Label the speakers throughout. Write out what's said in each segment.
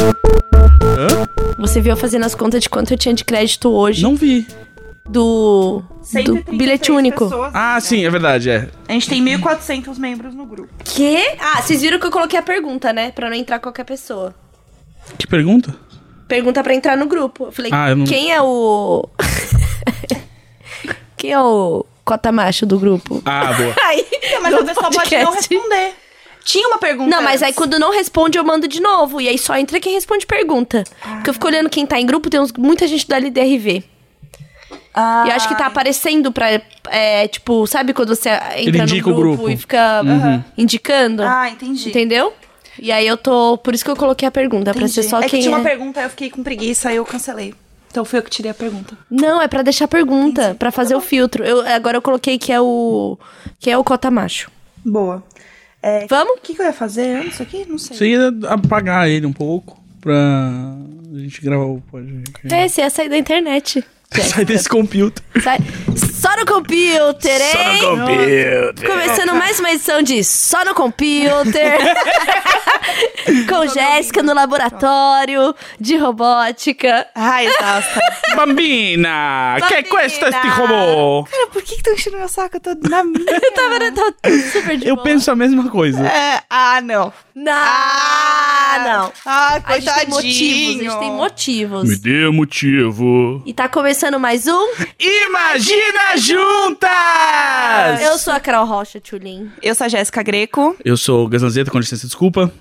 Speaker 1: Hã?
Speaker 2: Você viu eu fazendo as contas de quanto eu tinha de crédito hoje
Speaker 1: Não vi.
Speaker 2: do, do
Speaker 3: 133
Speaker 2: bilhete único.
Speaker 3: pessoas,
Speaker 1: Ah,
Speaker 3: né?
Speaker 1: sim, é verdade, é.
Speaker 3: A gente tem 1.400 membros no grupo.
Speaker 2: Quê? Ah, vocês viram que eu coloquei a pergunta, né? Pra não entrar qualquer pessoa.
Speaker 1: Que pergunta?
Speaker 2: Pergunta pra entrar no grupo. Eu falei,
Speaker 1: Ah, eu não-
Speaker 2: quem é o. quem é o cota macho do grupo?
Speaker 1: Ah, boa.
Speaker 2: Aí,
Speaker 3: É, mas
Speaker 2: no
Speaker 3: a pessoa pode não
Speaker 2: podcast.
Speaker 3: responder. Tinha uma pergunta.
Speaker 2: Não, mas aí
Speaker 3: antes.
Speaker 2: quando não responde, eu mando de novo. E aí só entra quem responde pergunta. Porque eu fico olhando quem tá em grupo, tem uns- muita gente da LDRV.
Speaker 3: Ah,
Speaker 2: E eu acho que tá aparecendo pra. é, tipo, sabe quando você
Speaker 1: Ele
Speaker 2: entra no
Speaker 1: indica o
Speaker 2: grupo,
Speaker 1: grupo.
Speaker 2: e fica
Speaker 1: Uhum.
Speaker 2: indicando?
Speaker 3: Ah, entendi.
Speaker 2: Entendeu? E aí eu tô. Por isso que eu coloquei a pergunta, pra
Speaker 3: Entendi.
Speaker 2: ser só
Speaker 3: é
Speaker 2: quem.
Speaker 3: que tinha
Speaker 2: é.
Speaker 3: uma pergunta, eu fiquei com preguiça, aí eu cancelei. Então foi eu que tirei a pergunta.
Speaker 2: Não, é pra deixar pergunta, pra fazer o filtro. Eu, agora eu coloquei que é o. que é o cota macho.
Speaker 3: Boa. É,
Speaker 2: Vamos?
Speaker 3: O que, que eu ia fazer antes aqui? Não sei.
Speaker 1: Você ia apagar ele um pouco pra gente gravar o podcast.
Speaker 2: É, você ia sair da internet.
Speaker 1: Sai desse computer.
Speaker 2: Sai. Só no computer, hein?
Speaker 1: Só no computer.
Speaker 2: Começando mais uma edição de Só no Computer. Com Jéssica no laboratório de robótica.
Speaker 3: Ai, exausta.
Speaker 1: Bambina, que
Speaker 2: Bambina.
Speaker 1: questo este robô?
Speaker 3: Cara, por que que estão enchendo meu saco? Eu tô na minha.
Speaker 2: Eu tava, eu tava tá super de
Speaker 1: Eu
Speaker 2: boa.
Speaker 1: penso a mesma coisa.
Speaker 3: É, ah, não.
Speaker 2: Não, não.
Speaker 3: Ah,
Speaker 2: A gente tem motivos, a gente tem motivos.
Speaker 1: dê motivo.
Speaker 2: E tá começando mais um.
Speaker 1: Imagina juntas!
Speaker 2: Eu sou a Carol Rocha, Tchulin.
Speaker 3: Eu sou a Jéssica Greco.
Speaker 1: Eu sou o Gazanzeta, com licença, desculpa.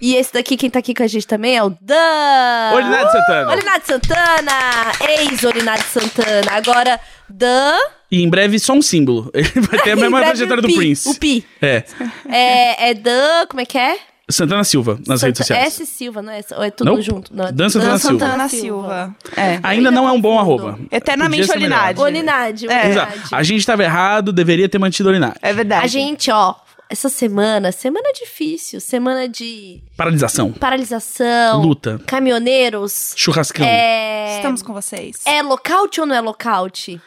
Speaker 2: E esse daqui, quem tá aqui com a gente também é o Dan.
Speaker 1: Ordinário é Santana.
Speaker 2: Olinade Santana. Ex-Olinade Santana. Agora, Dan.
Speaker 1: E em breve só um símbolo. Ele vai ter a mesma
Speaker 2: Em breve,
Speaker 1: trajetória
Speaker 2: o
Speaker 1: do
Speaker 2: Pi,
Speaker 1: Prince.
Speaker 2: O Pi.
Speaker 1: É.
Speaker 2: É, é Dan, como é que é?
Speaker 1: Santana Silva, nas redes
Speaker 2: Santa-
Speaker 1: sociais.
Speaker 2: S Silva, não é? Ou é tudo
Speaker 1: Não.
Speaker 2: junto? Não, é
Speaker 1: Dan Santana
Speaker 2: Dan
Speaker 1: Silva.
Speaker 3: Santana Silva. É.
Speaker 1: Ainda não é um bom arroba.
Speaker 3: Eternamente
Speaker 1: Podia ser melhor.
Speaker 3: Olinade.
Speaker 2: Olinade,
Speaker 3: É.
Speaker 2: Olinade.
Speaker 1: Exato. A gente tava errado, deveria ter mantido Olinade.
Speaker 3: É verdade.
Speaker 2: A gente, ó, essa semana, semana difícil, semana de
Speaker 1: Paralisação,
Speaker 2: paralisação,
Speaker 1: luta,
Speaker 2: caminhoneiros,
Speaker 1: churrascão.
Speaker 2: é...
Speaker 3: Estamos com vocês.
Speaker 2: é lockout ou não é lockout?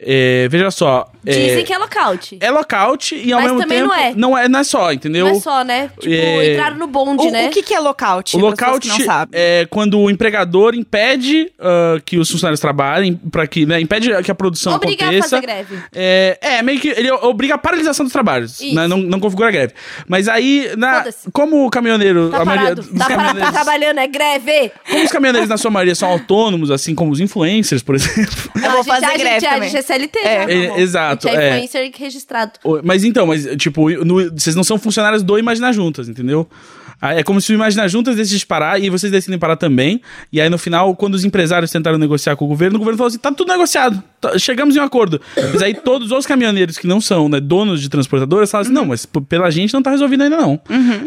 Speaker 1: É, veja só.
Speaker 2: Dizem
Speaker 1: É,
Speaker 2: que é lockout.
Speaker 1: é lockout e ao
Speaker 2: Mas
Speaker 1: mesmo
Speaker 2: também
Speaker 1: tempo.
Speaker 2: não é.
Speaker 1: Não é, não é só, entendeu?
Speaker 2: Não é só, Tipo, né? Tipo,
Speaker 1: é-
Speaker 2: entraram no
Speaker 3: O,
Speaker 2: bonde, né?
Speaker 3: o que, que é lockout?
Speaker 1: O
Speaker 3: Pessoas que
Speaker 1: lockout
Speaker 3: não sabem.
Speaker 1: é quando o empregador impede ah, que os funcionários trabalhem, para que, né, impede que a produção
Speaker 2: Obrigar a
Speaker 1: aconteça.
Speaker 2: fazer greve.
Speaker 1: É, é, meio que ele obriga a paralisação dos trabalhos,
Speaker 2: Isso.
Speaker 1: né, não, não configura greve. Mas aí, na,
Speaker 2: Foda-se.
Speaker 1: como o caminhoneiro,
Speaker 2: Tá
Speaker 1: a maioria
Speaker 2: parado,
Speaker 1: dos
Speaker 2: tá parado, tá
Speaker 1: caminhoneiros-
Speaker 2: trabalhando, é greve.
Speaker 1: como os caminhoneiros na sua maioria são autônomos, assim como os influencers, por exemplo.
Speaker 3: Eu vou
Speaker 2: a gente,
Speaker 3: fazer
Speaker 2: a gente-
Speaker 3: greve
Speaker 2: a
Speaker 3: também.
Speaker 2: gente é CLT, já,
Speaker 3: É,
Speaker 2: meu
Speaker 1: é,
Speaker 2: amor.
Speaker 1: exato,
Speaker 2: A gente é
Speaker 1: é.
Speaker 2: influencer registrado.
Speaker 1: O- Mas então, mas tipo, no- vocês não são funcionários do Imagina Juntas, entendeu? Ah, É como se o Imagina Juntas decidisse parar e vocês decidem parar também. E aí, no final, quando os empresários tentaram negociar com o governo, o governo falou assim: tá tudo negociado, tá- chegamos em um acordo. Mas aí, todos os caminhoneiros que não são né, donos de transportadoras falam assim: não, mas p- pela gente não tá resolvido ainda não.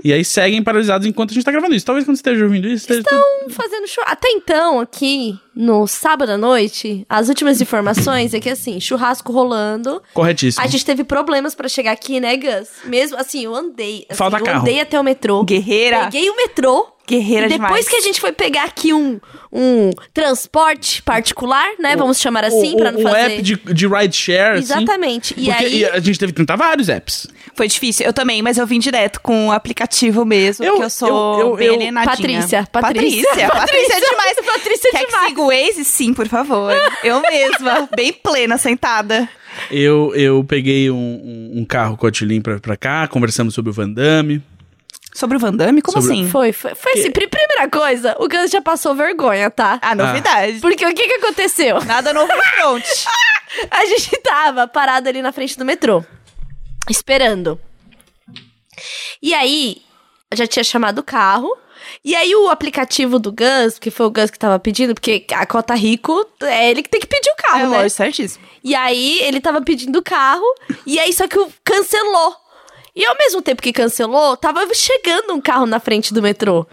Speaker 1: E aí, seguem paralisados enquanto a gente tá gravando isso. Talvez quando você esteja ouvindo isso, esteja tudo-
Speaker 2: Estão fazendo churrasco. Até então, aqui, no sábado à noite, as últimas informações é que, assim, churrasco rolando.
Speaker 1: corretíssimo.
Speaker 2: A gente teve problemas pra chegar aqui, né, Gus? Mesmo, assim, eu andei. Assim,
Speaker 1: Falta
Speaker 2: eu
Speaker 1: carro.
Speaker 2: andei até o metrô.
Speaker 3: Guerreira.
Speaker 2: Peguei o metrô.
Speaker 3: Guerreira
Speaker 2: e depois
Speaker 3: demais.
Speaker 2: que a gente foi pegar aqui um, um transporte particular, né? vamos chamar assim,
Speaker 1: O-
Speaker 2: pra não
Speaker 1: o,
Speaker 2: fazer...
Speaker 1: um app de, de rideshare. assim.
Speaker 2: Exatamente. E
Speaker 1: Porque-
Speaker 2: aí...
Speaker 1: e a gente teve que tentar vários apps.
Speaker 3: Foi difícil. Eu também, mas eu vim direto com o aplicativo mesmo,
Speaker 1: Eu-
Speaker 3: porque eu sou
Speaker 1: eu- eu-
Speaker 3: bem
Speaker 1: eu-
Speaker 3: alienadinha.
Speaker 2: Patrícia, Patrícia.
Speaker 3: Patrícia. Patrícia, é demais.
Speaker 2: Patrícia é
Speaker 3: Quer
Speaker 2: demais.
Speaker 3: que siga o Waze? Sim, por favor. Eu mesma, bem plena, sentada.
Speaker 1: Eu, eu peguei um, um- um carro com a Tilin pra, pra cá, conversamos sobre o Van Damme.
Speaker 3: Sobre o Van Damme? Como
Speaker 1: Sobre-
Speaker 3: assim?
Speaker 2: Foi, foi, foi assim, pri- primeira coisa, o Gus já passou vergonha, tá?
Speaker 3: A Ah, novidade.
Speaker 2: Porque o que que aconteceu?
Speaker 3: Nada novo no front.
Speaker 2: A gente tava parado ali na frente do metrô, esperando. E aí, já tinha chamado o carro. E aí, o aplicativo do Gus, que foi o Gus que tava pedindo, porque a cota rico é ele que tem que pedir o carro,
Speaker 3: é
Speaker 2: né?
Speaker 3: lógico, certíssimo.
Speaker 2: E aí, ele tava pedindo o carro, e aí só que o cancelou. E ao mesmo tempo que cancelou, tava chegando um carro na frente do metrô.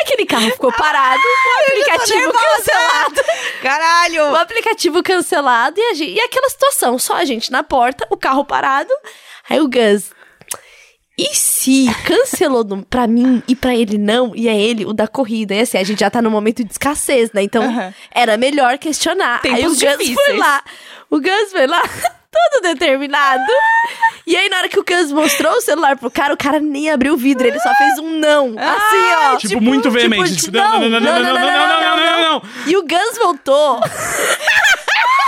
Speaker 2: Aquele carro ficou parado, o aplicativo cancelado.
Speaker 3: Caralho.
Speaker 2: O aplicativo cancelado e, a gente- e aquela situação, só a gente na porta, o carro parado. Aí o Gus. E se cancelou no, pra mim e pra ele não, e é ele o da corrida? E assim, a gente já tá num momento de escassez, né? Então
Speaker 3: Aham.
Speaker 2: era melhor questionar. Aí o
Speaker 3: Tempos
Speaker 2: Gus foi
Speaker 3: difíceis.
Speaker 2: lá. O Gus foi lá, todo determinado. E aí, na hora que o Gus mostrou o celular pro cara, o cara nem abriu o vidro, ele só fez um não. Assim, ó.
Speaker 1: Tipo, muito veemente.
Speaker 2: de-
Speaker 1: Tipo, não, não, não, não, não, não, não, não, não, não.
Speaker 2: E o Gus voltou.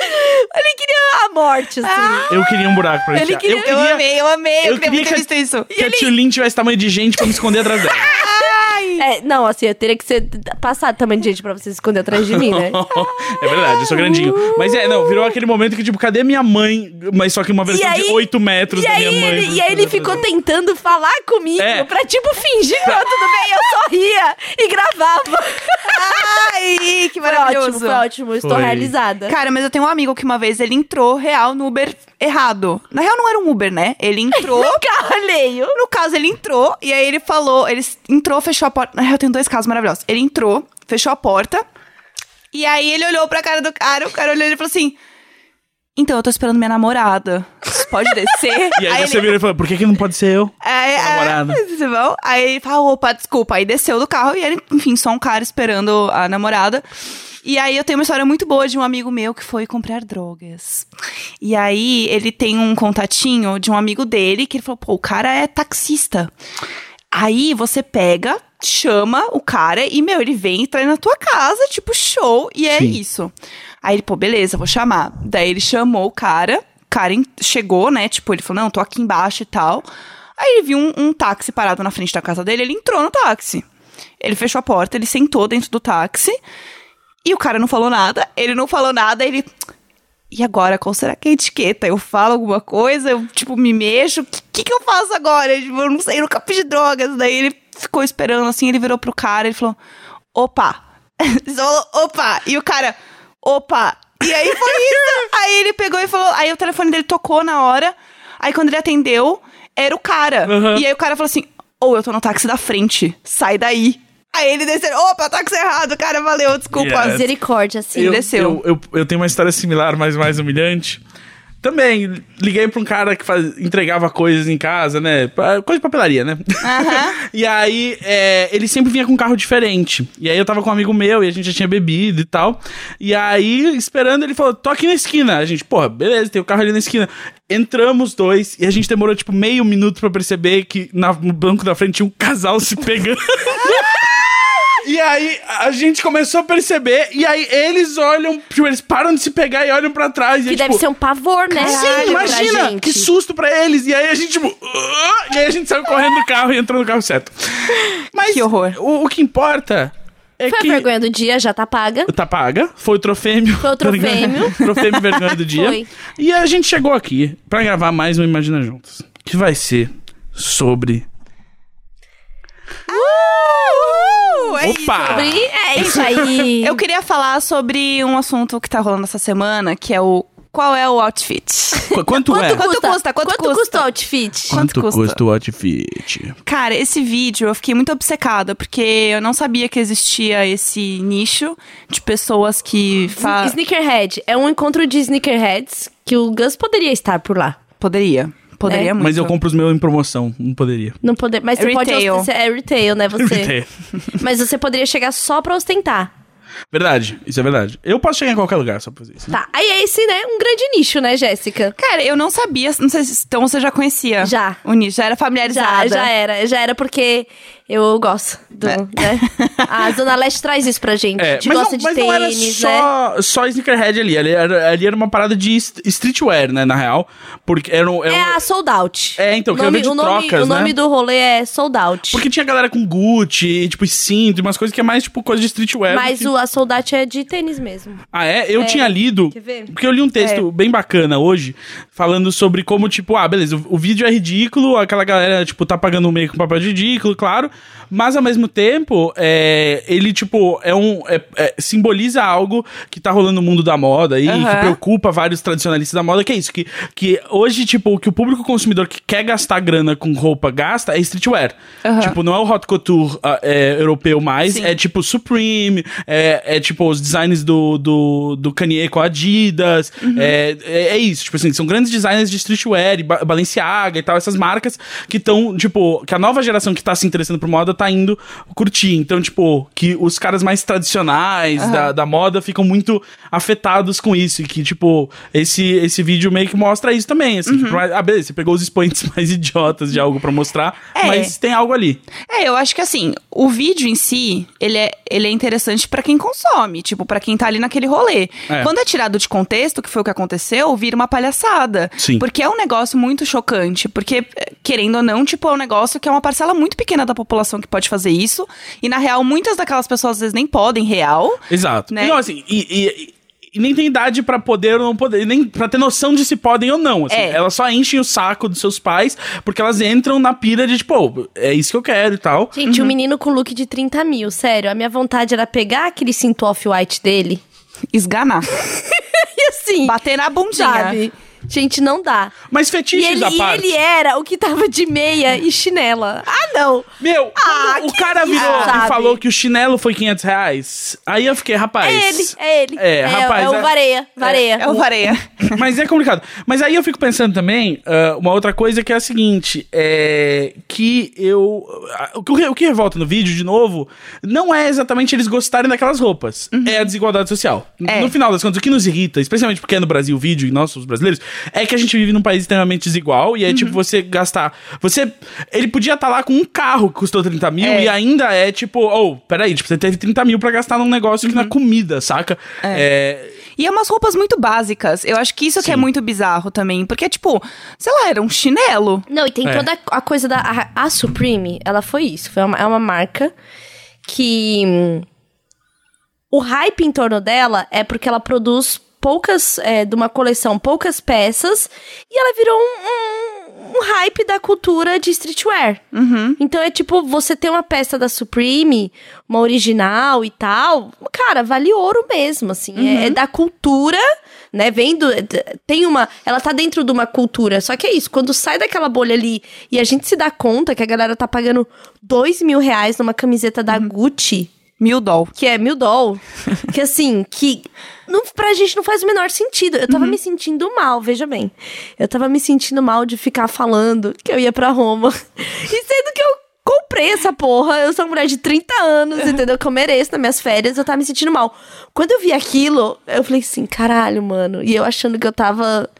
Speaker 2: ele queria a morte, assim.
Speaker 1: Eu queria um buraco pra
Speaker 2: Ele
Speaker 1: enfiar.
Speaker 2: queria-
Speaker 1: Eu
Speaker 3: Eu
Speaker 1: queria
Speaker 3: amei, eu amei. Eu,
Speaker 1: eu
Speaker 3: queria
Speaker 1: queria
Speaker 3: muito ter
Speaker 1: que-
Speaker 3: visto isso.
Speaker 1: que a Tio Lin tivesse tamanho de gente pra me esconder atrás dela.
Speaker 2: É, não, assim, eu teria que ser passado também de gente pra você se esconder atrás de mim, né?
Speaker 1: é verdade, eu sou grandinho. Mas é, não, virou aquele momento que, tipo, cadê minha mãe? Mas só que uma versão
Speaker 2: aí-
Speaker 1: de 8 metros
Speaker 2: E
Speaker 1: da
Speaker 2: aí,
Speaker 1: minha mãe. né?
Speaker 2: ele, e aí ele ficou tentando falar comigo
Speaker 1: É.
Speaker 2: pra, tipo, fingir que tava tudo bem. Eu sorria e gravava.
Speaker 3: Ai, que
Speaker 2: Foi ótimo,
Speaker 3: maravilhoso.
Speaker 2: foi ótimo. Estou
Speaker 1: Foi.
Speaker 2: realizada.
Speaker 3: Cara, mas eu tenho um amigo que uma vez ele entrou real no Uber errado. Na real não era um Uber, né? Ele entrou.
Speaker 2: No carro alheio.
Speaker 3: No caso, ele entrou e aí ele falou, ele s- entrou, fechou a porta. Na real, tem dois casos maravilhosos. Ele entrou, fechou a porta. E aí ele olhou pra cara do cara, o cara olhou e ele falou assim: "Então, eu tô esperando minha namorada. Você pode descer?"
Speaker 1: E aí, você
Speaker 3: ele,
Speaker 1: vira e fala, por que, que não pode ser eu?
Speaker 3: é, é,
Speaker 1: namorada.
Speaker 3: vocês vão? Aí ele falou, opa, desculpa. Aí desceu do carro e ele, enfim, só um cara esperando a namorada. E aí eu tenho uma história muito boa de um amigo meu que foi comprar drogas. E aí ele tem um contatinho de um amigo dele que ele falou, pô, o cara é taxista. Aí você pega, chama o cara e, meu, ele vem e traz na tua casa, tipo, show, e é
Speaker 1: Sim.
Speaker 3: isso. Aí ele, pô, beleza, vou chamar. Daí ele chamou o cara, o cara en- chegou, né? Tipo, ele falou, não, tô aqui embaixo e tal. Aí ele viu um, um táxi parado na frente da casa dele, ele entrou no táxi. Ele fechou a porta, ele sentou dentro do táxi. E o cara não falou nada, ele não falou nada, ele. E agora, qual será que é a etiqueta? Eu falo alguma coisa, eu, tipo, me mexo, o que, que, que eu faço agora? Tipo, eu não sei, eu nunca fiz drogas. Daí ele ficou esperando assim, ele virou pro cara, ele falou: opa! Ele só falou, opa! E o cara, opa! E aí foi isso! aí ele pegou e falou, aí o telefone dele tocou na hora, aí quando ele atendeu, era o cara.
Speaker 1: Uhum.
Speaker 3: E aí o cara falou assim: ou eu tô no táxi da frente, sai daí. Aí ele desceu, opa, táxi errado, cara, valeu, desculpa.
Speaker 1: Yeah.
Speaker 2: Misericórdia, assim.
Speaker 3: Eu-
Speaker 2: né?
Speaker 3: desceu.
Speaker 1: Eu, eu, eu tenho uma história similar, mas mais humilhante. Também, liguei pra um cara que faz- entregava coisas em casa, né? Pa- Coisa de papelaria, né? e aí, é, ele sempre vinha com um carro diferente. E aí, eu tava com um amigo meu e a gente já tinha bebido e tal. E aí, esperando, ele falou: tô aqui na esquina. A gente, porra, beleza, tem o carro ali na esquina. Entramos dois e a gente demorou, tipo, meio minuto pra perceber que na- no banco da frente tinha um casal se pegando. E aí a gente começou a perceber, e aí eles olham, tipo, eles param de se pegar e olham pra trás. e,
Speaker 2: Que
Speaker 1: tipo,
Speaker 2: deve ser um pavor, né?
Speaker 1: Sim,
Speaker 2: pra
Speaker 1: imagina!
Speaker 2: gente.
Speaker 1: Que susto pra eles! E aí a gente, tipo. "Ah!" E aí a gente saiu correndo do carro e entrou no carro certo. Mas
Speaker 3: Que horror.
Speaker 1: O, o que importa é
Speaker 2: Foi
Speaker 1: que.
Speaker 2: a vergonha do dia, já tá paga.
Speaker 1: Tá paga. Foi o trofêmio.
Speaker 2: Foi o
Speaker 1: Tá ligado?
Speaker 2: trofêmeo.
Speaker 1: trofêmeo vergonha do dia.
Speaker 2: Foi.
Speaker 1: E a gente chegou aqui pra gravar mais um Imagina Juntos. Que vai ser sobre.
Speaker 3: Uh, é isso.
Speaker 1: Opa!
Speaker 2: Sobre- É isso aí.
Speaker 3: Eu queria falar sobre um assunto que tá rolando essa semana, que é o qual é o outfit.
Speaker 1: Qu- Quanto, é?
Speaker 3: Quanto custa? Quanto custa?
Speaker 2: o outfit?
Speaker 3: quanto custa?
Speaker 1: o outfit?
Speaker 3: Cara, esse vídeo eu fiquei muito obcecada, porque eu não sabia que existia esse nicho de pessoas que fa...
Speaker 2: Sneakerhead. É um encontro de sneakerheads que o Gus poderia estar por lá.
Speaker 3: Poderia. Poderia
Speaker 2: É.
Speaker 3: muito.
Speaker 1: Mas eu compro os meus em promoção, não poderia.
Speaker 2: Não poder, mas
Speaker 3: É
Speaker 2: você
Speaker 3: retail.
Speaker 2: pode. É retail, né? Você.
Speaker 1: Retail.
Speaker 2: Mas você poderia chegar só pra ostentar.
Speaker 1: Verdade, isso é verdade. Eu posso chegar em qualquer lugar só pra fazer isso.
Speaker 2: Tá. Aí é esse, né? Um grande nicho, né, Jéssica?
Speaker 3: Cara, eu não sabia, não sei se então você já conhecia.
Speaker 2: Já.
Speaker 3: O nicho, já era
Speaker 2: Já,
Speaker 3: familiarizada.
Speaker 2: já era. Já era porque eu gosto do. Né? A Zona Leste traz isso pra gente. a gente
Speaker 1: É. mas
Speaker 2: gosta
Speaker 1: não,
Speaker 2: de
Speaker 1: mas não era
Speaker 2: tênis, né?
Speaker 1: só, só sneakerhead ali. Ali era, ali era uma parada de est- streetwear, né, na real. Porque era um... era um-
Speaker 2: É a Sold Out.
Speaker 1: É, então, que é o
Speaker 2: nome,
Speaker 1: de
Speaker 2: o nome,
Speaker 1: trocas,
Speaker 2: o nome
Speaker 1: né?
Speaker 2: do rolê é Sold Out.
Speaker 1: Porque tinha galera com Gucci, e, tipo, cinto, e umas coisas que é mais, tipo, coisa de streetwear. do
Speaker 2: Mas
Speaker 1: que-
Speaker 2: o, a Sold Out é de tênis mesmo.
Speaker 1: Ah, é? Eu tinha lido.
Speaker 2: Quer ver?
Speaker 1: Porque eu li um texto bem bacana hoje, falando sobre como, tipo, ah, beleza, o, o vídeo é ridículo, aquela galera, tipo, tá pagando meio com papel de ridículo, claro. Mas ao mesmo tempo, é, ele, tipo, é um. é- é- simboliza algo que tá rolando no mundo da moda aí, que
Speaker 3: Aham.
Speaker 1: preocupa vários tradicionalistas da moda, que é isso. Que, que hoje, tipo, o que o público consumidor que quer gastar grana com roupa gasta é streetwear.
Speaker 3: Aham.
Speaker 1: Tipo, não é o hot couture ah, é, europeu mais,
Speaker 3: Sim.
Speaker 1: é tipo Supreme, é, é
Speaker 3: Uhum.
Speaker 1: tipo os designs do, do, do Kanye com a Adidas. É, é, é isso, tipo assim, são grandes grandes designers é, de streetwear, e Ba- Balenciaga e tal, essas marcas que estão, tipo, que a nova geração que tá se interessando por moda tá indo curtir. Então, tipo, que os caras mais tradicionais da, da moda ficam muito afetados com isso. E que, tipo, esse, esse vídeo meio que mostra isso também. Assim, tipo, ah, beleza, você pegou os expoentes mais idiotas de algo pra mostrar,
Speaker 3: É.
Speaker 1: mas tem algo ali.
Speaker 3: É, eu acho que assim, o vídeo em si, ele é, ele é interessante pra quem consome, tipo, pra quem tá ali naquele rolê.
Speaker 1: É.
Speaker 3: Quando é tirado de contexto, que foi o que aconteceu, vira uma palhaçada.
Speaker 1: Sim.
Speaker 3: Porque é um negócio muito chocante, porque, eh, querendo ou não, tipo, é um negócio que é uma parcela muito pequena da população que pode fazer isso, e na real, muitas daquelas pessoas às vezes nem podem, real.
Speaker 1: Exato.
Speaker 3: Né?
Speaker 1: Não, assim, e, e- e nem tem idade pra poder ou não poder, nem pra ter noção de se podem ou não. assim.
Speaker 3: É.
Speaker 1: Elas só enchem o saco dos seus pais porque elas entram na pira de tipo, "Oh, é isso que eu quero e tal.
Speaker 2: Gente, um menino com look de 30 mil, sério. A minha vontade era pegar aquele cinto off-white dele
Speaker 3: Esganar.
Speaker 2: e assim,
Speaker 3: Bater na bundinha.
Speaker 2: sabe? Gente, não dá.
Speaker 1: Mas
Speaker 2: E
Speaker 1: fetiche
Speaker 2: ele,
Speaker 1: da
Speaker 2: e
Speaker 1: parte.
Speaker 2: ele era o que tava de meia e chinela. Ah, não!
Speaker 1: Meu,
Speaker 2: Ah,
Speaker 1: quando o
Speaker 2: que
Speaker 1: cara virou
Speaker 2: sabe?
Speaker 1: e falou que o chinelo foi 500 reais. Aí eu fiquei, rapaz.
Speaker 2: É ele, é ele.
Speaker 1: É, rapaz,
Speaker 2: É, o
Speaker 1: é-
Speaker 2: Vareia, Vareia.
Speaker 3: É o vareia.
Speaker 1: Mas é complicado. Mas aí eu fico pensando também, ah, uma outra coisa que é a seguinte, é que eu... ah, o, que, re- o que revolta no vídeo, de novo, não é exatamente eles gostarem daquelas roupas. É a desigualdade social.
Speaker 3: Uhum. É.
Speaker 1: No final das contas, o que nos irrita, especialmente porque é no Brasil o vídeo e nós, os brasileiros, é que a gente vive num país extremamente desigual e é
Speaker 3: Uhum.
Speaker 1: tipo você gastar... Você... Ele podia estar lá com um carro que custou 30 mil
Speaker 3: É.
Speaker 1: e ainda é tipo... Oh, peraí, tipo, você teve 30 mil pra gastar num negócio que na comida, saca? É,
Speaker 3: E Uhum. é umas roupas muito básicas. Eu acho que isso que é
Speaker 1: Sim.
Speaker 3: muito bizarro também. Porque, tipo, sei lá, era um chinelo.
Speaker 2: Não, e tem
Speaker 1: É.
Speaker 2: toda a coisa da. A, a Supreme, ela foi isso. Foi uma, é uma marca que. hum, o hype em torno dela é porque ela produz poucas. é, de uma coleção, poucas peças. E ela virou um, um- um hype da cultura de streetwear. Então é tipo, você tem uma peça da Supreme, uma original e tal. Cara, vale ouro mesmo, assim. É, é da cultura, né? Vendo. Tem uma. Ela tá dentro de uma cultura. Só que é isso, quando sai daquela bolha ali e a gente se dá conta que a galera tá pagando dois mil reais numa camiseta da Gucci,
Speaker 3: Mil doll.
Speaker 2: que é mil doll. que assim, que. Não, pra gente não faz o menor sentido. Eu
Speaker 3: Uhum.
Speaker 2: tava me sentindo mal, veja bem. Eu tava me sentindo mal de ficar falando que eu ia pra Roma. E sendo que eu comprei essa porra, eu sou uma mulher de 30 anos, entendeu? Que eu mereço nas minhas férias, eu tava me sentindo mal. Quando eu vi aquilo, eu falei assim, caralho, mano. E eu achando que eu tava.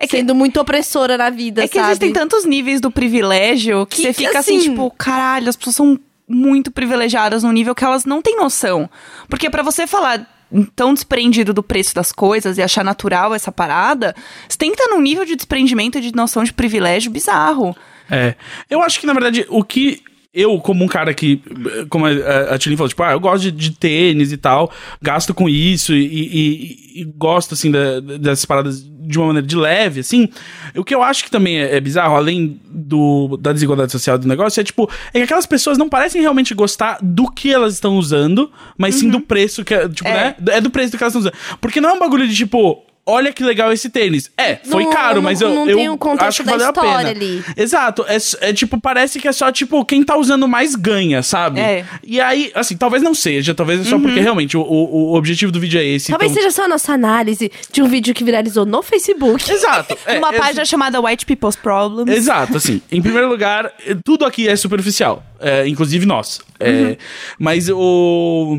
Speaker 3: É que-
Speaker 2: sendo muito opressora na vida,
Speaker 3: É que
Speaker 2: sabe?
Speaker 3: existem tantos níveis do privilégio que,
Speaker 2: Que-
Speaker 3: você
Speaker 2: que
Speaker 3: fica assim,
Speaker 2: assim-
Speaker 3: tipo, caralho, as pessoas são muito privilegiadas num nível que elas não têm noção. Porque pra você falar tão desprendido do preço das coisas e achar natural essa parada, você tem que estar num nível de desprendimento e de noção de privilégio bizarro.
Speaker 1: É. Eu acho que, na verdade, o que. Eu, como um cara que, como a, a- a Tilly falou, tipo, ah, eu gosto de, de tênis e tal, gasto com isso e, e- e- e gosto, assim, da- dessas paradas de uma maneira de leve, assim. O que eu acho que também é, é bizarro, além do, da desigualdade social do negócio, é, tipo, é que aquelas pessoas não parecem realmente gostar do que elas estão usando, mas
Speaker 2: Uhum.
Speaker 1: sim do preço que, é- tipo,
Speaker 3: É.
Speaker 1: né? É do preço do que elas estão usando. Porque não é um bagulho de, tipo, olha que legal esse tênis. É, foi
Speaker 2: Não-
Speaker 1: caro,
Speaker 2: não-
Speaker 1: mas eu,
Speaker 2: não
Speaker 1: eu
Speaker 2: tem o contexto
Speaker 1: acho que
Speaker 2: da
Speaker 1: valeu a
Speaker 2: história
Speaker 1: pena.
Speaker 2: ali.
Speaker 1: Exato. É, s- é tipo, parece que é só, tipo, quem tá usando mais ganha, sabe?
Speaker 3: É. Uhum.
Speaker 1: E aí, assim, talvez não seja, talvez é só porque realmente o, o, o objetivo do vídeo é esse.
Speaker 2: Talvez
Speaker 1: então-
Speaker 2: seja só a nossa análise de um vídeo que viralizou no Facebook.
Speaker 1: Exato. é,
Speaker 3: Uma
Speaker 1: é-
Speaker 3: página chamada White People's Problems.
Speaker 1: Exato, assim. Em primeiro lugar, eh, tudo aqui é superficial. eh, inclusive nós. Eh,
Speaker 3: Uhum.
Speaker 1: Mas o.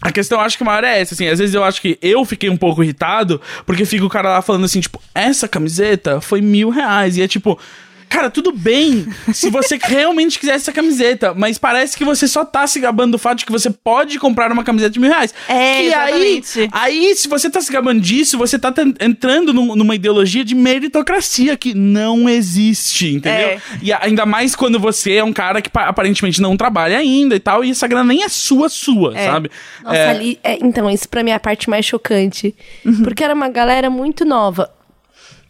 Speaker 1: A questão acho que maior é essa, assim. Às vezes eu acho que eu fiquei um pouco irritado, porque fica o cara lá falando assim, tipo, essa camiseta foi mil reais. E é tipo. Cara, tudo bem se você realmente quiser essa camiseta, mas parece que você só tá se gabando do fato de que você pode comprar uma camiseta de mil reais.
Speaker 3: É,
Speaker 1: que aí,
Speaker 3: exatamente.
Speaker 1: Aí, se você tá se gabando disso, você tá ten- entrando num- numa ideologia de meritocracia que não existe, entendeu?
Speaker 3: É.
Speaker 1: E a- ainda mais quando você é um cara que pa- aparentemente não trabalha ainda e tal, e essa grana nem é sua, sua, sabe?
Speaker 2: Nossa,
Speaker 1: É, Uhum.
Speaker 2: ali. é, então, isso pra mim é a parte mais chocante. Porque era uma galera muito nova.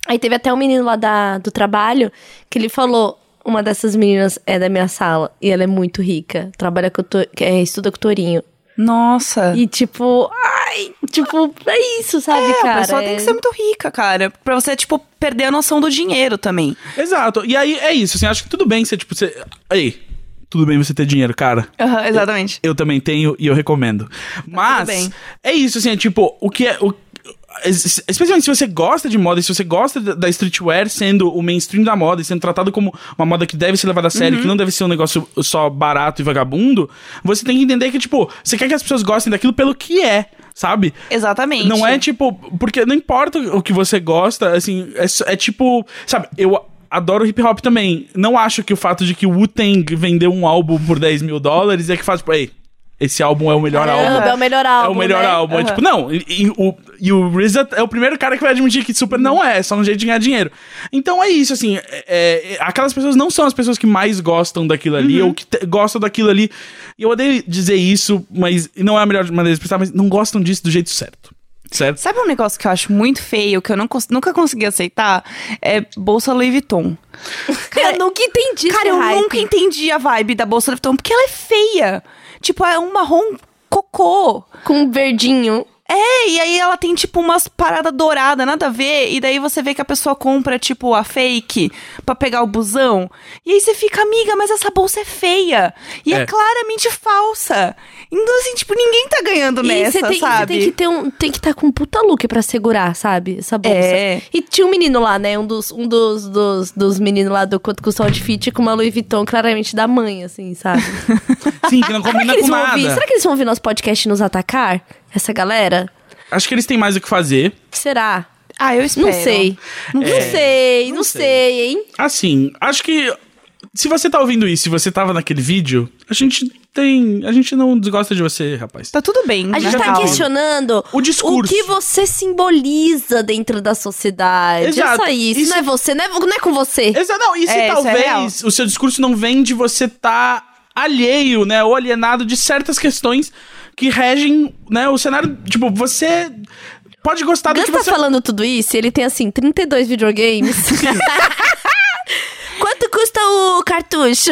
Speaker 2: Aí teve até um menino lá da, do trabalho que ele falou: uma dessas meninas é da minha sala e ela é muito rica, trabalha com, o to- é, estuda com o Torinho.
Speaker 3: Nossa.
Speaker 2: E tipo, ai, tipo, é isso, sabe,
Speaker 3: é,
Speaker 2: cara?
Speaker 3: a pessoa tem
Speaker 2: É-
Speaker 3: que ser muito rica, cara. Pra você, tipo, perder a noção do dinheiro também.
Speaker 1: Exato. E aí é isso, assim, acho que tudo bem você, tipo, você. Aí, tudo bem você ter dinheiro, cara.
Speaker 3: Aham, exatamente.
Speaker 1: Eu também tenho e eu recomendo. Mas
Speaker 3: Tá bem.
Speaker 1: é isso, assim, é tipo, o que é. O, es- especialmente se você gosta de moda, se você gosta da- da streetwear sendo o mainstream da moda e sendo tratado como uma moda que deve ser levada a sério,
Speaker 3: Uhum.
Speaker 1: que não deve ser um negócio só barato e vagabundo, você tem que entender que, tipo, você quer que as pessoas gostem daquilo pelo que é, sabe?
Speaker 3: Exatamente.
Speaker 1: Não é tipo. Porque não importa o que você gosta, assim, é, só- é tipo. Sabe, eu. Adoro hip hop também. Não acho que o fato de que o Wu-Tang vendeu um álbum por 10 mil dólares é que faz, tipo, ei, esse álbum é o melhor álbum
Speaker 2: Caramba, é o melhor álbum.
Speaker 1: é o melhor
Speaker 2: né?
Speaker 1: álbum. É
Speaker 3: Aham.
Speaker 1: tipo, não. E, e o, e o RZA é o primeiro cara que vai admitir que Super não é, é só um jeito de ganhar dinheiro. Então é isso, assim. é- é- é- aquelas pessoas não são as pessoas que mais gostam daquilo ali,
Speaker 2: Uhum.
Speaker 1: ou que te- gostam daquilo ali. E eu odeio dizer isso, mas e não é a melhor maneira de pensar, mas não gostam disso do jeito certo. Certo?
Speaker 3: Sabe um negócio que eu acho muito feio, que eu não cons- nunca consegui aceitar? É bolsa Louis Vuitton.
Speaker 2: eu nunca entendi
Speaker 3: Cara,
Speaker 2: esse
Speaker 3: eu
Speaker 2: hype.
Speaker 3: nunca entendi a vibe da bolsa Louis Vuitton, porque ela é feia. Tipo, é um marrom cocô.
Speaker 2: Com um verdinho.
Speaker 3: É, e aí ela tem, tipo, umas paradas douradas, nada a ver. E daí você vê que a pessoa compra, tipo, a fake pra pegar o busão. E aí você fica, amiga, mas essa bolsa é feia. E é,
Speaker 1: É.
Speaker 3: claramente falsa. Então, assim, tipo, ninguém tá ganhando
Speaker 2: e
Speaker 3: nessa,
Speaker 2: você tem, você
Speaker 3: sabe?
Speaker 2: tem que ter um, tem que estar com um puta look pra segurar, sabe? Essa bolsa.
Speaker 3: É.
Speaker 2: E tinha um menino lá, né? Um dos, um dos, dos, dos meninos lá do quanto custa o outfit com uma Louis Vuitton claramente da mãe, assim, sabe?
Speaker 1: Sim, que não
Speaker 2: Será é que
Speaker 1: combina
Speaker 2: eles
Speaker 1: com
Speaker 2: vão ouvir?
Speaker 1: nada.
Speaker 2: Será que eles vão ouvir nosso podcast e nos atacar? Essa galera?
Speaker 1: Acho que eles têm mais o que fazer.
Speaker 2: Será?
Speaker 3: Ah, eu espero.
Speaker 2: Não sei. Não,
Speaker 1: É,
Speaker 2: sei, não,
Speaker 1: não
Speaker 2: sei.
Speaker 1: sei.
Speaker 2: hein?
Speaker 1: Assim, acho que. Se você tá ouvindo isso, se você tava naquele vídeo, a gente tem. A gente não desgosta de você, rapaz.
Speaker 3: Tá tudo bem.
Speaker 2: A gente
Speaker 3: na
Speaker 2: tá
Speaker 3: real.
Speaker 2: questionando
Speaker 1: O discurso.
Speaker 2: que você simboliza dentro da sociedade. É
Speaker 1: Exato.
Speaker 2: só isso.
Speaker 1: Isso-
Speaker 2: Não é você, não é, não é com você.
Speaker 1: Exato, não, e se
Speaker 3: É, isso é real.
Speaker 1: talvez o seu discurso não vem de você tá alheio, né, ou alienado de certas questões que regem, né, o cenário, tipo, você pode gostar do
Speaker 2: Gus
Speaker 3: tipo,
Speaker 1: que você...
Speaker 2: tá falando tudo isso e ele tem, assim, 32 videogames. Quanto custa o cartucho?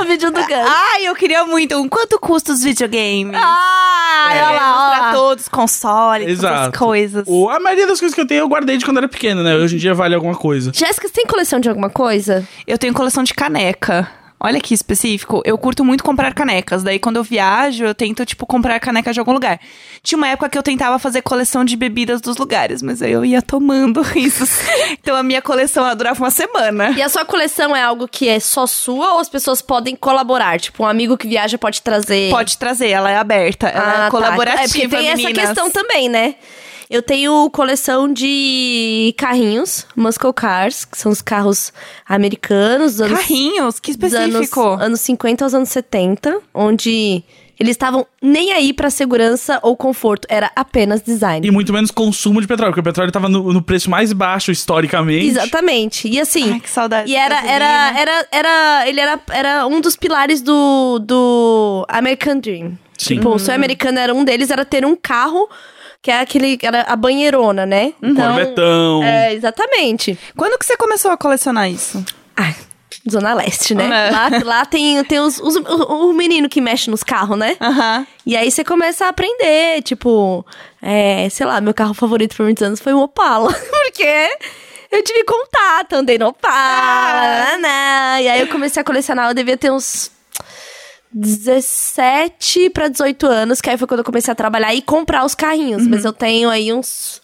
Speaker 2: o vídeo do Gus.
Speaker 3: Ai, eu queria muito. um Quanto custa os videogames?
Speaker 2: Ah,
Speaker 3: É,
Speaker 2: olha lá,
Speaker 3: Pra
Speaker 2: ó.
Speaker 3: todos, consoles, todas
Speaker 1: Exato.
Speaker 3: essas coisas.
Speaker 1: O- a maioria das coisas que eu tenho eu guardei de quando era pequeno, né, hoje em dia vale alguma coisa.
Speaker 2: Jéssica, você tem coleção de alguma coisa?
Speaker 3: Eu tenho coleção de caneca. Olha que específico. Eu curto muito comprar canecas. Daí, quando eu viajo, eu tento, tipo, comprar caneca de algum lugar. Tinha uma época que eu tentava fazer coleção de bebidas dos lugares, mas aí eu ia tomando isso. Então, a minha coleção ela durava uma semana.
Speaker 2: E a sua coleção é algo que é só sua ou as pessoas podem colaborar? Tipo, um amigo que viaja pode trazer.
Speaker 3: Pode trazer, ela é aberta.
Speaker 2: Ah,
Speaker 3: Ela
Speaker 2: tá.
Speaker 3: é colaborativa.
Speaker 2: É porque tem essa
Speaker 3: meninas.
Speaker 2: questão também, né? Eu tenho coleção de carrinhos, Muscle Cars, que são os carros americanos dos anos
Speaker 3: Carrinhos, que
Speaker 2: dos anos,
Speaker 3: específico.
Speaker 2: anos 50 aos anos 70, onde eles estavam nem aí pra segurança ou conforto, era apenas design.
Speaker 1: E muito menos consumo de petróleo, porque o petróleo tava no, no preço mais baixo historicamente.
Speaker 2: Exatamente. E assim,
Speaker 3: Ai, que saudade.
Speaker 2: e
Speaker 3: da
Speaker 2: era, era,
Speaker 3: gasolina.
Speaker 2: era, era, ele era, era um dos pilares do, do American Dream.
Speaker 1: Sim.
Speaker 3: Uhum.
Speaker 2: Tipo, o sonho americano era um deles, era ter um carro, que é aquele, era a banheirona, né?
Speaker 1: Uhum. Tipo, Corvetão.
Speaker 2: É, exatamente.
Speaker 3: Quando que você começou a colecionar isso?
Speaker 2: Ah, Zona Leste, né?
Speaker 3: É.
Speaker 2: Lá, lá tem, tem os, os- o, o menino que mexe nos carros, né?
Speaker 3: Aham.
Speaker 2: E aí você começa a aprender, tipo, é, sei lá, meu carro favorito por muitos anos foi um Opala, porque eu tive contato, andei no Opala,
Speaker 3: Ah.
Speaker 2: naná. e aí eu comecei a colecionar, eu devia ter uns 17 pra 18 anos, que aí foi quando eu comecei a trabalhar e comprar os carrinhos, mas
Speaker 3: Uhum.
Speaker 2: eu tenho aí uns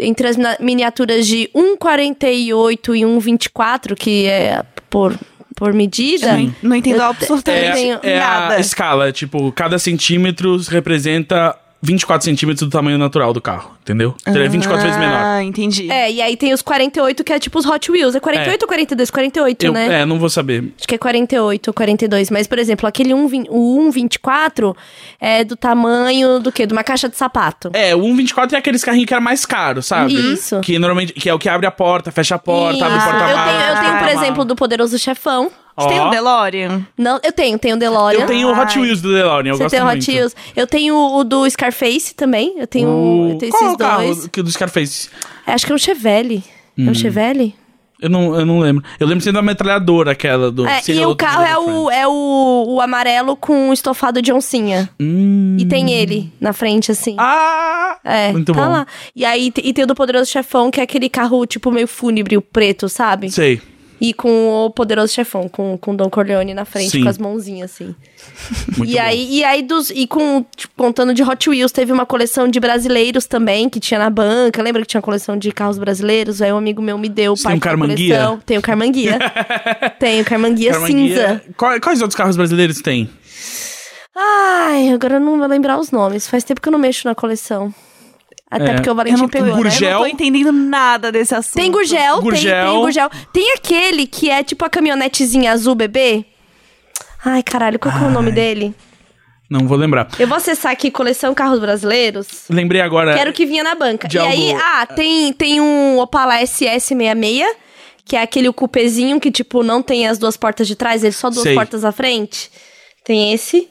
Speaker 2: entre as mina- miniaturas de 1,48 e 1,24, que é por, por medida.
Speaker 3: Não, não entendo
Speaker 2: Eu-
Speaker 3: absolutamente
Speaker 2: eu
Speaker 1: É,
Speaker 2: tenho
Speaker 1: é
Speaker 3: nada.
Speaker 1: a escala, tipo, cada centímetro representa 24 centímetros do tamanho natural do carro, entendeu? Então ele é 24 vezes menor.
Speaker 3: Ah, entendi.
Speaker 2: É, e aí tem os 48 que é tipo os Hot Wheels. É 48 ou 42? 48,
Speaker 1: Eu,
Speaker 2: né?
Speaker 1: É, não vou saber.
Speaker 2: Acho que é 48 ou 42. Mas, por exemplo, aquele 1, vin- o 1,24 é do tamanho do quê? De uma caixa de sapato.
Speaker 1: É, o 124 é aqueles carrinhos que era mais caro, sabe?
Speaker 2: Isso.
Speaker 1: Que normalmente que é o que abre a porta, fecha a porta, abre o Ah,
Speaker 2: Isso.
Speaker 1: porta
Speaker 2: eu, tenho, eu tenho, por
Speaker 3: porta-mala.
Speaker 2: exemplo, do Poderoso Chefão.
Speaker 3: Você tem o DeLorean?
Speaker 2: Não, um eu tenho, tenho o DeLorean.
Speaker 1: Eu tenho o Hot
Speaker 3: Ai.
Speaker 1: Wheels do DeLorean, eu
Speaker 2: Você
Speaker 1: gosto
Speaker 2: tem o
Speaker 1: muito.
Speaker 2: Hot Wheels. Eu tenho o do Scarface também. Eu tenho, eu
Speaker 1: O...
Speaker 2: tenho
Speaker 1: Qual é
Speaker 2: um, esses
Speaker 1: o carro Hum.
Speaker 2: dois.
Speaker 1: que o do Scarface?
Speaker 2: É, acho que é um Chevelle. É um Chevelle?
Speaker 1: Eu não, eu não lembro. Eu lembro sendo a metralhadora aquela do...
Speaker 2: É,
Speaker 1: Serial
Speaker 2: e o
Speaker 1: Outro
Speaker 2: carro é
Speaker 1: Mundo,
Speaker 2: o, é o, o amarelo com estofado de oncinha.
Speaker 1: Hum.
Speaker 2: E tem ele na frente, assim.
Speaker 1: Ah!
Speaker 2: É,
Speaker 1: Muito
Speaker 2: tá
Speaker 1: bom.
Speaker 2: lá. E aí te- e tem o do Poderoso Chefão, que é aquele carro, tipo, meio fúnebre, o preto, sabe?
Speaker 1: Sei.
Speaker 2: e com o poderoso chefão, com, com o Don Corleone na frente,
Speaker 1: Sim.
Speaker 2: com as mãozinhas assim.
Speaker 1: Muito
Speaker 2: e
Speaker 1: bom.
Speaker 2: aí, e aí dos, e com tipo, contando de Hot Wheels, teve uma coleção de brasileiros também que tinha na banca. Lembra que tinha coleção de carros brasileiros? Aí um amigo meu me deu
Speaker 1: Você
Speaker 2: parte
Speaker 1: tem um
Speaker 2: da
Speaker 1: Carmanguia?
Speaker 2: coleção. Tem o Carmanguia. tem o Carmanguia, cinza.
Speaker 1: Quais, quais outros carros brasileiros tem?
Speaker 2: Ai, agora eu não vou lembrar os nomes. Faz tempo que eu não mexo na coleção. Até
Speaker 1: É.
Speaker 2: porque o
Speaker 3: Eu
Speaker 2: Valentim
Speaker 3: não, tô,
Speaker 2: pegou. né?
Speaker 1: Gurgel.
Speaker 3: eu não tô entendendo nada desse assunto.
Speaker 2: Tem Gurgel,
Speaker 1: Gurgel.
Speaker 2: Tem, tem Gurgel. Tem aquele que é tipo a caminhonetezinha azul bebê. Ai, caralho, qual que é o nome dele?
Speaker 1: Não vou lembrar.
Speaker 2: Eu vou acessar aqui coleção carros brasileiros.
Speaker 1: Lembrei agora.
Speaker 2: Quero que vinha na banca.
Speaker 1: É, de
Speaker 2: E aí,
Speaker 1: algo-
Speaker 2: ah, tem, tem um Opala SS66, que é aquele cupezinho que, tipo, não tem as duas portas de trás, ele só duas
Speaker 1: Sei.
Speaker 2: portas à frente. Tem esse.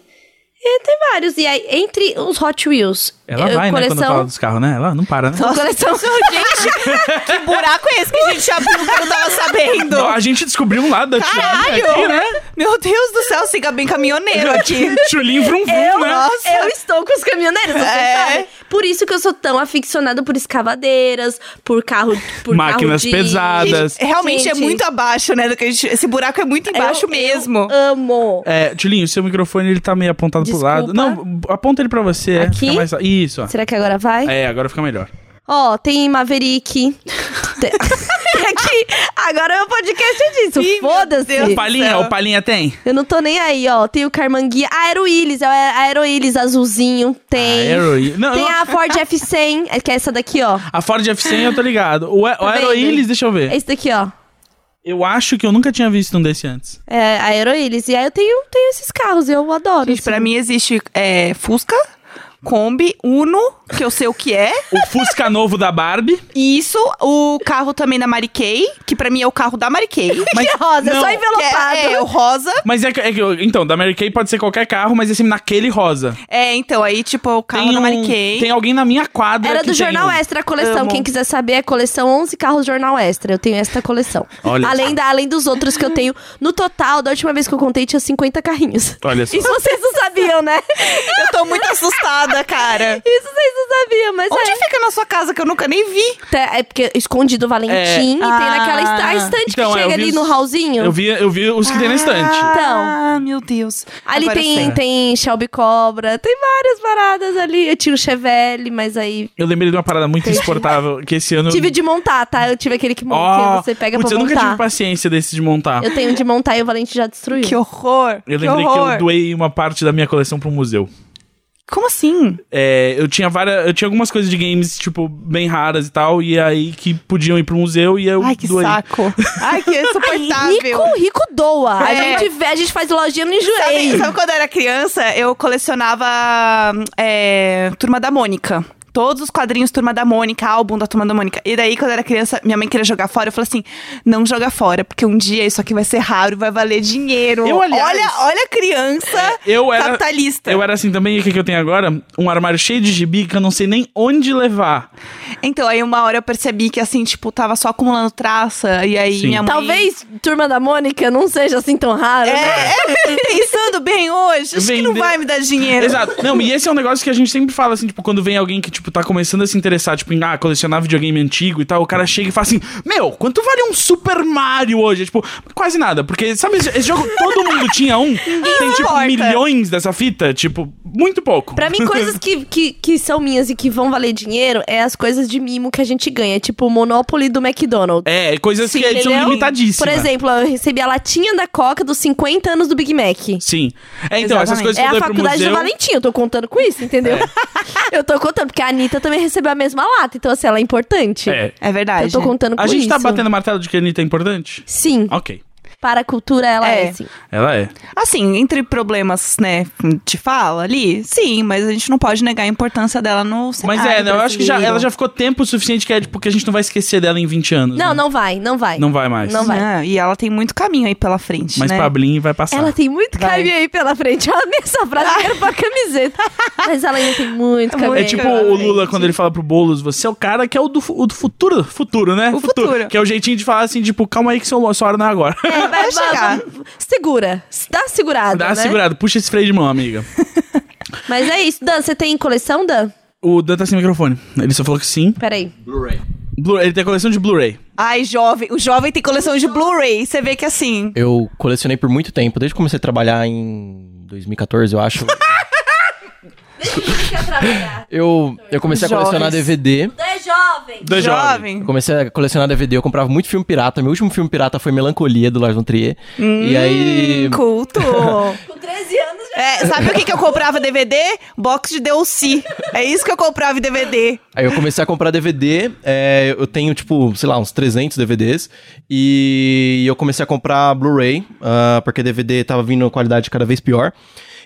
Speaker 2: E tem vários. E aí, entre os Hot Wheels.
Speaker 1: Ela
Speaker 2: eu-
Speaker 1: vai, né, quando
Speaker 2: coleção-
Speaker 1: fala dos carros, né? Ela não para, né?
Speaker 2: coleção-
Speaker 3: gente, que buraco é esse que a gente abriu que eu não tava sabendo?
Speaker 1: Não, a gente descobriu um lado da Tchulin aqui,
Speaker 3: Caralho!
Speaker 1: né?
Speaker 3: Meu Deus do céu, siga bem caminhoneiro aqui.
Speaker 1: Tchulin vrum vrum,
Speaker 2: Eu,
Speaker 1: né?
Speaker 3: Nossa.
Speaker 2: eu estou com os caminhoneiros, vocês
Speaker 3: É.
Speaker 2: sabem. Por isso que eu sou tão aficionada por escavadeiras, por carro, por
Speaker 1: Máquinas
Speaker 2: carro de-
Speaker 1: pesadas.
Speaker 3: Realmente é
Speaker 2: Gente,
Speaker 3: muito abaixo, né? do que a gente- esse buraco é muito
Speaker 2: eu-
Speaker 3: embaixo
Speaker 2: eu
Speaker 3: mesmo.
Speaker 2: amo.
Speaker 1: É, Tchulin, o seu microfone ele tá meio apontado
Speaker 2: Desculpa.
Speaker 1: pro lado. Não, aponta ele pra você. é,
Speaker 2: Aqui?
Speaker 1: Fica mais... Isso, ó.
Speaker 2: Será que agora vai?
Speaker 1: É, agora fica melhor.
Speaker 2: Ó, tem Maverick. tem tem aqui. Agora é o podcast é disso.
Speaker 3: Ih, meu
Speaker 1: O
Speaker 2: Foda-se.
Speaker 3: Deus.
Speaker 1: Palhinha,
Speaker 3: céu.
Speaker 1: o Palhinha tem?
Speaker 2: Eu não tô nem aí, ó. Tem o Carmanguia. A Aeroilis, é o a Aeroilis azulzinho. Tem.
Speaker 1: Aeroilis. Não,
Speaker 2: tem
Speaker 1: eu-
Speaker 2: a Ford F100, que é essa daqui, ó.
Speaker 1: A Ford F100 eu tô ligado. O, o Aeroilis,
Speaker 2: Tá vendo?
Speaker 1: deixa eu
Speaker 2: É
Speaker 1: ver.
Speaker 2: esse daqui, ó.
Speaker 1: Eu acho que eu nunca tinha visto um desse antes.
Speaker 2: É a Aeroilis. E aí eu tenho, tenho esses carros, eu adoro.
Speaker 3: Gente, pra mim existe é, Fusca, Kombi, Uno, que eu sei o que é.
Speaker 1: O Fusca novo da Barbie.
Speaker 3: E isso, o carro também da Mary Kay, que pra mim é o carro da Mary Kay.
Speaker 1: Mas,
Speaker 2: Que rosa,
Speaker 1: não,
Speaker 2: só
Speaker 3: É Que
Speaker 2: envelopado.
Speaker 3: é, é o rosa.
Speaker 1: Mas é que, é que eu- Então, da Mary Kay pode ser qualquer carro, mas é sempre naquele rosa.
Speaker 3: É, então, aí, tipo, o carro
Speaker 1: Tem,
Speaker 3: da
Speaker 1: um-
Speaker 3: Mary Kay.
Speaker 1: tem alguém na minha quadra.
Speaker 2: Era
Speaker 1: que
Speaker 2: do
Speaker 1: tem
Speaker 2: Jornal
Speaker 1: um.
Speaker 2: Extra a coleção.
Speaker 3: Amo.
Speaker 2: Quem quiser saber, é coleção 11 carros Jornal Extra. Eu tenho esta coleção.
Speaker 1: Olha
Speaker 2: além, da, além dos outros que eu tenho. No total, da última vez que eu contei, tinha 50 carrinhos.
Speaker 1: Olha só.
Speaker 2: Isso vocês não sabiam, né?
Speaker 3: Eu tô muito assustada, cara.
Speaker 2: Isso vocês não sabiam, mas
Speaker 3: Onde
Speaker 2: é.
Speaker 3: fica na sua casa que eu nunca nem vi?
Speaker 2: Tá, É porque escondido o Valentim
Speaker 1: É.
Speaker 2: e tem
Speaker 3: Ah.
Speaker 2: naquela est- a estante
Speaker 1: Então,
Speaker 2: que
Speaker 1: é,
Speaker 2: chega
Speaker 1: eu vi
Speaker 2: ali
Speaker 1: os-
Speaker 2: no hallzinho.
Speaker 1: Eu vi, eu vi os que tem na estante.
Speaker 3: Ah, meu Deus.
Speaker 2: então. Ali
Speaker 3: Agora eu
Speaker 2: tem,
Speaker 3: sei.
Speaker 2: tem Shelby Cobra, tem várias paradas ali. Eu tinha o Chevelle, mas aí.
Speaker 1: Eu lembrei de uma parada muito insuportável que esse ano.
Speaker 2: Tive de montar, tá? Eu tive aquele que, mon-
Speaker 1: Ó,
Speaker 2: que você pega
Speaker 1: putz,
Speaker 2: pra
Speaker 1: eu
Speaker 2: montar.
Speaker 1: nunca tive paciência desse de montar. Eu,
Speaker 2: Eu tenho de montar e o Valente já destruiu.
Speaker 3: Que horror.
Speaker 1: lembrei que,
Speaker 3: horror.
Speaker 1: eu doei uma parte da minha coleção pro museu.
Speaker 3: Como assim?
Speaker 1: É, eu tinha várias. Eu tinha algumas coisas de games, tipo, bem raras e tal, e aí que podiam ir pro museu e eu
Speaker 3: Ai, que
Speaker 1: doei.
Speaker 3: saco. Ai, que insuportável.
Speaker 2: Rico, rico doa. A,
Speaker 3: É.
Speaker 2: gente, vê- a gente faz lojinha no
Speaker 3: Sabe,
Speaker 2: enjoei.
Speaker 3: sabe quando eu era criança, eu colecionava é, Turma da Mônica. Todos os quadrinhos Turma da Mônica, álbum da Turma da Mônica. E daí, quando eu era criança, minha mãe queria jogar fora. Eu falei assim: não joga fora, porque um dia isso aqui vai ser raro e vai valer dinheiro.
Speaker 1: Eu, aliás-
Speaker 3: olha, olha a
Speaker 2: É.
Speaker 3: criança
Speaker 1: Eu era,
Speaker 3: capitalista.
Speaker 1: eu era assim também, e o que, que eu tenho agora? Um armário cheio de gibi que eu não sei nem onde levar.
Speaker 3: Então, aí uma hora eu percebi que, assim, tipo, tava só acumulando traça. E aí
Speaker 1: Sim.
Speaker 3: minha mãe.
Speaker 2: Talvez Turma da Mônica não seja assim tão raro, né?
Speaker 3: É, pensando bem hoje, acho que não
Speaker 1: Vender-
Speaker 3: vai me dar dinheiro.
Speaker 1: Exato. Não, e esse é um negócio que a gente sempre fala, assim, tipo, quando vem alguém que, tipo, tá começando a se interessar, tipo, em, ah, colecionar videogame antigo e tal, o cara chega e fala assim, meu, quanto vale um Super Mario hoje? É, tipo, quase nada, porque, sabe, esse, esse jogo, todo mundo tinha um, tem, tipo,
Speaker 3: importa.
Speaker 1: milhões dessa fita, tipo, muito pouco.
Speaker 2: Pra mim, coisas que, que, que são minhas e que vão valer dinheiro é as coisas de mimo que a gente ganha. Tipo o Monopoly do McDonald's.
Speaker 1: É, coisas que são
Speaker 2: entendeu?
Speaker 1: limitadíssimas.
Speaker 2: Por exemplo, eu recebi a latinha da Coca dos 50 anos do Big Mac.
Speaker 1: Sim. É, então, essas
Speaker 3: Exatamente.
Speaker 1: coisas
Speaker 2: É
Speaker 1: que eu
Speaker 2: a
Speaker 1: dou pro
Speaker 2: faculdade do
Speaker 1: museu...
Speaker 2: Valentim, eu tô contando com isso, entendeu? eu tô contando, porque a Anitta também recebeu a mesma lata, então assim, ela é importante.
Speaker 1: É.
Speaker 3: É verdade.
Speaker 2: Eu tô contando com
Speaker 1: A gente
Speaker 2: isso.
Speaker 1: tá batendo martelo de que a Anitta é importante?
Speaker 2: Sim,
Speaker 1: Ok.
Speaker 2: para a cultura ela é,
Speaker 3: É.
Speaker 2: sim.
Speaker 1: Ela é.
Speaker 3: Assim, entre problemas, né, te fala ali, sim, mas a gente não pode negar a importância dela no cenário
Speaker 1: Mas é, não, eu acho que já,
Speaker 3: brasileiro.
Speaker 1: ela já ficou tempo suficiente que é, tipo, que a gente não vai esquecer dela em 20 anos.
Speaker 2: Não,
Speaker 1: né?
Speaker 2: não vai, não vai.
Speaker 1: Não vai mais.
Speaker 2: Não vai.
Speaker 3: Ah, e ela tem muito caminho aí pela frente,
Speaker 1: Mas
Speaker 3: né?
Speaker 1: Pablinho vai passar.
Speaker 2: Ela tem muito
Speaker 3: Vai.
Speaker 2: caminho aí pela frente. Ela amei essa frase, eu quero pôr a camiseta. Mas ela ainda tem muito caminho.
Speaker 1: É
Speaker 3: Muito.
Speaker 1: tipo
Speaker 3: Exatamente.
Speaker 1: o Lula quando ele fala pro Boulos, você é o cara que é o do, fu- o do futuro, futuro, né?
Speaker 3: O futuro.
Speaker 1: Que é o jeitinho de falar assim, tipo, calma aí que seu, sua hora não é agora.
Speaker 2: É, vai, vai,
Speaker 3: chegar.
Speaker 2: vai- Segura. Dá uma segurada,
Speaker 1: Dá uma
Speaker 2: né?
Speaker 1: segurada, puxa esse freio de mão, amiga.
Speaker 2: Mas é isso. Dan, você tem coleção, Dan?
Speaker 1: o Dan tá sem microfone. Ele só falou que sim.
Speaker 2: Peraí.
Speaker 1: Blu- ele tem coleção de Blu-ray.
Speaker 3: Ai, jovem. O jovem tem coleção de Blu-ray. Você vê que assim.
Speaker 4: Eu colecionei por muito tempo, desde que comecei a trabalhar em 2014, eu acho.
Speaker 2: Quer trabalhar?
Speaker 4: Eu, eu comecei a colecionar
Speaker 3: Jovens.
Speaker 4: DVD.
Speaker 2: Tu é jovem.
Speaker 1: Do jovem.
Speaker 4: Eu comecei a colecionar DVD, eu comprava muito filme pirata. Meu último filme pirata foi Melancolia, do Lars von Trier. e aí...
Speaker 3: Culto.
Speaker 2: Com 13 anos já.
Speaker 3: É, sabe o que, que eu comprava DVD? Box de DLC. É isso que eu comprava em DVD.
Speaker 4: Aí eu comecei a comprar DVD, é, eu tenho, tipo, sei lá, uns 300 DVDs, e eu comecei a comprar Blu-ray, ah, porque DVD tava vindo a qualidade cada vez pior,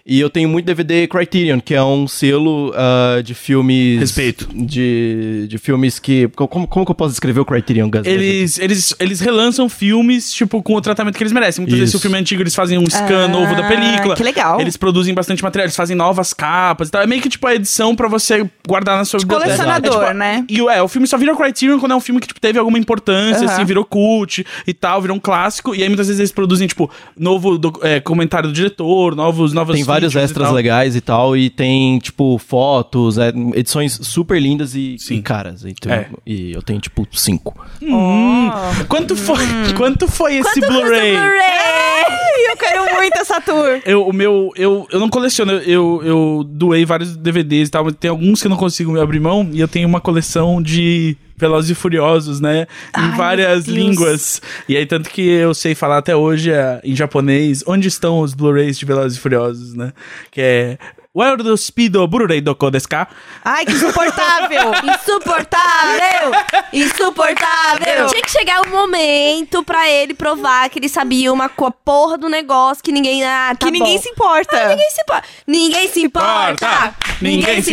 Speaker 4: e eu tenho muito DVD Criterion, que é um selo ah, de filmes...
Speaker 1: Respeito.
Speaker 4: De, de filmes que... co- Como, como que eu posso descrever o Criterion, Gus?
Speaker 1: Eles, eles, eles relançam filmes, tipo, com o tratamento que eles merecem. Muitas vezes, se o
Speaker 4: Isso.
Speaker 1: filme é antigo, eles fazem um scan novo da película.
Speaker 3: Ah, que legal.
Speaker 1: Eles produzem bastante material, eles fazem novas capas e tal. É meio que, tipo, a edição pra você guardar na sua biblioteca.
Speaker 3: colecionador,
Speaker 1: É, tipo,
Speaker 3: né?
Speaker 1: E é, o filme só vira Criterion quando é um filme que, tipo, teve alguma importância,
Speaker 3: Aham.
Speaker 1: assim, virou cult e tal, virou um clássico. E aí, muitas vezes, eles produzem, tipo, novo doc- é, comentário do diretor, novos, novas
Speaker 4: Tem vários
Speaker 1: features e
Speaker 4: extras
Speaker 1: tal.
Speaker 4: legais e tal, e tem, tipo, fotos, é, edições super lindas e,
Speaker 1: Sim.
Speaker 4: e caras. Então,
Speaker 1: É.
Speaker 4: E eu tenho, tipo, cinco.
Speaker 1: Hum, Quanto foi,
Speaker 3: Hum.
Speaker 1: quanto foi esse
Speaker 2: Quanto custa o
Speaker 1: Blu-ray?
Speaker 3: É.
Speaker 2: É,
Speaker 3: Ai, eu quero muito essa tour.
Speaker 1: Eu, o meu, eu, eu não coleciono, eu, eu doei vários DVDs e tal, mas tem alguns que eu não consigo abrir mão, e eu tenho uma coleção de Velozes e Furiosos, né? Em
Speaker 3: Ai,
Speaker 1: várias
Speaker 3: meu Deus.
Speaker 1: línguas. E aí, tanto que eu sei falar até hoje é, em japonês, onde estão os Blu-rays de Velozes e Furiosos, né? Que é... Where do Speedo Blu-ray Doko desu ka?
Speaker 3: Ai, que insuportável.
Speaker 2: Tá Insuportável! Insuportável!
Speaker 3: Insuportável!
Speaker 2: Tinha que chegar o momento pra ele provar que ele sabia uma co- porra do negócio que ninguém. Ah, tá
Speaker 3: que ninguém
Speaker 2: bom.
Speaker 3: se importa.
Speaker 2: Ninguém se importa. Ninguém se importa!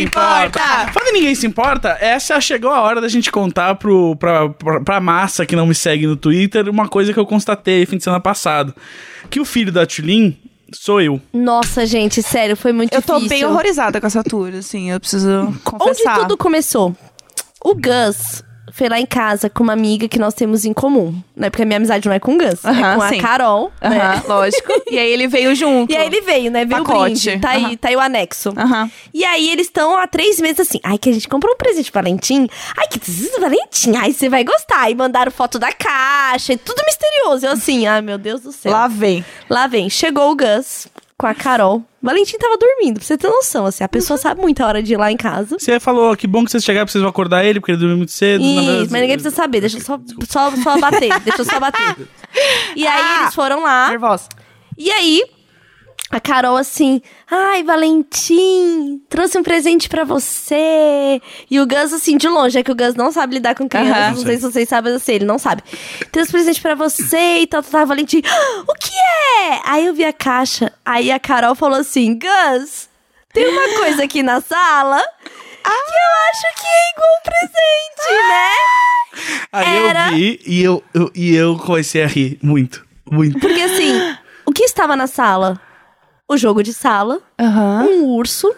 Speaker 1: Falando em ninguém se importa, essa chegou a hora da gente contar pro, pra, pra, pra massa que não me segue no Twitter uma coisa que eu constatei fim de semana passado. Que o filho da Tulin sou eu.
Speaker 2: Nossa, gente, sério, foi muito
Speaker 3: Eu tô
Speaker 2: difícil.
Speaker 3: bem horrorizada com essa tour, assim. Eu preciso
Speaker 2: Onde
Speaker 3: confessar.
Speaker 2: tudo começou? O Gus foi lá em casa com uma amiga que nós temos em comum, né? Porque a minha amizade não é com o Gus, é
Speaker 3: Aham,
Speaker 2: com
Speaker 3: sim.
Speaker 2: a Carol, né?
Speaker 3: Aham, lógico. é? E aí ele veio junto.
Speaker 2: E aí ele veio, né? Veio o
Speaker 3: Pacote.
Speaker 2: brinde. Tá aí,
Speaker 3: Aham.
Speaker 2: tá aí o anexo.
Speaker 3: Aham.
Speaker 2: E aí eles estão há três meses assim. Ai, que a gente comprou um presente pro Valentim. Ai, que presente do Valentim. Ai, você vai gostar. E mandaram foto da caixa e tudo misterioso. Eu assim, ai, meu Deus do céu.
Speaker 3: Lá vem.
Speaker 2: Lá vem, chegou o Gus com a Carol. Valentim tava dormindo, pra você ter noção, assim, a pessoa sabe muito a hora de ir lá em casa.
Speaker 1: Você falou, "Ah, que bom que vocês chegaram, porque vocês vão acordar ele, porque ele dormiu muito cedo.
Speaker 2: Isso,
Speaker 1: na verdade-
Speaker 2: mas ninguém precisa saber, deixa eu só, só, só bater, deixa eu só bater. E aí
Speaker 3: Ah!
Speaker 2: eles foram lá,
Speaker 3: Nervosa.
Speaker 2: e aí a Carol assim, ai Valentim, trouxe um presente pra você. E o Gus assim, de longe, é que o Gus não sabe lidar com crianças,
Speaker 3: Aham.
Speaker 2: não sei se vocês sabem, mas eu sei, ele não sabe. Trouxe um presente pra você e tal, tal, tal, Valentim, "Ah, o que é? Aí eu vi a caixa, aí a Carol falou assim, Gus, tem uma coisa aqui na sala... Que eu acho que é igual um presente, né?
Speaker 1: Aí
Speaker 2: Era-
Speaker 1: eu vi e eu, eu- e eu comecei a rir muito, muito.
Speaker 2: Porque assim, o que estava na sala? O jogo de sala,
Speaker 3: Aham.
Speaker 2: um urso,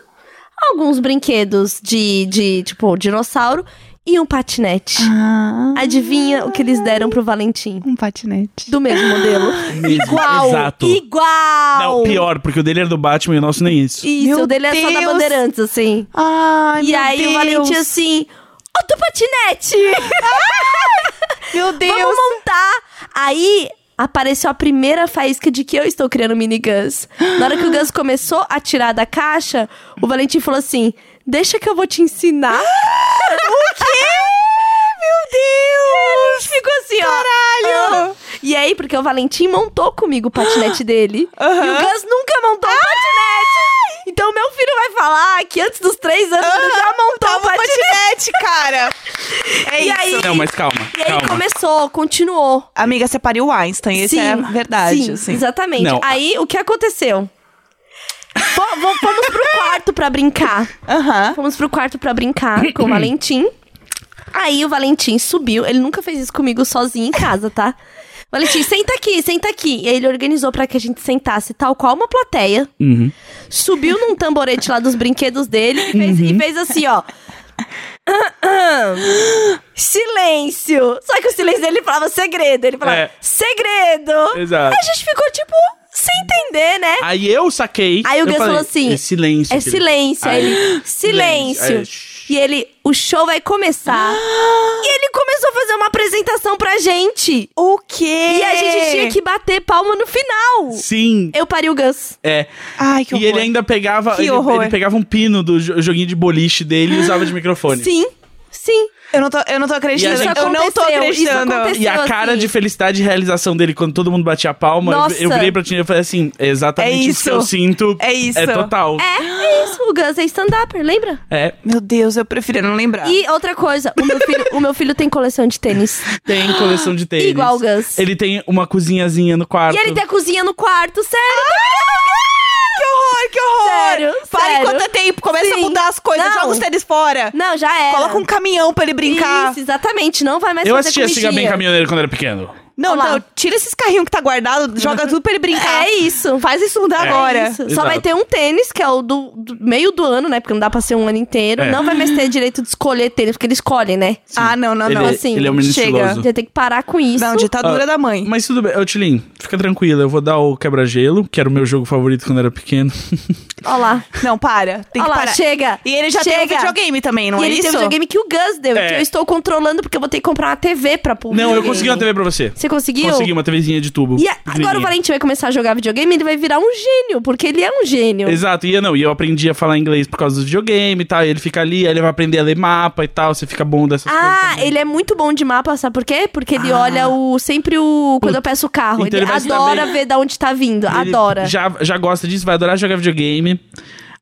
Speaker 2: alguns brinquedos de, de tipo, dinossauro e um patinete.
Speaker 3: Ah,
Speaker 2: Adivinha o que eles deram pro Valentim?
Speaker 3: um patinete.
Speaker 2: Do mesmo modelo. Igual!
Speaker 1: Exato.
Speaker 2: Igual!
Speaker 1: Não, pior, porque o dele era do Batman e o nosso nem isso.
Speaker 2: Isso,
Speaker 3: Meu
Speaker 2: o dele é só da
Speaker 3: Deus!
Speaker 2: Bandeirantes, assim.
Speaker 3: Ai,
Speaker 2: e
Speaker 3: meu
Speaker 2: aí
Speaker 3: Deus.
Speaker 2: o Valentim assim, outro patinete!
Speaker 3: Meu Deus.
Speaker 2: Vamos montar. Aí apareceu a primeira faísca de que eu estou criando miniguns. Na hora que o Gus começou a tirar da caixa, o Valentim falou assim: Deixa que eu vou te ensinar. o quê? Meu Deus! Ficou assim, ó.
Speaker 3: Caralho!
Speaker 2: Ah. E aí, porque o Valentim montou comigo o patinete dele. E o Gus nunca montou o patinete. Então, meu filho vai falar que antes dos três anos ele já montou o
Speaker 3: Toma um
Speaker 2: patinete.
Speaker 3: patinete, cara. É
Speaker 2: E
Speaker 3: isso.
Speaker 2: aí-
Speaker 1: Não, mas calma,
Speaker 2: E aí
Speaker 1: calma.
Speaker 2: começou, continuou.
Speaker 3: Amiga, separe o Einstein. Isso é a verdade,
Speaker 2: sim,
Speaker 3: assim.
Speaker 2: Exatamente.
Speaker 1: Não.
Speaker 2: Aí, o que aconteceu? Fo- vo- Fomos pro quarto pra brincar.
Speaker 3: Aham.
Speaker 2: Fomos pro quarto pra brincar com o Valentim. Aí o Valentim subiu. Ele nunca fez isso comigo sozinho em casa, tá? Valentim, senta aqui, senta aqui. E aí ele organizou pra que a gente sentasse tal qual uma plateia.
Speaker 1: Uhum.
Speaker 2: Subiu num tamborete lá dos brinquedos dele e fez,
Speaker 1: Uhum.
Speaker 2: e fez assim, ó. Silêncio! Só que o silêncio dele falava segredo. Ele falava
Speaker 1: É.
Speaker 2: segredo!
Speaker 1: Exato.
Speaker 2: Aí a gente ficou, tipo, sem entender, né?
Speaker 1: Aí eu saquei.
Speaker 2: Aí o
Speaker 1: eu
Speaker 2: Gus
Speaker 1: falei,
Speaker 2: falou assim:
Speaker 1: É silêncio.
Speaker 2: É
Speaker 1: filho."
Speaker 2: silêncio. Aí
Speaker 1: Aí-
Speaker 2: ele, silêncio.
Speaker 1: Aí, shh.
Speaker 2: E ele, o show vai começar.
Speaker 3: Ah!
Speaker 2: e ele começou a fazer uma apresentação pra gente.
Speaker 3: O quê?
Speaker 2: E a gente
Speaker 3: É.
Speaker 2: tinha que bater palma no final.
Speaker 1: Sim.
Speaker 2: Eu parei o Gus.
Speaker 1: É.
Speaker 3: Ai, que
Speaker 1: E
Speaker 3: horror.
Speaker 1: ele ainda pegava.
Speaker 3: Que
Speaker 1: ele,
Speaker 3: horror.
Speaker 1: ele pegava um pino do jo- joguinho de boliche dele e usava de microfone.
Speaker 2: Sim, sim.
Speaker 3: Eu não tô, eu não
Speaker 1: E
Speaker 3: tô
Speaker 1: a
Speaker 3: acreditando.
Speaker 1: gente-
Speaker 3: Eu não tô
Speaker 2: aconteceu, isso
Speaker 3: acreditando.
Speaker 2: aconteceu.
Speaker 1: E a cara
Speaker 2: assim.
Speaker 1: de felicidade e realização dele quando todo mundo batia a palma, eu vi- eu
Speaker 2: Nossa.
Speaker 1: virei pra ti e falei assim: é exatamente
Speaker 3: É
Speaker 1: isso.
Speaker 3: isso.
Speaker 1: que eu sinto.
Speaker 3: É isso.
Speaker 1: É total.
Speaker 2: É, é isso. O Gus é stand-upper, lembra?
Speaker 1: É.
Speaker 3: Meu Deus, eu prefiro não lembrar.
Speaker 2: E outra coisa, o meu filho, o meu filho tem coleção de tênis.
Speaker 1: Tem coleção de tênis.
Speaker 2: Igual o Gus.
Speaker 1: Ele tem uma cozinhazinha no quarto.
Speaker 2: E ele tem a cozinha no quarto, sério?
Speaker 3: Que horror, que horror!
Speaker 2: Sério,
Speaker 3: Para
Speaker 2: sério.
Speaker 3: enquanto é tempo, começa a
Speaker 2: Sim.
Speaker 3: mudar as coisas,
Speaker 2: Não.
Speaker 3: joga os tênis fora.
Speaker 2: Não, já era.
Speaker 3: Coloca um caminhão pra ele brincar.
Speaker 2: Isso, exatamente. Não vai mais
Speaker 1: eu
Speaker 2: fazer
Speaker 1: assistia Siga Bem
Speaker 2: comidinha.
Speaker 1: Caminhoneiro quando era pequeno.
Speaker 3: Não,
Speaker 2: Olha lá. Uhum.
Speaker 3: não, tira esses carrinhos que tá guardado, joga tudo pra ele brincar.
Speaker 2: É isso.
Speaker 3: Faz isso mudar
Speaker 1: É.
Speaker 3: agora.
Speaker 2: Isso. Só
Speaker 1: Exato.
Speaker 2: vai ter um tênis, que é o do, do meio do ano, né? Porque não dá pra ser um ano inteiro.
Speaker 1: É.
Speaker 2: Não vai mais ter direito de escolher tênis, porque ele escolhe, né?
Speaker 3: Ah, não, não,
Speaker 1: Ele-
Speaker 3: não.
Speaker 2: assim,
Speaker 1: ele é um menino
Speaker 3: chega.
Speaker 1: estiloso.
Speaker 2: Já tem que parar com isso.
Speaker 3: Não, tá- ditadura
Speaker 1: Ah,
Speaker 3: da mãe.
Speaker 1: Mas tudo bem. Ô, Tilin, fica tranquila. Eu vou dar o quebra-gelo, que era o meu jogo favorito quando era pequeno.
Speaker 2: Olha lá.
Speaker 3: Não, para. Tem
Speaker 2: Olha
Speaker 3: que
Speaker 2: lá,
Speaker 3: parar.
Speaker 2: chega.
Speaker 3: E ele já tem um
Speaker 2: Chega.
Speaker 3: videogame também, não
Speaker 2: e
Speaker 3: é
Speaker 2: ele
Speaker 3: isso?
Speaker 2: tem um videogame que o Gus deu.
Speaker 1: É.
Speaker 2: Então eu estou controlando, porque eu vou ter que comprar uma TV pra pôr o
Speaker 1: Não, eu
Speaker 2: videogame.
Speaker 1: consegui uma TV pra você.
Speaker 2: Você conseguiu?
Speaker 1: Consegui uma TVzinha de tubo.
Speaker 2: E a- agora o
Speaker 1: pequenininha.
Speaker 2: Valente vai começar a jogar videogame, ele vai virar um gênio, porque ele é um gênio.
Speaker 1: Exato, e eu não, e eu aprendi a falar inglês por causa do videogame e tal, e ele fica ali, aí ele vai aprender a ler mapa e tal, você fica bom dessas coisas.
Speaker 2: Ah, ele é muito bom de mapa, sabe por quê? Porque ele olha o sempre o quando eu peço o carro,
Speaker 1: Ah. Então
Speaker 2: ele,
Speaker 1: ele vai se dar
Speaker 2: adora
Speaker 1: bem.
Speaker 2: ver da onde tá vindo,
Speaker 1: Ele
Speaker 2: adora.
Speaker 1: Já, é já gosta disso, vai adorar jogar videogame.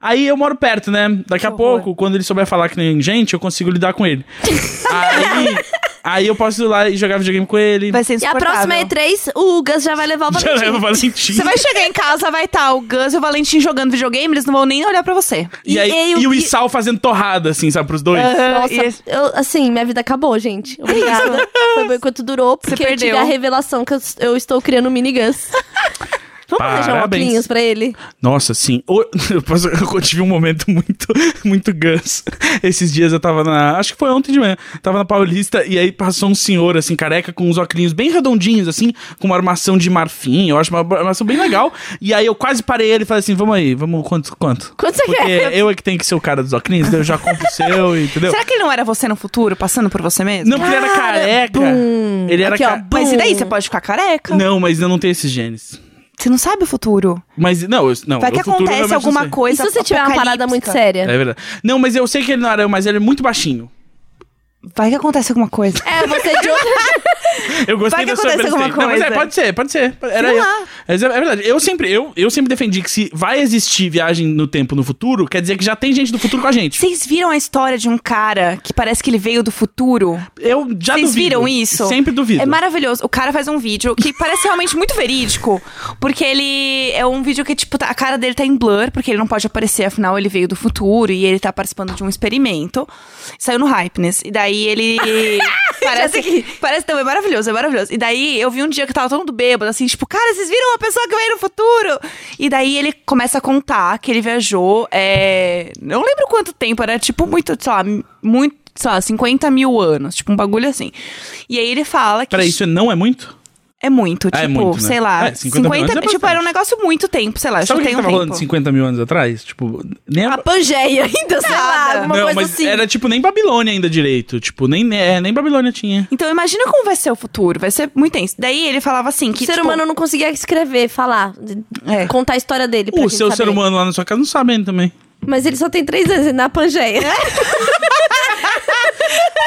Speaker 1: Aí eu moro perto, né? Daqui a pouco, quando ele souber falar que nem gente, eu consigo lidar com ele. aí, aí eu posso ir lá e jogar videogame com ele.
Speaker 3: Vai
Speaker 2: E
Speaker 3: ser
Speaker 2: a
Speaker 3: insuportável.
Speaker 2: próxima E3, o Gus já vai levar o
Speaker 1: Já leva o
Speaker 2: Valentim.
Speaker 1: Valentim.
Speaker 3: Você vai chegar em casa, vai estar o Gus e o Valentim jogando videogame, eles não vão nem olhar pra você.
Speaker 1: E, aí,
Speaker 2: e
Speaker 1: e,
Speaker 2: eu-
Speaker 1: o
Speaker 2: e-
Speaker 1: Issal fazendo torrada, assim, sabe, pros dois.
Speaker 2: Nossa,
Speaker 3: E esse-
Speaker 2: eu- assim, minha vida acabou, gente. Obrigada. Foi bom enquanto durou, porque eu
Speaker 3: perdeu.
Speaker 2: tive a revelação que eu, eu estou criando um mini Gus. Vamos deixar um
Speaker 1: Parabéns.
Speaker 2: óculos pra ele?
Speaker 1: Nossa, sim. O- Eu, posso- eu tive um momento muito, muito Guns. Esses dias eu tava na. Acho que foi ontem de manhã. Tava na Paulista e aí passou um senhor, assim, careca, com uns óculos bem redondinhos, assim, com uma armação de marfim. Eu acho uma armação bem legal. E aí eu quase parei ele e falei assim: vamos aí, vamos, quanto? Quanto?
Speaker 2: Quanto você
Speaker 1: Porque
Speaker 2: quer?
Speaker 1: eu é que tenho que ser o cara dos óculos, daí eu já compro o seu, entendeu?
Speaker 3: Será que ele não era você no futuro, passando por você mesmo?
Speaker 1: Não, porque ele era
Speaker 2: Cara,
Speaker 1: careca.
Speaker 2: bum.
Speaker 1: Ele era
Speaker 2: Aqui, ó,
Speaker 1: careca.
Speaker 3: Mas e daí?
Speaker 2: Bum.
Speaker 3: Você pode ficar careca?
Speaker 1: Não, mas eu não tenho esses genes.
Speaker 3: Você não sabe o futuro.
Speaker 1: Mas não, eu, não.
Speaker 3: Vai que
Speaker 1: o futuro realmente
Speaker 3: acontece
Speaker 1: não
Speaker 3: alguma
Speaker 1: sei.
Speaker 2: E
Speaker 3: coisa.
Speaker 2: se você tiver uma parada muito
Speaker 3: apocalíptica?
Speaker 2: séria?
Speaker 1: É verdade. Não, mas eu sei que ele não era, eu, mas ele é muito baixinho.
Speaker 3: Vai que acontece alguma coisa.
Speaker 2: É, você de outra...
Speaker 1: Eu gostei
Speaker 3: Vai que
Speaker 1: da sua
Speaker 3: acontece
Speaker 1: vertente.
Speaker 3: alguma
Speaker 1: Não, mas é,
Speaker 3: coisa.
Speaker 1: pode ser, pode ser. Era
Speaker 3: Sei
Speaker 1: eu.
Speaker 3: lá.
Speaker 1: Mas é, é verdade. Eu sempre, eu, eu sempre defendi que se vai existir viagem no tempo no futuro, quer dizer que já tem gente do futuro com a gente.
Speaker 3: Vocês viram a história de um cara que parece que ele veio do futuro?
Speaker 1: Eu já
Speaker 3: Vocês
Speaker 1: duvido.
Speaker 3: viram isso?
Speaker 1: Sempre duvido.
Speaker 3: É maravilhoso. O cara faz um vídeo que parece realmente muito verídico. Porque ele. É um vídeo que, tipo, tá- a cara dele tá em blur, porque ele não pode aparecer, afinal, ele veio do futuro e ele tá participando de um experimento. Saiu no Hypeness. E daí ele. parece que. Parece não, é maravilhoso, é maravilhoso. E daí eu vi um dia que tava todo mundo bêbado, assim, tipo, cara, vocês viram uma pessoa que veio no futuro? E daí ele começa a contar que ele viajou. É... Não lembro quanto tempo, era tipo muito, sei lá, muito. Sei lá, 50 mil anos, tipo um bagulho assim. E aí ele fala que.
Speaker 1: Peraí, isso não é muito?
Speaker 3: É muito, tipo,
Speaker 1: Ah, é muito, né?
Speaker 3: sei lá.
Speaker 1: É, 50 mil anos é
Speaker 3: tipo,
Speaker 1: bastante.
Speaker 3: era um negócio muito tempo, sei lá, eu
Speaker 1: Sabe o
Speaker 3: chutei
Speaker 1: que
Speaker 3: um
Speaker 1: tava rolando assim?
Speaker 3: tempo. Ah,
Speaker 1: 50 mil anos atrás? Tipo, nem a...
Speaker 2: A Pangeia ainda, sei lá,
Speaker 3: Nada.
Speaker 2: alguma
Speaker 1: Não,
Speaker 2: coisa
Speaker 1: mas
Speaker 2: assim.
Speaker 1: era tipo nem Babilônia ainda direito. Tipo, nem, é, nem Babilônia tinha.
Speaker 3: Então imagina como vai ser o futuro, vai ser muito tenso. Daí ele falava assim que
Speaker 2: o ser
Speaker 3: tipo,
Speaker 2: humano não conseguia escrever, falar, de-
Speaker 3: É.
Speaker 2: contar a história dele. pra
Speaker 1: O
Speaker 2: gente
Speaker 1: seu
Speaker 2: saber.
Speaker 1: ser humano lá na sua casa não sabe ainda também.
Speaker 2: Mas ele só tem três anos na Pangeia.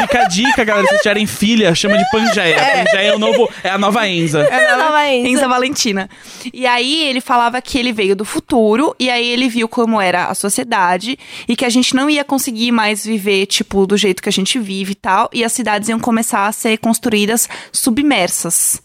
Speaker 1: Fica a dica, galera. Se vocês tiverem filha, chama de Pangeia. Pangeia é, o novo, é a nova Enza.
Speaker 2: Não, mas-
Speaker 3: Enza Valentina. E aí ele falava que ele veio do futuro, e aí ele viu como era a sociedade, e que a gente não ia conseguir mais viver, tipo, do jeito que a gente vive e tal, e as cidades iam começar a ser construídas submersas.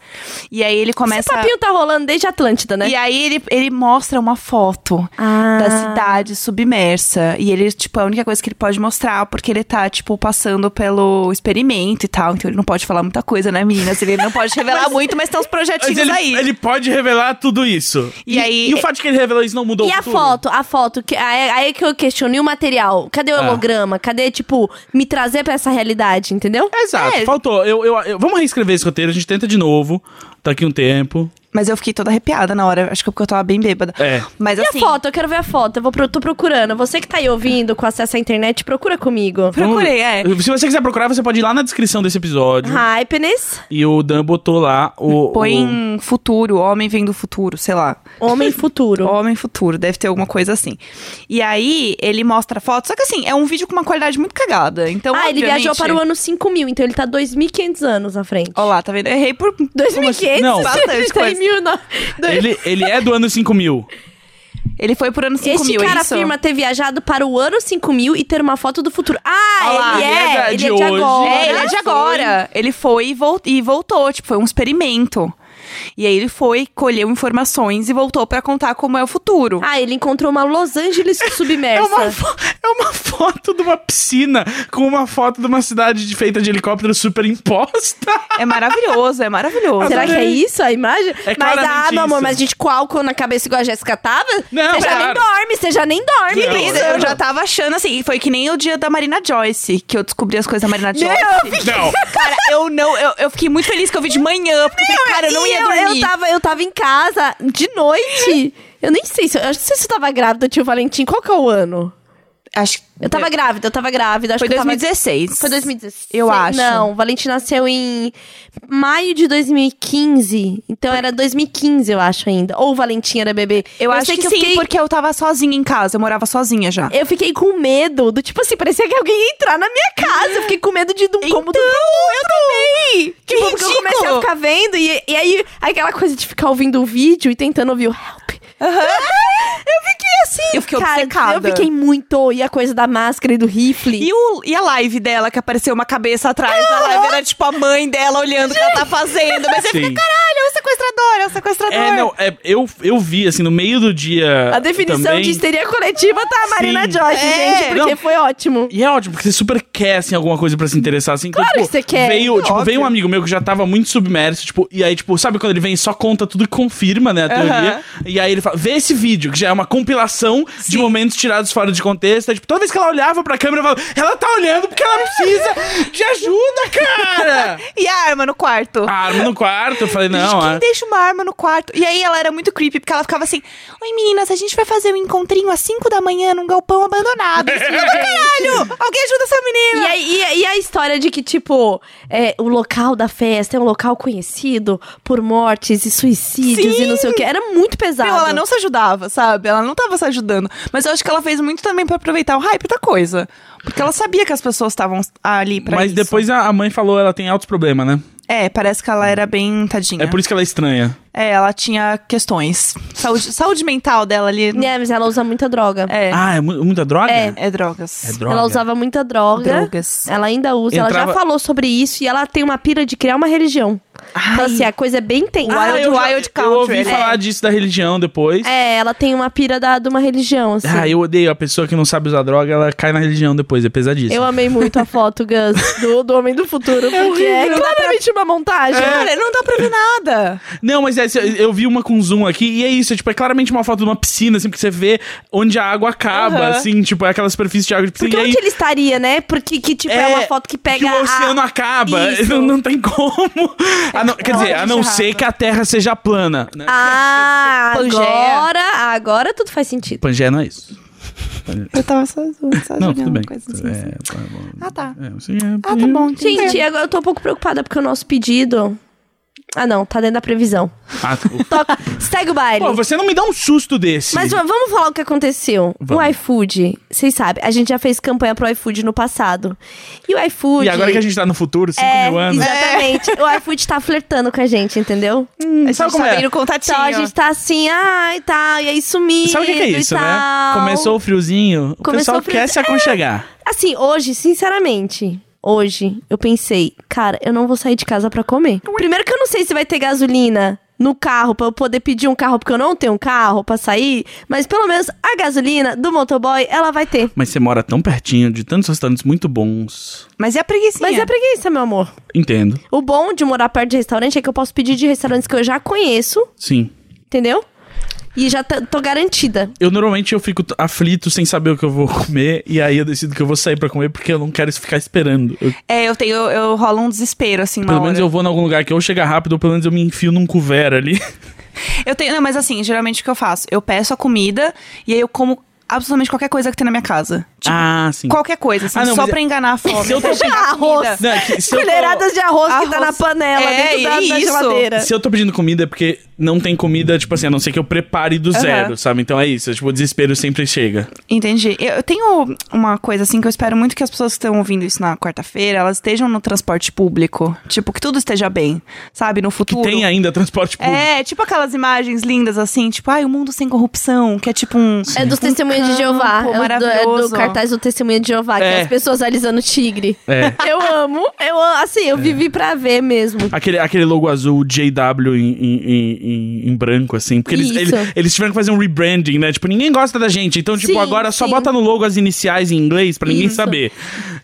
Speaker 3: E aí ele
Speaker 2: Esse
Speaker 3: começa...
Speaker 2: papinho tá rolando desde Atlântida, né?
Speaker 3: E aí ele, ele mostra uma foto
Speaker 2: Ah.
Speaker 3: da cidade submersa. E ele, tipo, é a única coisa que ele pode mostrar, porque ele tá, tipo, passando pelo experimento e tal. Então ele não pode falar muita coisa, né, meninas? Ele não pode revelar muito, mas tem uns
Speaker 1: Mas
Speaker 3: projetinhos
Speaker 1: ele,
Speaker 3: aí.
Speaker 1: ele pode revelar tudo isso.
Speaker 3: E aí-
Speaker 1: e o fato de que ele revelou isso não mudou
Speaker 2: E
Speaker 1: o
Speaker 2: a
Speaker 1: futuro?
Speaker 2: foto, a foto, que, aí, aí que eu questionei o material. Cadê o
Speaker 1: Ah.
Speaker 2: holograma? Cadê, tipo, me trazer pra essa realidade, entendeu?
Speaker 1: Exato,
Speaker 3: É.
Speaker 1: faltou. Eu, eu, eu- vamos reescrever esse roteiro, a gente tenta de novo. Daqui um tempo.
Speaker 3: Mas eu fiquei toda arrepiada na hora. Acho que é porque eu tava bem bêbada.
Speaker 1: É.
Speaker 3: Mas
Speaker 2: E
Speaker 3: assim.
Speaker 2: a foto? Eu quero ver a foto. Eu vou pro- tô procurando. Você que tá aí ouvindo com acesso à internet, procura comigo.
Speaker 3: Procurei, é.
Speaker 1: Se você quiser procurar, você pode ir lá na descrição desse episódio.
Speaker 2: Hypeness,
Speaker 1: E o Dan botou lá o.
Speaker 3: Põe
Speaker 1: o-
Speaker 3: em futuro, homem vem do futuro, sei lá.
Speaker 2: homem futuro.
Speaker 3: Homem futuro, deve ter alguma coisa assim. E aí, ele mostra a foto, só que assim, é um vídeo com uma qualidade muito cagada. Então,
Speaker 2: ah, ele
Speaker 3: obviamente-
Speaker 2: viajou para o ano 5000, então ele tá 2.500 anos à frente.
Speaker 3: Ó lá, tá vendo? Eu Errei por...
Speaker 2: assim? 2.500?
Speaker 1: Não.
Speaker 3: Bastante
Speaker 2: ele tá em
Speaker 3: coisa.
Speaker 2: 1900.
Speaker 1: Ele, ele é do ano 5000.
Speaker 3: Ele foi por ano 5000,
Speaker 2: Este cara
Speaker 3: é isso?
Speaker 2: afirma ter viajado para o ano 5000 e ter uma foto do futuro. Ah,
Speaker 3: Ó lá,
Speaker 2: ele,
Speaker 1: ele é da-
Speaker 2: é,
Speaker 1: de
Speaker 2: ele é de
Speaker 1: hoje.
Speaker 2: agora.
Speaker 3: É, ele é de agora. Ele foi e, vol- e voltou, tipo, foi um experimento. E aí ele foi, colheu informações e voltou pra contar como é o futuro.
Speaker 2: Ah, ele encontrou uma Los Angeles
Speaker 1: É
Speaker 2: submersa.
Speaker 1: uma, fo- é uma foto de uma piscina com uma foto de uma cidade de- feita de helicóptero superimposta.
Speaker 3: É maravilhoso, é maravilhoso.
Speaker 2: Será que é
Speaker 1: Adorei.
Speaker 2: isso a imagem?
Speaker 1: É
Speaker 2: mas ah,
Speaker 1: claramente
Speaker 2: meu amor,
Speaker 1: isso.
Speaker 2: mas a gente com álcool na cabeça igual a Jéssica tava?
Speaker 1: Não,
Speaker 2: Você já nem
Speaker 1: claro.
Speaker 2: dorme, você já nem dorme.
Speaker 1: Que
Speaker 2: Luísa.
Speaker 1: lindo.
Speaker 3: Eu já tava achando assim, foi que nem o dia da Marina Joyce, que eu descobri as coisas da Marina Joyce. é
Speaker 1: Não.
Speaker 3: Cara, eu não, eu, eu fiquei muito feliz que eu vi de manhã, porque eu falei, cara, eu não
Speaker 2: E
Speaker 3: ia
Speaker 2: eu,
Speaker 3: dormir.
Speaker 2: Eu tava, eu tava em casa de noite. Eu nem sei se eu, eu não sei se eu tava grávida, tio Valentim. Qual que é o ano?
Speaker 3: Acho que
Speaker 2: Eu tava grávida, eu tava grávida. Acho
Speaker 3: É. foi
Speaker 2: que eu tava-
Speaker 3: 2016.
Speaker 2: Foi 2016.
Speaker 3: Eu acho.
Speaker 2: Não, o Valentim nasceu em maio de 2015. Então era 2015, eu acho ainda. Ou o Valentim era bebê.
Speaker 3: Eu, acho
Speaker 2: sei
Speaker 3: que,
Speaker 2: eu
Speaker 3: sim,
Speaker 2: fiquei-
Speaker 3: porque eu tava sozinha em casa, eu morava sozinha já.
Speaker 2: Eu fiquei com medo do tipo assim, parecia que alguém ia entrar na minha casa. Eu fiquei com medo de ir de um cômodo pro outro. Eu também! Tipo,
Speaker 3: Que
Speaker 2: porque eu comecei a
Speaker 3: ridículo!
Speaker 2: ficar vendo e, e aí aquela coisa de ficar ouvindo o vídeo e tentando ouvir o help. Eu fiquei assim,
Speaker 3: Eu fiquei
Speaker 2: cara,
Speaker 3: obcecada.
Speaker 2: Eu fiquei muito. E a coisa da máscara e do rifle.
Speaker 3: E, o, e a live dela, que apareceu uma cabeça atrás da live, era tipo a mãe dela olhando o que ela tá fazendo. Mas você
Speaker 1: Sim.
Speaker 3: fica, caralho, é o sequestrador, é o sequestrador.
Speaker 1: É, não, é, eu, eu vi, assim, no meio do dia.
Speaker 2: A definição
Speaker 1: também,
Speaker 2: de histeria coletiva tá a Marina
Speaker 1: Sim.
Speaker 2: Joyce,
Speaker 3: É,
Speaker 2: gente, porque
Speaker 1: não.
Speaker 2: foi ótimo.
Speaker 1: E é ótimo, porque você super quer, assim, alguma coisa pra se interessar, assim. Claro
Speaker 2: que você quer, É
Speaker 1: Veio, tipo,
Speaker 3: óbvio.
Speaker 1: veio um amigo meu que já tava muito submerso, tipo, e aí, tipo, sabe quando ele vem e só conta tudo e confirma, né, a teoria? E aí ele fala, vê esse vídeo, que já é uma compilação de momentos tirados fora de contexto. Aí, tipo, toda vez que ela olhava pra câmera, eu falava, ela tá olhando porque ela precisa de ajuda, cara!
Speaker 3: E a arma no quarto?
Speaker 1: A arma no quarto, eu falei,
Speaker 3: Gente,
Speaker 1: Ah, não, é.
Speaker 3: quem
Speaker 1: a-
Speaker 3: deixa uma arma no quarto? E aí ela era muito creepy, porque ela ficava assim: Oi meninas, a gente vai fazer um encontrinho às 5 da manhã num galpão abandonado. Isso não é do caralho! Alguém ajuda essa
Speaker 2: E,
Speaker 3: menina!
Speaker 2: aí, e, e a história de que, tipo, é, o local da festa é um local conhecido por mortes e suicídios e não sei o que. Era muito pesado.
Speaker 3: Meu, ela não se ajudava, sabe? Ela não tava se ajudando. Mas eu acho que ela fez muito também pra aproveitar o hype da coisa. Porque ela sabia que as pessoas estavam ali pra
Speaker 1: Mas
Speaker 3: isso.
Speaker 1: depois a a mãe falou, ela tem altos problemas, né?
Speaker 3: É, parece que ela era bem tadinha.
Speaker 1: É por isso que ela é estranha.
Speaker 3: É, ela tinha questões. Saúde, saúde mental dela ali.
Speaker 2: É, mas ela usa muita droga.
Speaker 3: É,
Speaker 1: Ah, é mu- muita droga?
Speaker 2: É.
Speaker 3: é drogas.
Speaker 1: É droga.
Speaker 2: Ela usava muita droga.
Speaker 3: Drogas.
Speaker 2: Ela ainda usa. Ela já
Speaker 1: Entrava-
Speaker 2: falou sobre isso e ela tem uma pira de criar uma religião. Então, assim, a coisa é bem intensa.
Speaker 3: Wild
Speaker 1: eu já-
Speaker 3: Country,
Speaker 1: Eu ouvi
Speaker 3: né?
Speaker 1: falar disso da religião depois.
Speaker 2: É, ela tem uma pira da, de uma religião, assim.
Speaker 1: Ah, eu odeio. A pessoa que não sabe usar droga, ela cai na religião depois. É pesadíssimo.
Speaker 2: Eu amei muito a foto, Gus, do, do Homem do Futuro, porque é claramente uma montagem.
Speaker 1: É.
Speaker 3: Cara, não dá pra ver nada.
Speaker 1: Não, mas é, eu vi uma com zoom aqui e é isso. É, tipo, é claramente uma foto de uma piscina, assim, porque você vê onde a água acaba,
Speaker 3: Aham.
Speaker 1: assim, tipo, é aquela superfície de água de piscina.
Speaker 2: Porque
Speaker 1: e aí,
Speaker 2: onde ele estaria, né? Porque que, tipo, é, uma foto que pega.
Speaker 1: o oceano
Speaker 2: a...
Speaker 1: acaba.
Speaker 2: Isso. É
Speaker 1: Não, não tem como. A não- quer dizer, a não
Speaker 3: errado.
Speaker 1: ser que a terra seja plana. Né?
Speaker 2: Ah,
Speaker 3: Pangeia.
Speaker 2: agora, agora tudo faz sentido.
Speaker 1: Pangeia não é isso.
Speaker 3: Eu tava só, só
Speaker 1: Não,
Speaker 3: jogando
Speaker 1: tudo bem.
Speaker 3: coisa assim.
Speaker 1: É, tá bom.
Speaker 3: Ah, tá.
Speaker 1: É, você é-
Speaker 3: Ah, tá bom. entendi.
Speaker 2: Gente, agora eu tô um pouco preocupada porque o nosso pedido. Ah, não, tá dentro da previsão.
Speaker 1: Ah, tá.
Speaker 2: Toca, segue o baile.
Speaker 1: Pô, você não me dá um susto desse.
Speaker 2: Mas va- vamos falar o que aconteceu.
Speaker 1: Vamos.
Speaker 2: O iFood, vocês sabem, a gente já fez campanha pro iFood no passado. E o iFood.
Speaker 1: E agora que a gente tá no futuro, 5
Speaker 2: É,
Speaker 1: mil anos. É.
Speaker 2: exatamente. O iFood tá flertando com a gente, entendeu?
Speaker 3: a gente
Speaker 1: sabe como
Speaker 3: tá
Speaker 1: é?
Speaker 3: bem no contatinho.
Speaker 2: Então a gente tá assim, ah, e tal, e aí sumindo
Speaker 1: Sabe o que que é isso,
Speaker 2: e
Speaker 1: né?
Speaker 2: tal.
Speaker 1: Começou o friozinho, o
Speaker 2: Começou
Speaker 1: pessoal
Speaker 2: o friozinho.
Speaker 1: quer se aconchegar.
Speaker 2: Assim, hoje, sinceramente, hoje eu pensei, cara, eu não vou sair de casa pra comer.
Speaker 1: é-
Speaker 2: Primeiro que eu não sei se vai ter gasolina no carro pra eu poder pedir um carro porque eu não tenho um carro pra sair, mas pelo menos a gasolina do motoboy ela vai ter.
Speaker 1: Mas você mora tão pertinho de tantos restaurantes muito bons.
Speaker 3: Mas e a preguiçinha?
Speaker 2: Mas é preguiça, meu amor.
Speaker 1: Entendo.
Speaker 2: O bom de morar perto de restaurante é que eu posso pedir de restaurantes que eu já conheço,
Speaker 1: Sim.
Speaker 2: entendeu? E já tá- tô garantida.
Speaker 1: Eu normalmente eu fico t- aflito sem saber o que eu vou comer e aí eu decido que eu vou sair pra comer porque eu não quero ficar esperando. Eu-
Speaker 3: É, eu tenho... Eu, rolo um desespero, assim, uma
Speaker 1: pelo menos
Speaker 3: hora.
Speaker 2: Tipo,
Speaker 1: eu vou em algum lugar que ou chega rápido ou pelo menos eu me enfio num couvert ali.
Speaker 3: Eu tenho, não, mas assim, geralmente o que eu faço? Eu peço a comida e aí eu como absolutamente qualquer coisa que tem na minha casa. Tipo,
Speaker 1: ah, sim.
Speaker 3: qualquer coisa, assim,
Speaker 1: Ah, não,
Speaker 3: só
Speaker 1: mas é-
Speaker 3: pra enganar a fome.
Speaker 1: Se eu tô-
Speaker 3: pra enganar a comida.
Speaker 2: Arroz.
Speaker 1: Não, é que se eu tô-
Speaker 2: Colheradas de arroz, que tá na
Speaker 3: Arroz.
Speaker 2: panela,
Speaker 3: É,
Speaker 2: dentro da,
Speaker 3: e
Speaker 2: da
Speaker 3: isso.
Speaker 2: geladeira.
Speaker 1: Se eu tô pedindo comida é porque não tem comida, tipo assim, a não ser que eu prepare do zero, sabe? Então é isso, tipo, o desespero sempre chega.
Speaker 3: Entendi. Eu eu tenho uma coisa assim que eu espero muito que as pessoas que estão ouvindo isso na quarta-feira, elas estejam no transporte público. Tipo, que tudo esteja bem, sabe? No
Speaker 1: Que
Speaker 3: futuro.
Speaker 1: tem ainda transporte público.
Speaker 3: É, tipo aquelas imagens lindas assim, tipo, ai, o mundo sem corrupção, que é tipo um.
Speaker 2: É dos Testemunhas de
Speaker 3: campo
Speaker 2: Jeová. É o do- é do,
Speaker 3: maravilhoso.
Speaker 2: cartaz do Testemunha de Jeová, que
Speaker 1: É.
Speaker 2: é as pessoas alisando tigre.
Speaker 1: É.
Speaker 2: Eu amo, eu amo. Assim, eu vivi pra ver mesmo.
Speaker 1: Aquele, aquele logo azul JW em, em, em- em- em branco, assim. Porque eles,
Speaker 2: Isso.
Speaker 1: ele- eles tiveram que fazer um rebranding, né? Tipo, ninguém gosta da gente. Então, tipo,
Speaker 2: Sim,
Speaker 1: agora só
Speaker 2: sim.
Speaker 1: bota no logo as iniciais em inglês pra ninguém saber.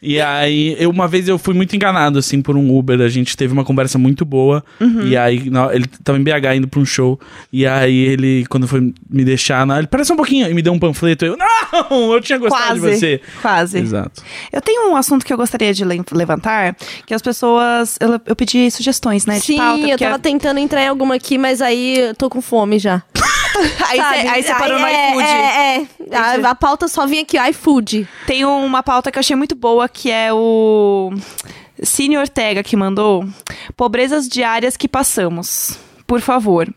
Speaker 1: E aí, eu, uma vez eu fui muito enganado, assim, por um Uber. A gente teve uma conversa muito boa. E aí, na- ele tava em BH indo pra um show. E aí, ele, quando foi me deixar, na, ele parece um pouquinho. E me deu um panfleto. Eu, não! Eu tinha gostado
Speaker 3: Quase.
Speaker 1: de você.
Speaker 3: Quase.
Speaker 1: Exato.
Speaker 3: Eu tenho um assunto que eu gostaria de le- levantar, que as pessoas. Eu, eu pedi sugestões, né? de
Speaker 2: Sim,
Speaker 3: pauta,
Speaker 2: eu
Speaker 3: porque
Speaker 2: tava tentando entrar em alguma aqui, mas aí eu tô com fome já.
Speaker 3: Aí
Speaker 2: Sabe?
Speaker 3: você- aí você parou no
Speaker 2: é,
Speaker 3: iFood.
Speaker 2: É, é. A, a pauta só vinha aqui, iFood.
Speaker 3: Tem um, uma pauta que eu achei muito boa, que é o Cine Ortega que mandou. Pobrezas diárias que passamos. Por favor.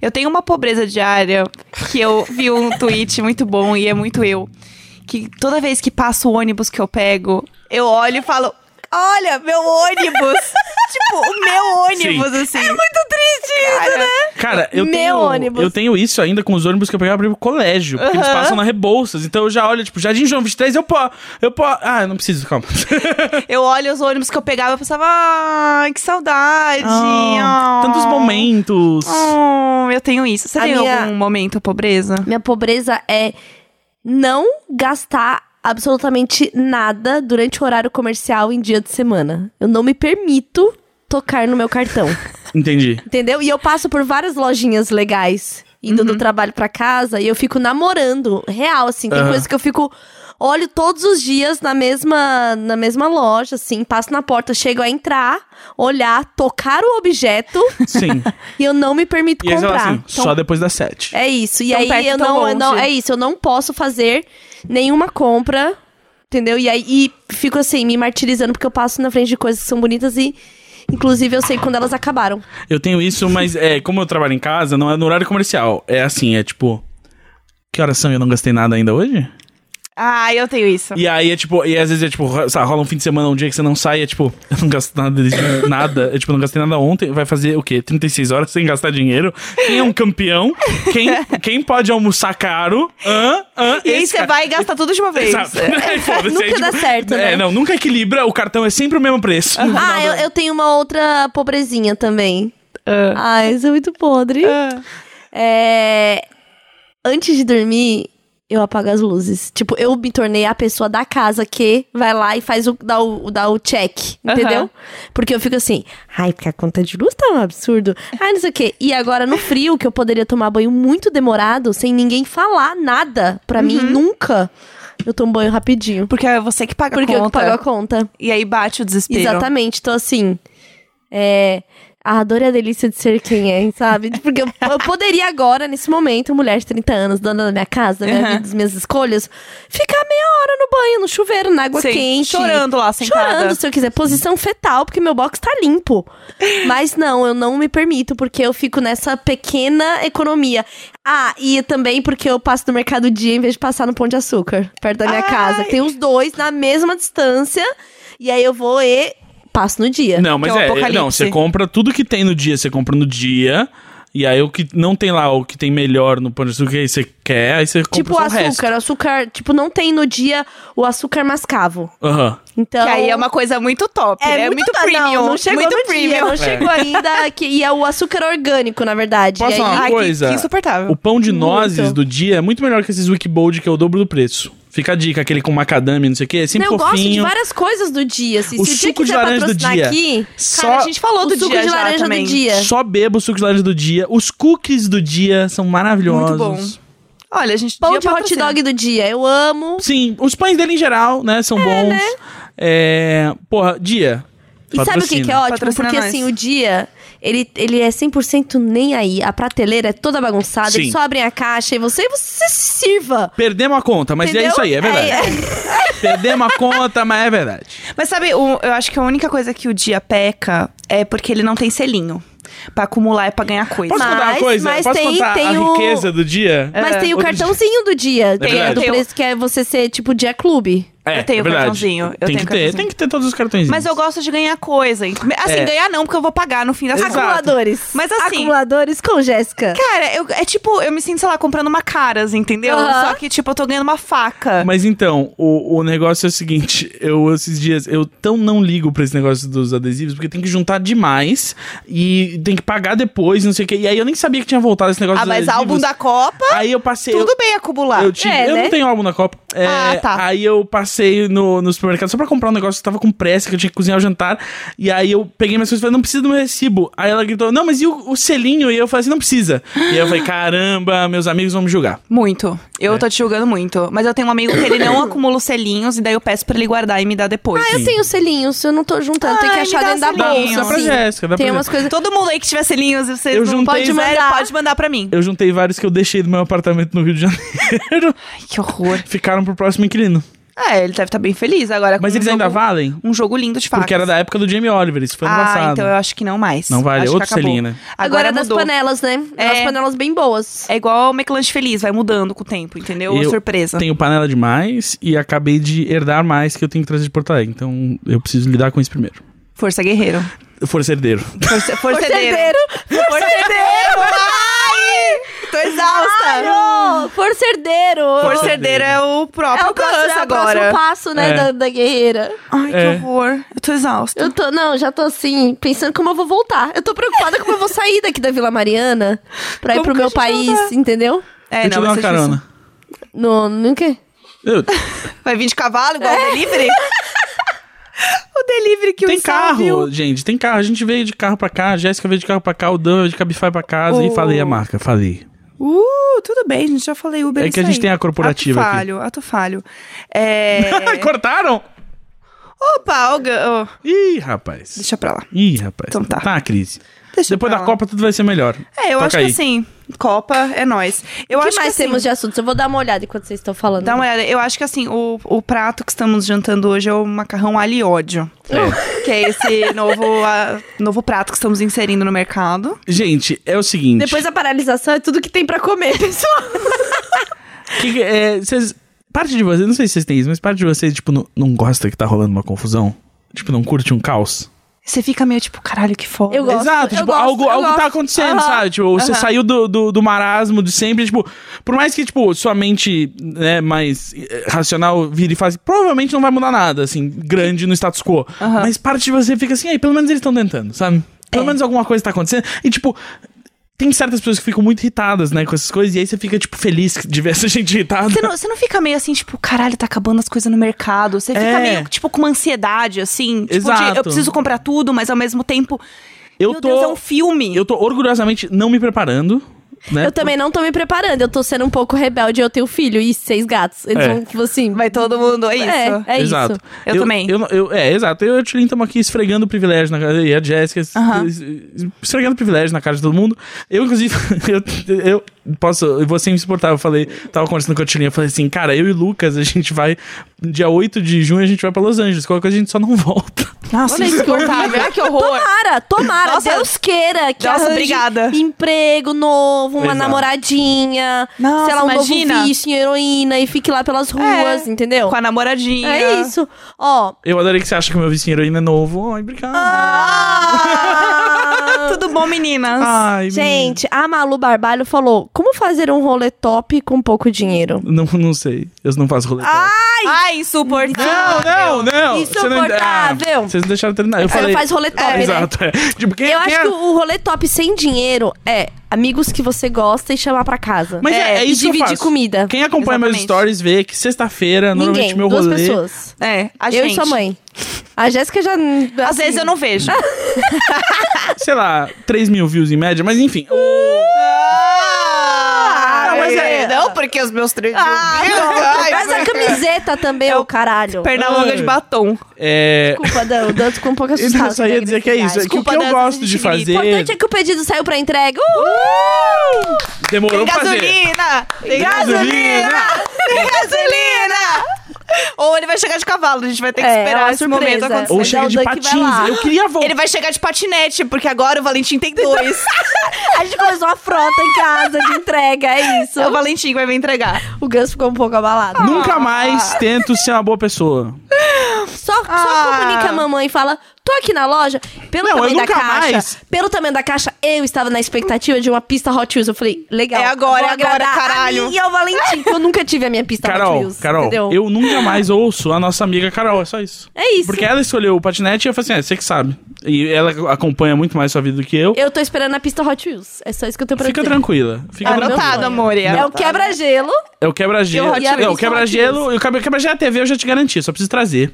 Speaker 3: Eu tenho uma pobreza diária que eu vi um tweet muito bom e é muito eu. Que toda vez que passa o ônibus que eu pego, eu olho e falo: Olha, meu ônibus! tipo, o meu ônibus, assim. É muito triste isso, né?
Speaker 1: Cara, eu
Speaker 2: Meu
Speaker 1: tenho,
Speaker 2: ônibus.
Speaker 1: eu tenho isso ainda com os ônibus que eu pegava pra ir pro colégio. Porque eles passam na Rebouças. Então eu já olho, tipo, Jardim João 23, eu pô, eu pô. Ah, não preciso, calma.
Speaker 3: Eu olho os ônibus que eu pegava e pensava: Ai, que saudade!
Speaker 1: Ah,
Speaker 3: ah."
Speaker 1: Tantos momentos.
Speaker 3: Oh, eu tenho isso. Você
Speaker 2: A
Speaker 3: tem
Speaker 2: minha-
Speaker 3: algum momento pobreza?
Speaker 2: Minha pobreza é não gastar absolutamente nada durante o horário comercial em dia de semana. Eu não me permito tocar no meu cartão.
Speaker 1: Entendi.
Speaker 2: Entendeu? E eu passo por várias lojinhas legais indo
Speaker 1: Uhum.
Speaker 2: do trabalho pra casa e eu fico namorando, real assim, tem
Speaker 1: Aham.
Speaker 2: coisa que eu fico olho todos os dias na mesma na mesma loja, assim, passo na porta, chego a entrar, olhar, tocar o objeto
Speaker 1: Sim.
Speaker 2: e eu não me permito
Speaker 1: E eles falam
Speaker 2: comprar.
Speaker 1: assim,
Speaker 2: Então,
Speaker 1: só depois das sete.
Speaker 2: é isso. E
Speaker 3: Tão
Speaker 2: aí
Speaker 3: perto,
Speaker 2: eu
Speaker 3: tão
Speaker 2: não, eu não-
Speaker 3: longe.
Speaker 2: é isso, eu não posso fazer nenhuma compra, entendeu? E aí e fico assim me martirizando porque eu passo na frente de coisas que são bonitas e inclusive eu sei quando elas acabaram.
Speaker 1: Eu tenho isso, mas é, como eu trabalho em casa, não é no horário comercial. É assim, é tipo. Que horas são? e Eu não gastei nada ainda hoje?
Speaker 3: Ah, eu tenho isso.
Speaker 1: E aí é tipo, e às vezes é tipo, ro- sabe, rola um fim de semana, um dia que você não sai, é tipo, eu não gasto nada, desde- nada, eu tipo, não gastei nada ontem, vai fazer o quê? 36 horas sem gastar dinheiro? Quem é um campeão? Quem, quem pode almoçar caro? Hã? Hã?
Speaker 3: E aí
Speaker 1: Esse
Speaker 3: você
Speaker 1: cara-
Speaker 3: vai gastar tudo de uma vez.
Speaker 1: Exato. Aí, foda-se,
Speaker 2: Nunca
Speaker 1: aí,
Speaker 2: dá certo,
Speaker 1: É,
Speaker 2: né?
Speaker 1: não, nunca equilibra, o cartão é sempre o mesmo preço.
Speaker 2: Ah, eu, eu tenho uma outra pobrezinha também. Ah, isso é muito podre. É, Antes de dormir, eu apago as luzes. Tipo, eu me tornei a pessoa da casa que vai lá e faz o, dá, o, dá o check,
Speaker 3: Aham.
Speaker 2: entendeu? Porque eu fico assim, ai, porque a conta de luz tá um absurdo. Ai, não sei o quê. E agora no frio, que eu poderia tomar banho muito demorado, sem ninguém falar nada pra mim,
Speaker 3: Uhum.
Speaker 2: nunca, eu tomo banho rapidinho.
Speaker 3: Porque é você que paga
Speaker 2: Porque
Speaker 3: a
Speaker 2: eu que
Speaker 3: conta.
Speaker 2: pago a conta.
Speaker 3: E aí bate o desespero.
Speaker 2: Exatamente. Então, assim. É. A adoro a delícia de ser quem é, sabe? Porque eu, eu poderia agora, nesse momento, mulher de 30 anos, dona da minha casa, da minha
Speaker 3: Uhum.
Speaker 2: vida, das minhas escolhas, ficar meia hora no banho, no chuveiro, na água
Speaker 3: Sim,
Speaker 2: quente.
Speaker 3: chorando lá, sentada.
Speaker 2: Chorando, se eu quiser. Posição fetal, porque meu box tá limpo. Mas não, eu não me permito, porque eu fico nessa pequena economia. Ah, e também porque eu passo no mercado dia em vez de passar no Pão de Açúcar, perto da minha
Speaker 3: Ai.
Speaker 2: casa. Tem os dois na mesma distância, e aí eu vou e passo no dia.
Speaker 1: Não, mas
Speaker 3: Que é o
Speaker 1: é,
Speaker 3: apocalipse.
Speaker 1: não, você compra tudo que tem no dia, você compra no dia. E aí o que não tem lá, o que tem melhor no pão de açúcar, aí você quer, aí você compra só
Speaker 2: Tipo
Speaker 1: o
Speaker 2: açúcar,
Speaker 1: resto.
Speaker 2: açúcar, tipo, não tem no dia o açúcar mascavo.
Speaker 1: Aham.
Speaker 2: Então. é
Speaker 3: Que aí é uma coisa muito top, né? premium.
Speaker 2: Não, não chegou
Speaker 3: muito
Speaker 2: no
Speaker 3: premium.
Speaker 2: dia, não
Speaker 3: É.
Speaker 2: chegou ainda. Que, e é o açúcar orgânico, na verdade.
Speaker 1: Posso
Speaker 2: E aí-
Speaker 1: falar?
Speaker 3: Ai, que-
Speaker 1: Coisa.
Speaker 3: que insuportável.
Speaker 1: O pão de nozes
Speaker 2: Muito.
Speaker 1: do dia é muito melhor que esses Wikibold, que é o dobro do preço. Fica a dica, aquele com macadâmia, não sei o quê, é sempre
Speaker 2: Não, eu gosto de
Speaker 1: fofinho.
Speaker 2: várias coisas do dia. assim,
Speaker 1: O
Speaker 2: se o dia
Speaker 1: suco de
Speaker 2: quiser
Speaker 1: laranja do
Speaker 2: patrocinar
Speaker 1: dia.
Speaker 2: aqui,
Speaker 1: Só-
Speaker 3: Cara, a gente falou
Speaker 2: o
Speaker 3: do
Speaker 2: suco
Speaker 3: dia
Speaker 2: de
Speaker 3: já
Speaker 2: laranja
Speaker 3: também.
Speaker 2: do dia.
Speaker 1: Só bebo o suco de laranja do dia. Os cookies do dia são maravilhosos.
Speaker 3: Muito Olha, a gente
Speaker 2: Pão
Speaker 3: dia
Speaker 2: de hot
Speaker 3: patrocina.
Speaker 2: dog do dia, eu amo.
Speaker 1: Sim, os pães dele em geral, né, são bons. É, porra, dia.
Speaker 2: né? E sabe o que, que é ótimo?
Speaker 3: Patrocina
Speaker 2: Porque
Speaker 3: nós.
Speaker 2: assim, o dia, ele, ele é 100% nem aí. A prateleira é toda bagunçada,
Speaker 1: Sim.
Speaker 2: eles só abrem a caixa e você, você se sirva.
Speaker 1: Perdemos a conta, mas é
Speaker 2: entendeu? é.
Speaker 1: isso aí, é verdade. Perdemos a conta, mas é verdade.
Speaker 3: Mas sabe, o- eu acho que a única coisa que o dia peca é porque ele não tem selinho. Pra acumular e pra ganhar coisa.
Speaker 1: Posso contar uma
Speaker 2: Mas-
Speaker 1: coisa?
Speaker 2: mas
Speaker 1: Posso
Speaker 2: tem-
Speaker 1: contar
Speaker 2: tem
Speaker 1: a
Speaker 2: o-
Speaker 1: riqueza do dia?
Speaker 3: É,
Speaker 2: Mas tem o
Speaker 1: Outro
Speaker 2: cartãozinho do dia, que é
Speaker 1: verdade.
Speaker 2: do
Speaker 3: Tem o-
Speaker 2: preço que é você ser tipo dia clube.
Speaker 1: É,
Speaker 3: Eu tenho o
Speaker 1: verdade.
Speaker 3: cartãozinho, eu
Speaker 1: tem
Speaker 3: tenho
Speaker 1: que ter,
Speaker 3: o cartãozinho.
Speaker 1: tem que ter todos os cartões.
Speaker 3: Mas eu gosto de ganhar coisa. Assim,
Speaker 1: É.
Speaker 3: ganhar não, porque eu vou pagar no fim das
Speaker 1: Exato.
Speaker 3: contas.
Speaker 2: Acumuladores.
Speaker 3: Mas assim-
Speaker 2: Acumuladores com Jéssica.
Speaker 3: Cara, eu- é tipo, eu me sinto, sei lá, comprando uma caras, entendeu?
Speaker 2: Aham.
Speaker 3: Só que, tipo, eu tô ganhando uma faca.
Speaker 1: Mas então, o, o negócio é o seguinte, eu esses dias, eu tão não ligo pra esse negócio dos adesivos, porque tem que juntar demais e tem que pagar depois, não sei o quê. E aí eu nem sabia que tinha voltado esse negócio
Speaker 3: ah,
Speaker 1: dos
Speaker 3: mas
Speaker 1: adesivos.
Speaker 3: álbum da Copa,
Speaker 1: Aí eu passei...
Speaker 3: tudo
Speaker 1: eu-
Speaker 3: bem acumular.
Speaker 1: Eu, tive-
Speaker 2: É,
Speaker 1: eu
Speaker 2: né?
Speaker 1: não tenho álbum na Copa. É,
Speaker 3: Ah, tá.
Speaker 1: Aí eu passei no, no supermercado só pra comprar um negócio que tava com pressa, que eu tinha que cozinhar o jantar. E aí eu peguei minhas coisas e falei, não precisa do meu recibo. Aí ela gritou, não, mas e o, o selinho? E eu falei assim, não precisa. E aí eu falei, caramba, meus amigos vão me julgar.
Speaker 3: Muito.
Speaker 1: É.
Speaker 3: Eu tô te julgando muito. Mas eu tenho um amigo que ele não acumula os selinhos e daí eu peço pra ele guardar e me dar depois.
Speaker 2: Ah, Eu tenho selinhos, eu não tô juntando, tem que
Speaker 3: Ai, me
Speaker 2: achar
Speaker 3: dá
Speaker 2: dentro da
Speaker 3: selinho.
Speaker 2: bolsa.
Speaker 3: Dá pra
Speaker 2: assim.
Speaker 1: Jéssica, dá pra
Speaker 2: Tem umas
Speaker 1: Jéssica.
Speaker 2: coisas.
Speaker 3: Todo mundo aí que tiver selinhos e vocês
Speaker 1: Eu
Speaker 3: não
Speaker 1: juntei-
Speaker 3: pode mandar,
Speaker 2: mandar.
Speaker 3: pode mandar pra mim.
Speaker 1: Eu juntei vários que eu deixei do meu apartamento no Rio de Janeiro.
Speaker 3: Ai, que horror.
Speaker 1: Ficaram pro próximo inquilino.
Speaker 3: Ah, ele deve estar bem feliz agora. com
Speaker 1: Mas
Speaker 3: um
Speaker 1: eles ainda
Speaker 3: jogo-
Speaker 1: valem?
Speaker 3: Um jogo lindo de facas.
Speaker 1: Porque era da época do Jamie Oliver, isso foi no
Speaker 3: ah,
Speaker 1: passado.
Speaker 3: então eu acho que não mais.
Speaker 1: Não vale,
Speaker 3: Acho que
Speaker 1: outro
Speaker 3: acabou.
Speaker 1: selinho, né?
Speaker 3: Agora,
Speaker 2: Agora das
Speaker 3: mudou.
Speaker 2: panelas, né?
Speaker 3: É.
Speaker 2: Umas panelas bem boas.
Speaker 3: É igual o McLanche Feliz, vai mudando com o tempo, entendeu?
Speaker 1: Eu
Speaker 3: é Surpresa.
Speaker 1: Tenho panela demais e acabei de herdar mais que eu tenho que trazer de Porto Alegre. Então eu preciso lidar com isso primeiro.
Speaker 3: Força Guerreiro.
Speaker 1: Força herdeiro.
Speaker 3: Força, força
Speaker 2: Forcedeiro.
Speaker 3: Forcedeiro! Ai! Tô exausta!
Speaker 2: Claro! Forcerdeiro!
Speaker 3: Forcedeiro é o
Speaker 2: É
Speaker 3: próprio
Speaker 2: o, próximo,
Speaker 3: câncer
Speaker 2: é o próximo
Speaker 3: agora.
Speaker 2: passo, né,
Speaker 1: É.
Speaker 2: da, da guerreira.
Speaker 3: Ai, que
Speaker 1: É.
Speaker 3: horror. Eu tô exausta.
Speaker 2: Eu tô, não, já tô assim, pensando como eu vou voltar. Eu tô preocupada como eu vou sair daqui da Vila Mariana pra
Speaker 3: Como
Speaker 2: ir pro
Speaker 3: que a
Speaker 2: meu
Speaker 3: gente vai
Speaker 2: país,
Speaker 3: andar?
Speaker 2: entendeu?
Speaker 3: É,
Speaker 1: eu te dou
Speaker 3: vai
Speaker 1: uma
Speaker 3: ser difícil.
Speaker 1: carona.
Speaker 2: No, no quê?
Speaker 1: Eu-
Speaker 3: Vai vir de cavalo igual o delivery? É. o delivery que o
Speaker 1: tem
Speaker 3: Issal
Speaker 1: carro,
Speaker 3: viu.
Speaker 1: gente, tem carro. A gente veio de carro pra cá, a Jéssica veio de carro pra cá, o Dan veio de Cabify pra casa
Speaker 3: O-
Speaker 1: e falei a marca, falei.
Speaker 3: Uh, tudo bem, gente. Já falei Uber.
Speaker 1: É
Speaker 3: isso
Speaker 1: que a gente
Speaker 3: aí.
Speaker 1: tem a corporativa
Speaker 3: Ato
Speaker 1: aqui.
Speaker 3: falho, ato falho. É...
Speaker 1: Cortaram?
Speaker 3: Opa, o Ga- oh,
Speaker 1: Ih, rapaz.
Speaker 3: Deixa pra lá.
Speaker 1: Ih, rapaz.
Speaker 3: Então tá.
Speaker 1: Tá, Cris.
Speaker 3: Deixa
Speaker 1: Depois
Speaker 3: pra
Speaker 1: da
Speaker 3: lá.
Speaker 1: Copa tudo vai ser melhor.
Speaker 3: É, eu
Speaker 1: Toca
Speaker 3: acho
Speaker 1: aí.
Speaker 3: que assim, Copa é nós. Eu
Speaker 2: O que
Speaker 3: acho
Speaker 2: mais
Speaker 3: que, assim,
Speaker 2: temos de assuntos? Eu vou dar uma olhada enquanto vocês estão falando.
Speaker 3: Dá uma olhada. Eu acho que assim, o, o prato que estamos jantando hoje é o macarrão alho e ódio.
Speaker 1: É.
Speaker 3: Que é esse novo, ah, novo prato que estamos inserindo no mercado.
Speaker 1: Gente, é o seguinte.
Speaker 2: Depois da paralisação é tudo que tem pra comer, pessoal.
Speaker 1: que que- é, vocês- parte de vocês, não sei se vocês têm isso, mas parte de vocês, tipo, não, não gosta que tá rolando uma confusão? Tipo, não curte um caos?
Speaker 3: Você fica meio tipo, caralho, que foda.
Speaker 2: Eu gosto.
Speaker 1: Exato,
Speaker 2: eu
Speaker 1: tipo,
Speaker 2: gosto,
Speaker 1: algo,
Speaker 2: eu
Speaker 1: algo tá
Speaker 2: gosto.
Speaker 1: acontecendo,
Speaker 2: Aham,
Speaker 1: sabe? Tipo, você saiu do, do, do marasmo de sempre, tipo, por mais que, tipo, sua mente, né, mais eh, racional vire e fale, provavelmente não vai mudar nada, assim, grande no status quo. Mas parte de você fica assim, aí, pelo menos eles estão tentando, sabe?
Speaker 2: É.
Speaker 1: Pelo menos alguma coisa tá acontecendo. E, tipo, tem certas pessoas que ficam muito irritadas, né, com essas coisas, e aí você fica, tipo, feliz de ver essa gente irritada.
Speaker 3: Você não, você não fica meio assim, tipo, caralho, tá acabando as coisas no mercado. Você fica
Speaker 1: É.
Speaker 3: meio, tipo, com uma ansiedade, assim. Tipo, de
Speaker 1: Exato.
Speaker 3: eu preciso comprar tudo, mas ao mesmo tempo.
Speaker 1: Eu
Speaker 3: meu
Speaker 1: tô-
Speaker 3: Deus, é um filme.
Speaker 1: Eu tô orgulhosamente não me preparando, né?
Speaker 2: Eu também não tô me preparando, eu tô sendo um pouco rebelde, eu tenho filho e seis gatos. Eles
Speaker 1: É.
Speaker 2: vão, tipo assim...
Speaker 3: Vai todo mundo, é isso.
Speaker 2: É, é
Speaker 1: exato.
Speaker 2: isso.
Speaker 3: Eu também.
Speaker 1: Eu, não- eu- é, exato. Eu e a Tilly estamos aqui esfregando o privilégio na cara. E a Jéssica es-
Speaker 3: Aham.
Speaker 1: es- esfregando o privilégio na cara de todo mundo. Eu, inclusive, eu, eu posso. Eu vou ser insuportável. Eu falei, tava conversando com a Tilly. Eu falei assim, cara, eu e o Lucas, a gente vai. Dia 8 de junho a gente vai pra Los Angeles. Qualquer coisa a gente só não volta.
Speaker 3: Nossa,
Speaker 2: Olha isso que
Speaker 3: insuportável. Ai, que horror.
Speaker 2: Tomara, tomara,
Speaker 3: Nossa.
Speaker 2: Deus queira que
Speaker 3: Nossa,
Speaker 2: arranje
Speaker 3: obrigada.
Speaker 2: emprego novo, uma
Speaker 1: Exato.
Speaker 2: namoradinha,
Speaker 3: Nossa,
Speaker 2: sei lá, um
Speaker 3: imagina. É.
Speaker 2: novo vício em heroína e fique lá pelas ruas, entendeu?
Speaker 3: Com a namoradinha.
Speaker 2: É isso. Ó,
Speaker 1: Eu adorei que você acha que o meu vice em heroína é novo. Ai, obrigado.
Speaker 3: Ah, tudo bom, meninas?
Speaker 1: Ai, menino.
Speaker 2: gente, a Malu Barbalho falou: como fazer um rolê top com pouco dinheiro?
Speaker 1: Não, não sei. Eu não faço rolê. Ah,
Speaker 3: Ai, insuportável.
Speaker 1: Não, não, não. Você
Speaker 2: Insuportável.
Speaker 1: não, ah, vocês não deixaram eu terminar. Eu
Speaker 2: Você não
Speaker 1: falei,
Speaker 2: faz rolê top, né?
Speaker 1: Exato. é. Tipo, quem,
Speaker 2: Eu
Speaker 1: quem
Speaker 2: acho
Speaker 1: é-
Speaker 2: que o rolê top sem dinheiro é amigos que você gosta e chamar pra casa.
Speaker 1: Mas é, é
Speaker 2: e
Speaker 1: isso que eu
Speaker 2: dividir
Speaker 1: faço.
Speaker 2: comida.
Speaker 1: Quem acompanha
Speaker 3: Exatamente.
Speaker 1: meus stories vê que sexta-feira, normalmente
Speaker 2: Ninguém,
Speaker 1: meu
Speaker 2: duas
Speaker 1: rolê...
Speaker 2: pessoas.
Speaker 3: É, a
Speaker 2: Eu
Speaker 3: gente.
Speaker 2: e sua mãe. A Jéssica já. assim,
Speaker 3: Às vezes eu não vejo.
Speaker 1: Sei lá, 3 mil views em média, mas enfim. o-
Speaker 3: Ah,
Speaker 2: mas
Speaker 1: é-
Speaker 3: Não, porque os meus três.
Speaker 2: Ah, não. Mas a camiseta também,
Speaker 3: É
Speaker 2: ô
Speaker 3: o
Speaker 2: caralho.
Speaker 3: Perna longa de batom.
Speaker 1: É.
Speaker 2: Desculpa, Dan. Dan ficou um pouco
Speaker 1: Eu
Speaker 2: assustado.
Speaker 1: só ia dizer que é isso. é que o
Speaker 3: Desculpa,
Speaker 1: que eu
Speaker 3: Deus,
Speaker 1: gosto
Speaker 3: a
Speaker 1: de
Speaker 3: gente grita.
Speaker 1: fazer.
Speaker 2: O importante é que o pedido saiu pra entrega. Uh! Uhul!
Speaker 1: Uh! Demorou
Speaker 3: Tem
Speaker 1: pra fazer.
Speaker 3: gasolina! Tem gasolina! Tem gasolina! Ou ele vai chegar de cavalo, a gente vai ter que
Speaker 2: É, é
Speaker 3: esperar
Speaker 2: uma
Speaker 3: esse momento
Speaker 2: surpresa.
Speaker 1: Ou
Speaker 2: Mas
Speaker 3: acontecer.
Speaker 1: chega
Speaker 2: é o
Speaker 1: de
Speaker 2: Dan que vai
Speaker 1: patins.
Speaker 2: lá.
Speaker 1: Eu queria voltar.
Speaker 3: Ele vai chegar de patinete, porque agora o Valentim tem dois.
Speaker 2: A gente começou uma frota em casa de entrega, é isso.
Speaker 3: é o Valentim que vai me entregar.
Speaker 2: O Gus ficou um pouco abalado.
Speaker 1: Nunca
Speaker 2: Ah.
Speaker 1: mais tento ser uma boa pessoa.
Speaker 2: Só, só
Speaker 3: Ah.
Speaker 2: comunica a mamãe e fala: tô aqui na loja. Pelo
Speaker 1: Não,
Speaker 2: tamanho
Speaker 1: eu
Speaker 2: da
Speaker 1: nunca
Speaker 2: caixa.
Speaker 1: mais.
Speaker 2: Pelo tamanho da caixa, eu estava na expectativa de uma pista Hot Wheels. Eu falei, legal.
Speaker 3: É agora,
Speaker 2: vou
Speaker 3: é agora,
Speaker 2: agradar
Speaker 3: caralho.
Speaker 2: A mim e ao Valentim. que Eu nunca tive a minha pista Hot
Speaker 1: Carol,
Speaker 2: Wheels.
Speaker 1: Carol,
Speaker 2: Tá, entendeu?
Speaker 1: eu nunca mais ouço a nossa amiga Carol, é só isso.
Speaker 2: É isso.
Speaker 1: Porque ela escolheu o patinete e eu falei assim, é, você que sabe. E ela acompanha muito mais sua vida do que eu.
Speaker 2: Eu tô esperando a pista Hot Wheels. É só isso que eu tenho pra
Speaker 1: Fica
Speaker 2: dizer.
Speaker 1: tranquila. Fica
Speaker 2: meu
Speaker 1: tranquila.
Speaker 3: Anotado,
Speaker 2: sonho.
Speaker 3: amor.
Speaker 2: É o quebra-gelo.
Speaker 1: É o quebra-gelo.
Speaker 3: E o Hot
Speaker 1: É, o
Speaker 3: Wheels,
Speaker 1: quebra-gelo. e O quebra- quebra-gelo é a TV, eu já te garanti, só preciso trazer.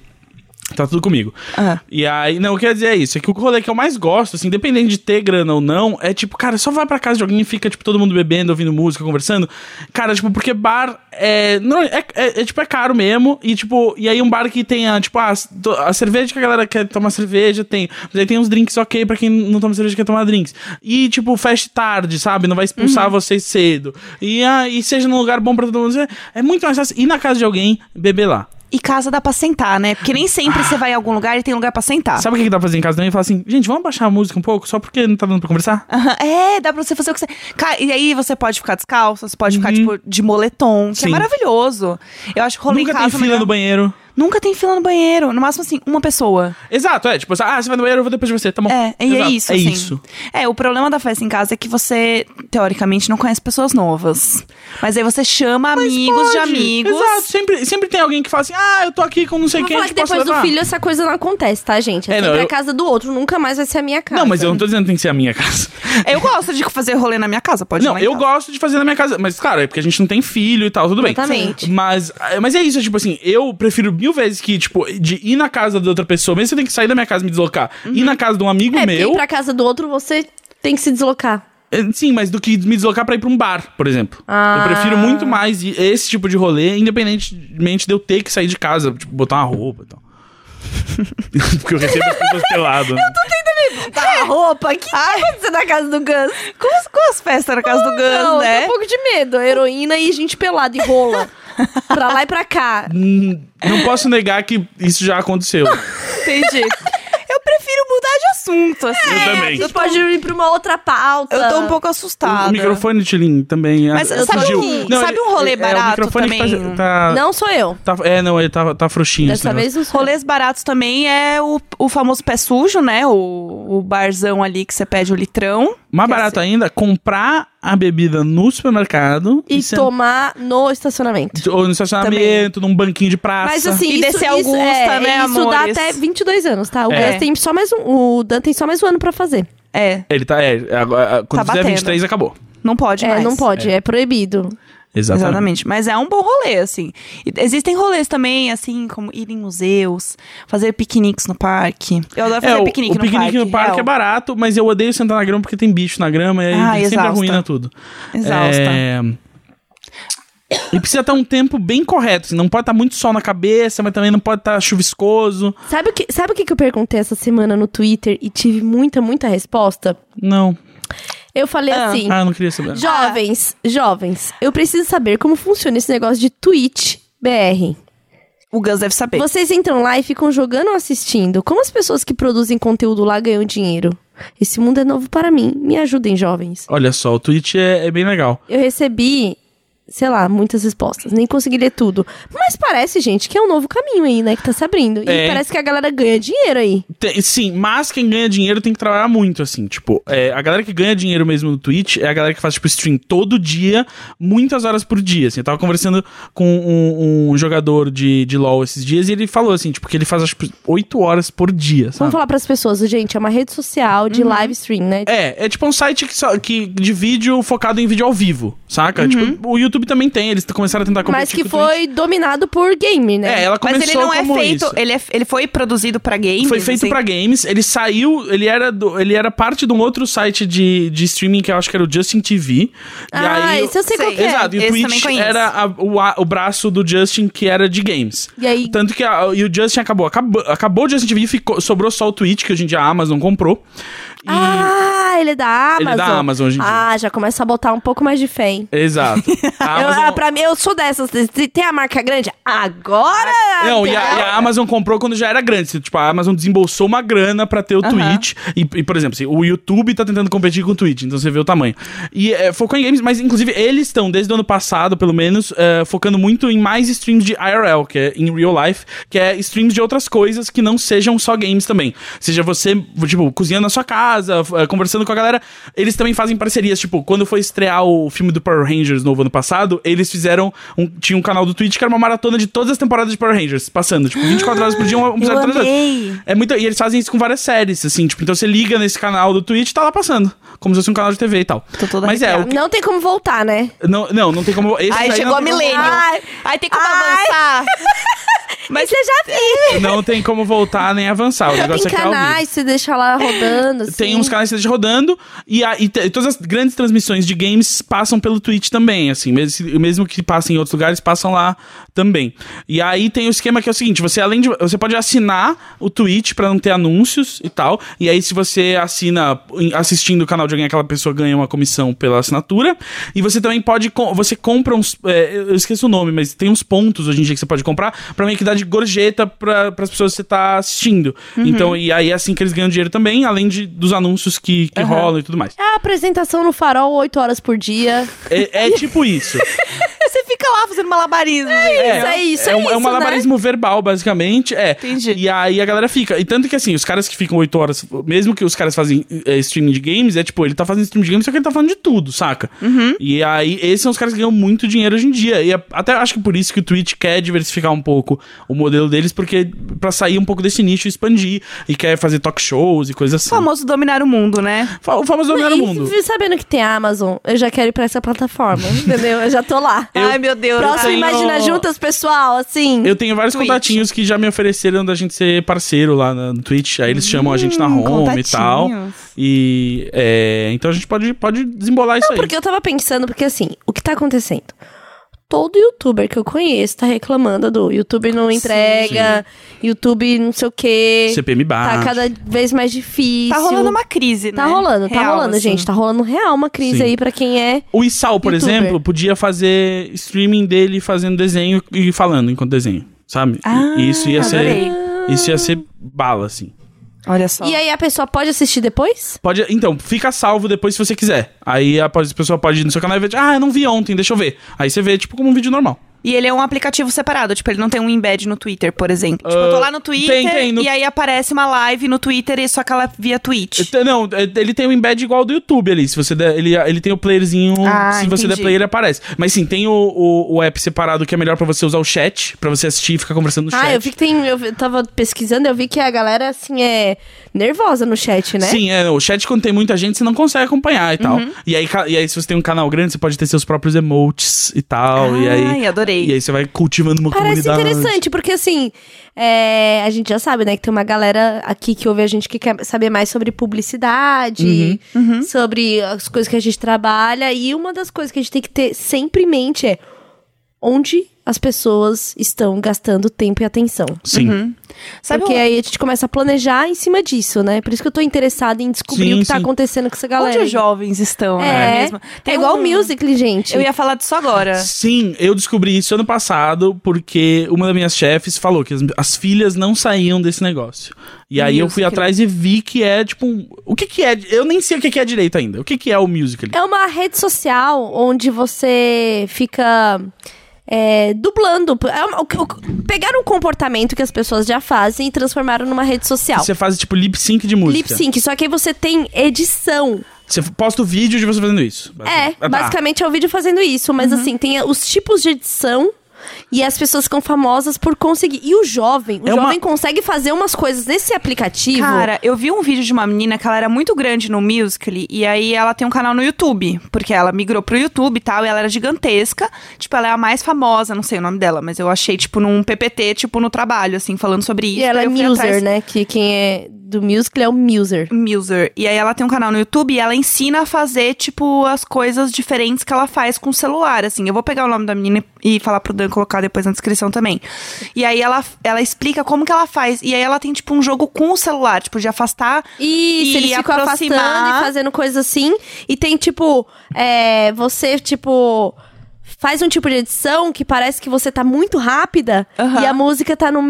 Speaker 1: Tá tudo comigo.
Speaker 3: Ah.
Speaker 1: E aí, não, o que eu ia dizer é isso. É que o rolê que eu mais gosto, assim, independente de ter grana ou não, é tipo, cara, só vai pra casa de alguém e fica, tipo, todo mundo bebendo, ouvindo música, conversando. Cara, tipo, porque bar é. Não, é, é- é, tipo, é caro mesmo. E, tipo, e aí um bar que tem, ah, tipo, ah, to- a cerveja que a galera quer tomar cerveja, tem. Mas aí tem uns drinks ok pra quem não toma cerveja quer tomar drinks. E, tipo, feche tarde, sabe? Não vai expulsar vocês cedo. E, ah, e seja num lugar bom pra todo mundo. É muito mais fácil ir na casa de alguém beber lá.
Speaker 3: E casa dá pra sentar, né? Porque nem sempre você vai em algum lugar e tem lugar pra sentar.
Speaker 1: Sabe o que que dá pra fazer em casa também? Falar assim, gente, vamos baixar a música um pouco, só porque não tá dando pra conversar?
Speaker 3: Aham, É, dá pra você fazer o que você. Cara, e aí você pode ficar descalço, você pode ficar, tipo, de moletom, que
Speaker 1: Uhum. Sim.
Speaker 3: é maravilhoso. Eu acho que rolê
Speaker 1: Nunca
Speaker 3: em
Speaker 1: tem
Speaker 3: casa. é
Speaker 1: fila
Speaker 3: melhor.
Speaker 1: no banheiro.
Speaker 3: Nunca tem fila no banheiro. No máximo, assim, uma pessoa.
Speaker 1: Exato, é. Tipo, ah, você vai no banheiro, eu vou depois de você, tá bom.
Speaker 3: É, e é
Speaker 1: Exato.
Speaker 3: isso,
Speaker 1: É
Speaker 3: assim.
Speaker 1: isso.
Speaker 3: É, o problema da festa em casa é que você, teoricamente, não conhece pessoas novas. Mas aí você chama amigos de
Speaker 1: Pode.
Speaker 3: amigos.
Speaker 1: Exato, sempre, sempre tem alguém que fala assim, ah, eu tô aqui com não sei
Speaker 2: Vou
Speaker 1: quem,
Speaker 2: falar
Speaker 1: eu
Speaker 2: que
Speaker 1: posso
Speaker 2: depois do
Speaker 1: levar.
Speaker 2: filho essa coisa não acontece, tá, gente? É,
Speaker 1: É,
Speaker 2: sempre
Speaker 1: não, eu-
Speaker 2: a casa do outro, nunca mais vai ser a minha casa.
Speaker 1: Não, mas eu não tô dizendo que tem que ser a minha casa.
Speaker 3: Eu gosto de fazer rolê na minha casa, pode ir
Speaker 1: não,
Speaker 3: lá em
Speaker 1: eu
Speaker 3: casa.
Speaker 1: gosto de fazer na minha casa. Mas, claro, é porque a gente não tem filho e tal, tudo bem.
Speaker 2: Exatamente.
Speaker 1: Mas, é, mas é isso, é tipo assim, eu prefiro mil vezes que, tipo, de ir na casa de outra pessoa, mesmo que você tem que sair da minha casa e me deslocar, ir na casa de um amigo
Speaker 2: É, porque
Speaker 1: meu.
Speaker 2: ir pra casa do outro, você tem que se deslocar.
Speaker 1: É, Sim, mas do que me deslocar pra ir pra um bar, por exemplo.
Speaker 2: Ah.
Speaker 1: Eu prefiro muito mais i- esse tipo de rolê, independentemente de eu ter que sair de casa, tipo, botar uma roupa e tal. Porque eu recebo as pessoas pelado. né?
Speaker 3: Ah,
Speaker 2: Tá, a roupa, o que que tá acontecendo na casa do Gus?
Speaker 3: Com as, com as festas na casa do Gus,
Speaker 2: Não,
Speaker 3: né?
Speaker 2: tem um pouco de medo. Heroína e gente pelada e rola. pra lá e pra cá.
Speaker 1: Hum, Não posso negar que isso já aconteceu.
Speaker 3: Entendi. Eu prefiro mudar de assunto, assim.
Speaker 1: Eu
Speaker 2: A
Speaker 1: também.
Speaker 2: gente pode ir pra uma outra pauta.
Speaker 3: Eu tô um pouco assustada.
Speaker 1: O microfone, Tilin, também.
Speaker 3: Mas
Speaker 1: ah,
Speaker 3: sabe
Speaker 1: surgiu.
Speaker 3: um- sabe um rolê
Speaker 1: é, é,
Speaker 3: barato
Speaker 1: o microfone que
Speaker 3: também?
Speaker 1: Tá,
Speaker 2: Não sou eu.
Speaker 1: tá, tá- é, não, ele tá, tá frouxinho. esse
Speaker 2: Dessa
Speaker 1: negócio.
Speaker 2: vez não sou eu.
Speaker 3: Rolês baratos também é o, o famoso pé sujo, né? O, o barzão ali que você pede o litrão.
Speaker 1: Mais
Speaker 3: Quer
Speaker 1: barato ainda, comprar a bebida no supermercado
Speaker 2: E
Speaker 1: sen-
Speaker 2: tomar no estacionamento.
Speaker 1: Ou no estacionamento, num banquinho de praça.
Speaker 2: Mas assim, isso,
Speaker 3: E descer
Speaker 2: isso-
Speaker 3: Augusta,
Speaker 2: é,
Speaker 3: né,
Speaker 2: Isso dá
Speaker 3: amores?
Speaker 2: até 22 anos, tá? O
Speaker 3: É.
Speaker 2: Gus tem só mais um... O Dan tem só mais um ano pra fazer.
Speaker 3: É,
Speaker 1: Ele tá. É, é, agora, quando
Speaker 3: Tá
Speaker 1: fizer
Speaker 3: batendo.
Speaker 1: 23, acabou.
Speaker 3: não pode
Speaker 2: É,
Speaker 3: mais.
Speaker 2: não pode. É, proibido.
Speaker 1: Exatamente.
Speaker 3: Exatamente. Mas é um bom rolê, assim. E Existem rolês também, assim, como ir em museus, fazer piqueniques no parque. Eu adoro
Speaker 1: É,
Speaker 3: fazer
Speaker 1: o,
Speaker 3: piquenique,
Speaker 1: o
Speaker 3: no parque.
Speaker 1: piquenique no parque é,
Speaker 3: real.
Speaker 1: barato, mas eu odeio sentar na grama porque tem bicho na grama e aí
Speaker 3: Ah,
Speaker 1: sempre
Speaker 3: exausta.
Speaker 1: arruina tudo.
Speaker 3: Exausta.
Speaker 1: É... E precisa estar um tempo bem correto. assim, não pode estar muito sol na cabeça, mas também não pode estar chuviscoso.
Speaker 2: Sabe o que, sabe o que que eu perguntei essa semana no Twitter e tive muita, muita resposta?
Speaker 1: Não.
Speaker 2: Eu falei
Speaker 3: Ah.
Speaker 2: assim...
Speaker 1: Ah, eu não queria saber.
Speaker 2: Jovens, jovens, eu preciso saber como funciona esse negócio de Twitch BR.
Speaker 3: O Gus deve saber.
Speaker 2: Vocês entram lá e ficam jogando ou assistindo. Como as pessoas que produzem conteúdo lá ganham dinheiro? Esse mundo é novo para mim. Me ajudem, jovens.
Speaker 1: Olha só, o Twitch é, é bem legal.
Speaker 2: Eu recebi, sei lá, muitas respostas. Nem consegui ler tudo. Mas parece, gente, que é um novo caminho aí, né? Que tá se abrindo. E
Speaker 1: É.
Speaker 2: parece que a galera ganha dinheiro aí.
Speaker 1: Tem- sim, mas quem ganha dinheiro tem que trabalhar muito, assim. Tipo, é, a galera que ganha dinheiro mesmo no Twitch é a galera que faz, tipo, stream todo dia, muitas horas por dia, assim. Eu tava conversando com um, um jogador de, de LoL esses dias e ele falou, assim, tipo, que ele faz, acho que, 8 horas por dia,
Speaker 2: Vamos
Speaker 1: sabe?
Speaker 2: falar pras pessoas, gente. É uma rede social
Speaker 1: Uhum.
Speaker 2: de live stream, né?
Speaker 3: Uhum.
Speaker 1: É, é tipo um site que, só- que de vídeo focado em vídeo ao vivo, saca? Tipo, o YouTube YouTube também tem, eles t- começaram a tentar competir
Speaker 2: Mas que
Speaker 1: com o Twitch.
Speaker 2: foi dominado por game, né?
Speaker 1: É, ela começou
Speaker 3: Mas ele não é
Speaker 1: como
Speaker 3: feito.
Speaker 1: isso.
Speaker 3: Ele, é- ele foi produzido pra games.
Speaker 1: Foi feito
Speaker 3: assim.
Speaker 1: pra games, ele saiu, ele era, do- ele era parte de um outro site de, de streaming que eu acho que era o Justin TV.
Speaker 2: Ah,
Speaker 1: e aí,
Speaker 2: esse eu sei qual
Speaker 3: sei.
Speaker 2: que é.
Speaker 1: Exato, e o
Speaker 3: Esse
Speaker 1: Twitch
Speaker 3: também conheço.
Speaker 1: era a- o, a- o braço do Justin que era de games.
Speaker 2: E aí-
Speaker 1: Tanto que a- e o Justin acabou. Acabou, acabou o Justin TV, ficou, sobrou só o Twitch, que hoje em dia a Amazon comprou. E-
Speaker 2: Ah, ele é da Amazon.
Speaker 1: Ele é da Amazon hoje em dia.
Speaker 2: Ah, já começa a botar um pouco mais de fé, hein?
Speaker 1: Exato. A
Speaker 2: Eu,
Speaker 1: Amazon-
Speaker 2: ah, pra mim, eu sou dessas. Se tem a marca grande, agora...
Speaker 1: Ah, Não, e a,
Speaker 2: entendeu?
Speaker 1: e a Amazon comprou quando já era grande. Tipo, a Amazon desembolsou uma grana pra ter o Twitch. E, e, por exemplo, assim, o YouTube tá tentando competir com o Twitch, então você vê o tamanho. E é, focou em games, mas inclusive eles estão, desde o ano passado, pelo menos, é, focando muito em mais streams de IRL, que é in real life, que é streams de outras coisas que não sejam só games também. Seja você, tipo, cozinhando na sua casa, f- é, conversando com a galera. Eles também fazem parcerias. Tipo, quando foi estrear o filme do Power Rangers novo ano passado, eles fizeram. Um, tinha um canal do Twitch que era uma maratona de todas as temporadas de Power Rangers, passando, tipo, 24 horas por dia, um um episódio atrás do outro.
Speaker 2: amei.
Speaker 1: É muito, e eles fazem isso com várias séries, assim, tipo, então você liga nesse canal do Twitch e tá lá passando. Como se fosse um canal de TV e tal.
Speaker 3: Tô toda
Speaker 1: Mas é, o
Speaker 3: arrepiada.
Speaker 1: que-
Speaker 2: Não tem como voltar, né?
Speaker 1: não, não, não tem como. esse
Speaker 3: Aí
Speaker 1: daí
Speaker 3: chegou
Speaker 1: não
Speaker 3: a
Speaker 1: tem como-
Speaker 3: Millennium.
Speaker 2: Ai.
Speaker 3: Aí tem como
Speaker 2: Ai.
Speaker 3: avançar.
Speaker 2: Mas você já
Speaker 3: é.
Speaker 2: viu.
Speaker 1: Não tem como voltar nem avançar. O
Speaker 2: Tem
Speaker 1: negócio é que é ao vivo.
Speaker 2: canais, se deixar lá rodando, assim.
Speaker 1: Tem uns canais que estão rodando e, a- e te- todas as grandes transmissões de games passam pelo Twitch também, assim, mesmo, se- mesmo que passem em outros lugares, passam lá também. E aí tem o esquema que é o seguinte, você além de você pode assinar o Twitch pra não ter anúncios e tal, e aí se você assina em- assistindo o canal de alguém, aquela pessoa ganha uma comissão pela assinatura, e você também pode com- você compra uns, é, eu esqueço o nome, mas tem uns pontos hoje em dia que você pode comprar pra meio que dar de gorjeta para as pessoas que você tá assistindo. Então, e aí é assim que eles ganham dinheiro também, além de, dos anúncios que, que rolam e tudo mais.
Speaker 2: É a apresentação no farol, 8 horas por dia.
Speaker 1: É, é tipo isso.
Speaker 3: É, Você fica lá fazendo malabarismo. gente.
Speaker 2: isso, é isso,
Speaker 1: é,
Speaker 2: é
Speaker 1: um, é um
Speaker 2: isso,
Speaker 1: malabarismo verbal, basicamente. É.
Speaker 3: Entendi.
Speaker 1: E aí a galera fica. E tanto que assim, os caras que ficam 8 horas, mesmo que os caras fazem é, streaming de games, é tipo, ele tá fazendo streaming de games, só que ele tá falando de tudo, saca?
Speaker 2: Uhum.
Speaker 1: E aí, esses são os caras que ganham muito dinheiro hoje em dia. E a- até acho que por isso que o Twitch quer diversificar um pouco o modelo deles, porque pra sair um pouco desse nicho e expandir. E quer fazer talk shows e coisas
Speaker 3: O
Speaker 1: assim.
Speaker 3: famoso dominar o mundo, né?
Speaker 1: Fa- O famoso dominar É o
Speaker 2: E
Speaker 1: mundo.
Speaker 2: f- sabendo que tem a Amazon, eu já quero ir pra essa plataforma, entendeu? Eu já tô lá.
Speaker 1: Eu-
Speaker 3: Ai, meu Deus.
Speaker 2: Próximo
Speaker 1: tenho-
Speaker 2: Imagina Juntas, pessoal, assim.
Speaker 1: Eu tenho vários
Speaker 3: Twitch.
Speaker 1: contatinhos que já me ofereceram da gente ser parceiro lá na- no Twitch. Aí eles chamam a gente na
Speaker 3: Hum,
Speaker 1: home e tal.
Speaker 3: contatinhos.
Speaker 1: E é, então a gente pode, pode desembolar isso aí.
Speaker 2: Porque eu tava pensando, porque assim, o que tá acontecendo? Todo youtuber que eu conheço tá reclamando do YouTube não entrega, YouTube não sei o quê.
Speaker 1: CPM baixo.
Speaker 2: Tá cada vez mais difícil.
Speaker 3: Tá rolando uma crise,
Speaker 2: Tá
Speaker 3: né?
Speaker 2: rolando, tá
Speaker 3: Real,
Speaker 2: rolando,
Speaker 3: assim.
Speaker 2: gente. Tá rolando real uma crise
Speaker 1: Sim.
Speaker 2: aí pra quem é.
Speaker 1: O Isal, por
Speaker 2: Youtuber.
Speaker 1: exemplo, podia fazer streaming dele fazendo desenho e falando enquanto desenho, sabe?
Speaker 3: Ah,
Speaker 1: e isso ia
Speaker 3: adorei.
Speaker 1: ser isso ia ser bala assim.
Speaker 3: Olha só.
Speaker 2: E aí a pessoa pode assistir depois?
Speaker 1: Pode, então, fica salvo depois se você quiser. Aí a pode- a pessoa pode ir no seu canal e ver, ah, eu não vi ontem, deixa eu ver. Aí você vê tipo como um vídeo normal.
Speaker 3: E ele é um aplicativo separado, tipo, ele não tem um embed no Twitter, por exemplo. tipo, eu tô lá no Twitter
Speaker 1: Ah, tem, tem, no-
Speaker 3: e aí aparece uma live no Twitter e só que ela é via Twitch.
Speaker 1: Te- Não, é, ele tem o embed igual do YouTube ali. Se você der- ele, ele tem o playerzinho.
Speaker 3: Ah,
Speaker 1: se você der
Speaker 3: entendi.
Speaker 1: play, ele aparece. Mas sim, tem o, o, o app separado que é melhor pra você usar o chat, pra você assistir e ficar conversando no
Speaker 2: Ah,
Speaker 1: chat.
Speaker 2: eu vi que tem. Eu vi- tava pesquisando, eu vi que a galera, assim, é nervosa no chat, né? Uhum.
Speaker 1: Sim, é, o chat quando tem muita gente, você não consegue acompanhar e tal. E aí, ca- e aí, se você tem um canal grande, você pode ter seus próprios emotes e tal. e aí,
Speaker 3: Ai, adorei.
Speaker 1: E aí você vai cultivando uma
Speaker 2: Parece
Speaker 1: comunidade.
Speaker 2: interessante, porque assim, é, a gente já sabe, né, que tem uma galera aqui que ouve a gente que quer saber mais sobre publicidade,
Speaker 1: Uhum.
Speaker 3: Uhum.
Speaker 2: sobre as coisas que a gente trabalha. E uma das coisas que a gente tem que ter sempre em mente é onde as pessoas estão gastando tempo e atenção.
Speaker 1: Sim.
Speaker 3: Sabe um-
Speaker 2: Porque
Speaker 3: o-
Speaker 2: aí a gente começa a planejar em cima disso, né? Por isso que eu tô interessada em descobrir
Speaker 1: Sim,
Speaker 2: o que tá
Speaker 1: sim.
Speaker 2: acontecendo com essa galera.
Speaker 3: onde os jovens estão, né?
Speaker 2: é,
Speaker 3: Mesmo.
Speaker 2: é igual o
Speaker 3: um-
Speaker 2: Musical.ly, gente.
Speaker 3: Eu ia falar disso agora.
Speaker 1: Sim, eu descobri isso ano passado porque uma das minhas chefes falou que as, as filhas não saíam desse negócio. E aí eu fui
Speaker 3: Musical.ly.
Speaker 1: atrás e vi que é tipo. um- O que que é? Eu nem sei o que que é direito ainda. O que que é o musical?
Speaker 2: É uma rede social onde você fica é, dublando. É uma- o- o- pegaram um comportamento que as pessoas já fazem e transformaram numa rede social.
Speaker 1: Você faz tipo lip sync de música.
Speaker 2: Lip sync, só que aí você tem edição.
Speaker 1: Você posta o vídeo de você fazendo isso.
Speaker 2: É,
Speaker 1: Ah, tá.
Speaker 3: Uhum.
Speaker 2: basicamente é o vídeo fazendo isso, mas assim, tem os tipos de edição E as pessoas ficam famosas por conseguir. E o jovem, o
Speaker 1: É uma-
Speaker 2: jovem consegue fazer umas coisas nesse aplicativo.
Speaker 3: Cara, eu vi um vídeo de uma menina que ela era muito grande no Musical.ly e aí ela tem um canal no YouTube, porque ela migrou pro YouTube e tal, e ela era gigantesca. Tipo, ela é a mais famosa, não sei o nome dela, mas eu achei, tipo, num PPT, tipo, no trabalho, assim, falando sobre isso.
Speaker 2: e ela
Speaker 3: Aí
Speaker 2: é
Speaker 3: eu fui
Speaker 2: muser,
Speaker 3: atrás-
Speaker 2: né? Que quem é do musical é o muser.
Speaker 3: Muser. E aí ela tem um canal no YouTube e ela ensina a fazer, tipo, as coisas diferentes que ela faz com o celular, assim. Eu vou pegar o nome da menina e falar pro Dan colocar depois na descrição também. E aí ela, ela explica como que ela faz. E aí ela tem, tipo, um jogo com o celular, tipo, de afastar
Speaker 2: Isso,
Speaker 3: E
Speaker 2: eles ficam
Speaker 3: aproximar.
Speaker 2: afastando e fazendo coisas assim. E tem, tipo, é, você, tipo, faz um tipo de edição que parece que você tá muito rápida
Speaker 3: Aham.
Speaker 2: e a música tá no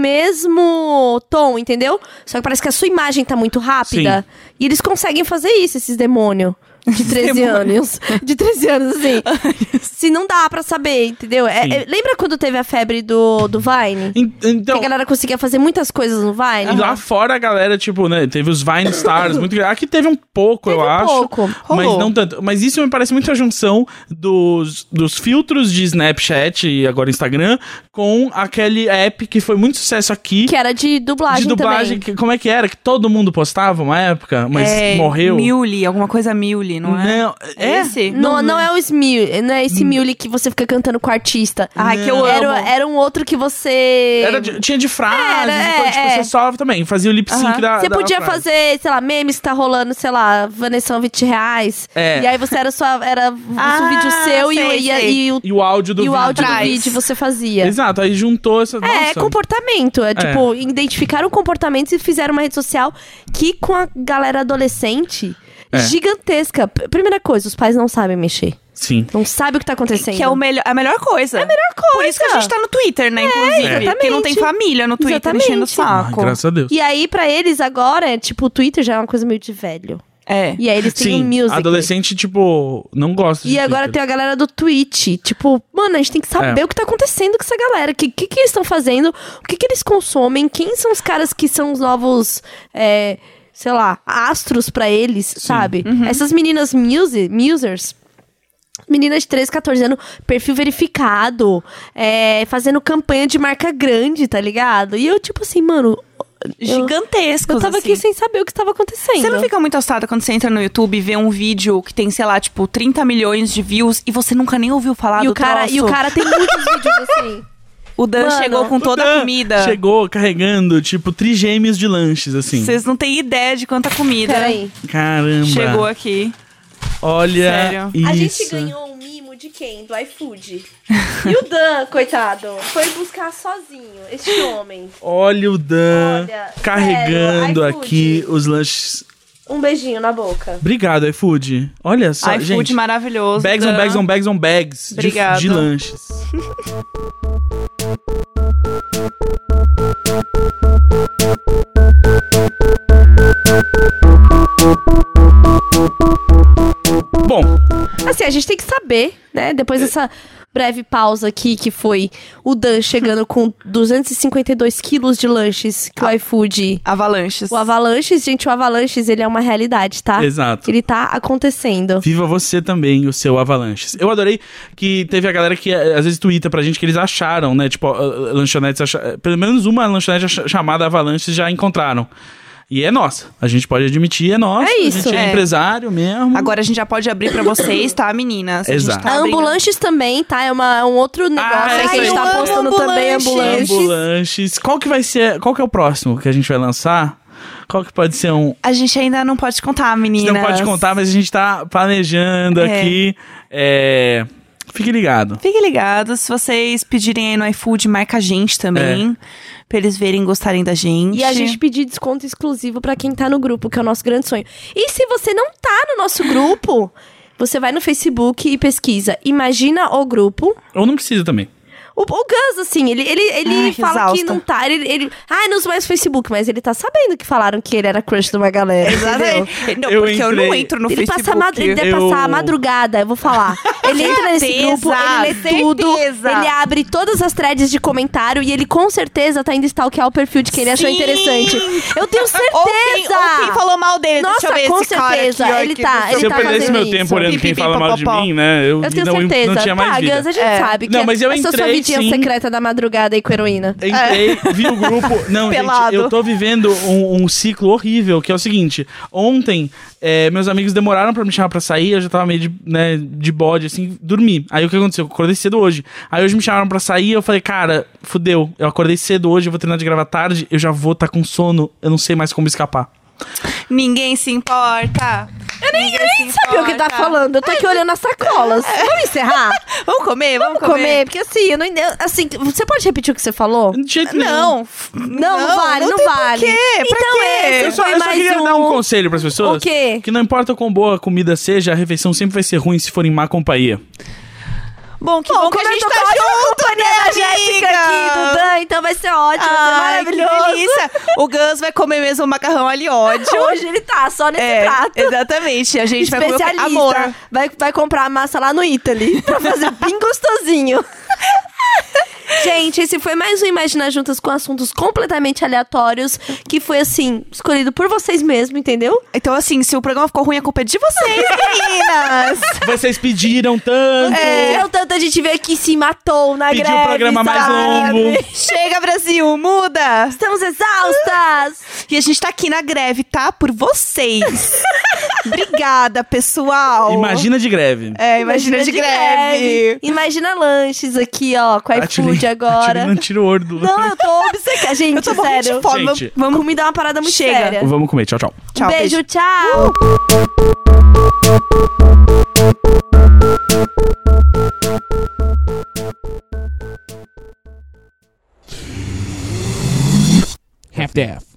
Speaker 2: mesmo tom, entendeu? Só que parece que a sua imagem tá muito rápida. E eles conseguem fazer isso, esses demônios. De 13 anos. De 13 anos, assim. Se não dá pra saber, entendeu? É-
Speaker 1: Sim.
Speaker 2: é- lembra quando teve a febre do, do Vine?
Speaker 1: En- Então,
Speaker 2: que a galera conseguia fazer muitas coisas no Vine?
Speaker 1: E lá fora a galera, tipo, né? Teve os Vine Stars, muito grande. Aqui teve um pouco, eu
Speaker 2: um
Speaker 1: acho.
Speaker 2: pouco,
Speaker 1: Mas
Speaker 3: rolou.
Speaker 1: não tanto. Mas isso me parece muito a junção dos, dos filtros de Snapchat e agora Instagram com aquele app que foi muito sucesso aqui.
Speaker 2: Que era de dublagem,
Speaker 1: de dublagem, que-
Speaker 2: também.
Speaker 1: como é que era? Que todo mundo postava uma época, mas
Speaker 3: É,
Speaker 1: morreu.
Speaker 3: Muley, alguma coisa Muley, não é?
Speaker 1: Não, é?
Speaker 3: Esse?
Speaker 2: Não, não é o Smule, não é esse Mule que você fica cantando com o artista.
Speaker 3: Ai, que eu amo.
Speaker 2: Era, era um outro que você.
Speaker 1: Era de- tinha de frases,
Speaker 2: Era,
Speaker 1: e coisa, tipo,
Speaker 2: é, é.
Speaker 1: você só também, fazia o lip sync
Speaker 3: Aham.
Speaker 1: da
Speaker 2: Você
Speaker 1: da
Speaker 2: podia
Speaker 1: frase.
Speaker 2: fazer, sei lá, memes que tá rolando, sei lá, Vanessão 20 reais.
Speaker 1: É.
Speaker 2: E aí você era sua. Era
Speaker 3: Ah,
Speaker 2: um vídeo seu e o-
Speaker 3: sei,
Speaker 2: e, a-
Speaker 3: sei.
Speaker 2: e o,
Speaker 1: E o áudio do
Speaker 2: e o
Speaker 1: vídeo.
Speaker 2: áudio do
Speaker 3: Atrás.
Speaker 2: vídeo você fazia.
Speaker 1: Exato, aí juntou essa.
Speaker 2: É, é
Speaker 1: nossa,
Speaker 2: comportamento. É, tipo, identificaram comportamentos e fizeram uma rede social que com a galera adolescente
Speaker 1: É.
Speaker 2: gigantesca. P- Primeira coisa, os pais não sabem mexer.
Speaker 1: Sim.
Speaker 2: Não sabem o que tá acontecendo.
Speaker 3: Que é o melhor, a melhor coisa. É a melhor coisa. Por isso que a gente tá no Twitter, né? inclusive.
Speaker 2: É, exatamente.
Speaker 3: Porque não tem família no Twitter tá
Speaker 2: Exatamente.
Speaker 3: enchendo o
Speaker 1: Ai,
Speaker 3: saco.
Speaker 1: graças a Deus.
Speaker 2: E aí, pra eles agora, é, tipo, o Twitter já é uma coisa meio de velho.
Speaker 3: É.
Speaker 2: E aí eles têm
Speaker 1: Sim,
Speaker 2: um music.
Speaker 1: adolescente, tipo, não gosta de
Speaker 2: E agora
Speaker 1: Twitter.
Speaker 2: tem a galera do Twitch. Tipo, mano, a gente tem que saber
Speaker 1: É.
Speaker 2: o que tá acontecendo com essa galera. O que, que, que eles estão fazendo? O que, que eles consomem? Quem são os caras que são os novos. é, sei lá, astros pra eles, sabe? Essas meninas muse, musers. Meninas de 13, 14 anos, perfil verificado, é, fazendo campanha de marca grande, tá ligado? E eu, tipo assim, mano, eu-
Speaker 3: Gigantescos,
Speaker 2: Eu tava
Speaker 3: assim.
Speaker 2: aqui sem saber o que estava acontecendo.
Speaker 3: Você não fica muito assustada quando você entra no YouTube e vê um vídeo que tem, sei lá, tipo, 30 milhões de views e você nunca nem ouviu falar
Speaker 2: e
Speaker 3: do
Speaker 2: o cara
Speaker 3: troço?
Speaker 2: E o cara tem muitos vídeos assim.
Speaker 3: O Dan
Speaker 2: Mano,
Speaker 3: chegou com toda
Speaker 1: Dan
Speaker 3: a comida.
Speaker 1: Chegou carregando, tipo, trigêmeos de lanches, assim.
Speaker 3: Vocês não têm ideia de quanta comida.
Speaker 2: Peraí.
Speaker 1: Caramba.
Speaker 3: Chegou aqui.
Speaker 1: Olha
Speaker 3: Sério.
Speaker 1: isso.
Speaker 2: A gente ganhou um mimo de quem? Do iFood. E o Dan, coitado, foi buscar sozinho este homem.
Speaker 1: Olha o Dan
Speaker 2: Olha,
Speaker 1: carregando
Speaker 2: sério,
Speaker 1: aqui
Speaker 2: iFood.
Speaker 1: os lanches.
Speaker 2: Um beijinho na boca.
Speaker 1: Obrigado, iFood. Olha só,
Speaker 3: iFood
Speaker 1: gente.
Speaker 3: maravilhoso.
Speaker 1: Bags on
Speaker 3: Dan.
Speaker 1: bags on bags on bags de-
Speaker 3: Obrigado.
Speaker 1: de lanches. Bom,
Speaker 2: Assim, a gente tem que saber, né? Depois dessa breve pausa aqui, que foi o Dan chegando com 252 quilos de lanches que o iFood.
Speaker 3: Avalanches.
Speaker 2: O Avalanches, gente, o Avalanches, ele é uma realidade, tá?
Speaker 1: exato.
Speaker 2: Ele tá acontecendo.
Speaker 1: Viva você também, o seu Avalanches. Eu adorei que teve a galera que eh, às vezes twitta pra gente que eles acharam, né? Tipo, ah, ah, lanchonetes. acha- Pelo menos uma lanchonete acha- chamada Avalanches já encontraram. E é nossa. A gente pode admitir, é nossa.
Speaker 2: É
Speaker 1: A
Speaker 2: isso,
Speaker 1: gente é,
Speaker 3: é.
Speaker 1: empresário mesmo.
Speaker 3: Agora a gente já pode abrir pra vocês, tá, meninas? A
Speaker 1: Exato.
Speaker 3: gente
Speaker 2: A
Speaker 3: tá abrindo.
Speaker 2: Ambulanches também, tá? É, uma, é um outro negócio
Speaker 1: é isso
Speaker 2: que a gente
Speaker 1: aí.
Speaker 2: tá
Speaker 1: Eu amo
Speaker 2: postando também,
Speaker 3: ambulanches.
Speaker 2: ambulanches.
Speaker 1: Ambulanches. Qual que vai ser. Qual que é o próximo que a gente vai lançar? Qual que pode ser um.
Speaker 3: A gente ainda não pode contar,
Speaker 1: A gente
Speaker 3: meninas.
Speaker 1: não pode contar, mas a gente tá planejando
Speaker 3: É.
Speaker 1: aqui. É, Fique ligado.
Speaker 3: Fiquem ligados, se vocês pedirem aí no iFood, marca a gente também.
Speaker 1: É.
Speaker 3: Pra eles verem e gostarem da gente.
Speaker 2: E a gente pedir desconto exclusivo pra quem tá no grupo, que é o nosso grande sonho. E se você não tá no nosso grupo, você vai no Facebook e pesquisa Imagina o Grupo.
Speaker 1: Ou não precisa também.
Speaker 2: O, o Gus, assim, ele, ele, ele
Speaker 3: Ai, que
Speaker 2: fala que
Speaker 3: exausta.
Speaker 2: não tá. Ele, ele, ah, não usa mais o Facebook, mas ele tá sabendo que falaram que ele era crush de uma galera. entendeu?
Speaker 3: Exatamente. Não,
Speaker 1: Eu
Speaker 3: porque eu não
Speaker 1: entrei-
Speaker 3: entro no
Speaker 2: ele
Speaker 3: Facebook.
Speaker 2: passa a madru- ele deve
Speaker 1: eu-
Speaker 2: passar a madrugada, eu vou falar. Ele entra nesse
Speaker 3: Certeza,
Speaker 2: grupo, ele lê tudo,
Speaker 3: certeza.
Speaker 2: ele abre todas as threads de comentário e ele com certeza tá indo stalkear o perfil de quem ele achou
Speaker 3: Sim!
Speaker 2: interessante. Eu tenho certeza!
Speaker 3: Ou quem, ou quem falou mal dele,
Speaker 2: Nossa,
Speaker 3: deixa eu ver
Speaker 2: com
Speaker 3: esse cara
Speaker 2: certeza,
Speaker 3: aqui, ó,
Speaker 2: ele
Speaker 3: que
Speaker 2: tá-
Speaker 3: não sei
Speaker 2: ele
Speaker 1: Se eu
Speaker 2: tá
Speaker 1: perdesse
Speaker 2: fazendo
Speaker 1: meu
Speaker 2: isso.
Speaker 1: tempo olhando quem
Speaker 3: Pipipi,
Speaker 1: fala mal de
Speaker 3: popopó.
Speaker 1: mim, né? Eu,
Speaker 2: Eu tenho
Speaker 1: não,
Speaker 2: certeza.
Speaker 1: não tinha mais
Speaker 2: tá,
Speaker 1: vida.
Speaker 2: Gus, a gente
Speaker 3: É.
Speaker 2: sabe. que
Speaker 1: Não, mas eu
Speaker 2: essa sua
Speaker 1: entrei,
Speaker 2: vida festinha
Speaker 1: sim.
Speaker 2: secreta da madrugada aí com heroína.
Speaker 1: Entrei, vi o grupo. Não, gente,
Speaker 3: Pelado.
Speaker 1: eu tô vivendo um, um ciclo horrível, que é o seguinte. Ontem, eh, meus amigos demoraram pra me chamar pra sair, eu já tava meio de, né, de bode, assim, dormi. Aí o que aconteceu? Eu acordei cedo hoje. Aí hoje me chamaram pra sair, eu falei, cara, fudeu, eu acordei cedo hoje, eu vou treinar de gravar tarde, eu já vou tá com sono, eu não sei mais como escapar.
Speaker 3: Ninguém se importa. Eu nem, nem
Speaker 2: Sabe o que tá falando? Eu tô aqui olhando as sacolas. Vamos encerrar?
Speaker 3: Vamos comer, vamos,
Speaker 2: Vamos comer, porque assim, eu não entendo. Assim, você pode repetir o que você falou?
Speaker 1: De jeito nenhum.
Speaker 3: Não,
Speaker 2: Não, não vale, não,
Speaker 3: tem
Speaker 2: vale.
Speaker 3: Por quê? Pra
Speaker 2: então
Speaker 3: quê?
Speaker 2: esse
Speaker 1: Eu só,
Speaker 2: foi
Speaker 1: eu só
Speaker 2: mais
Speaker 1: queria
Speaker 2: um...
Speaker 1: dar um conselho pras pessoas.
Speaker 2: O quê?
Speaker 1: Que não importa quão boa a comida seja, a refeição sempre vai ser ruim se for em má companhia.
Speaker 3: Bom, que
Speaker 2: Bom,
Speaker 3: bom que a
Speaker 2: como eu
Speaker 3: gente
Speaker 2: tô
Speaker 3: tá
Speaker 2: com a
Speaker 3: junto, né,
Speaker 2: companhia da Jéssica aqui, do
Speaker 3: amiga?
Speaker 2: Dan, então vai ser ótimo, vai
Speaker 3: Ai,
Speaker 2: ser
Speaker 3: que
Speaker 2: maravilhoso.
Speaker 3: delícia. O Gus vai comer mesmo o macarrão ali ódio.
Speaker 2: Hoje ele tá só nesse
Speaker 3: É,
Speaker 2: prato.
Speaker 3: exatamente. A gente vai comer
Speaker 2: Especialista.
Speaker 3: o- amor.
Speaker 2: Vai, vai comprar a massa lá no Italy pra fazer bem gostosinho. Gente, esse foi mais um Imagina Juntas com assuntos completamente aleatórios, que foi assim, escolhido por vocês mesmos, entendeu?
Speaker 3: Então, assim, se o programa ficou ruim, a culpa é de vocês, meninas.
Speaker 1: Vocês pediram tanto.
Speaker 2: É. Eu tanto a gente veio aqui e se matou na
Speaker 1: Pediu um
Speaker 3: É
Speaker 2: greve,
Speaker 1: programa mais
Speaker 2: sabe?
Speaker 1: longo.
Speaker 3: Chega, Brasil, muda.
Speaker 2: Estamos exaustas!
Speaker 3: E a gente tá aqui na greve, tá? Por vocês. Obrigada, pessoal.
Speaker 1: Imagina de greve.
Speaker 3: É, imagina, de, greve.
Speaker 2: Imagina lanches aqui, ó, com
Speaker 1: Atirei-
Speaker 2: iFood agora.
Speaker 1: atirei no tiro ordo.
Speaker 2: Não, eu tô obcecada. Gente,
Speaker 3: Eu tô morrendo
Speaker 2: sério.
Speaker 3: de fome.
Speaker 1: Gente.
Speaker 3: Vamos,
Speaker 2: Vamos me dar uma parada muito
Speaker 3: Chega.
Speaker 2: séria.
Speaker 1: Vamos comer, tchau, tchau.
Speaker 3: Tchau,
Speaker 2: beijo,
Speaker 3: um beijo.
Speaker 2: tchau!
Speaker 5: half-daff.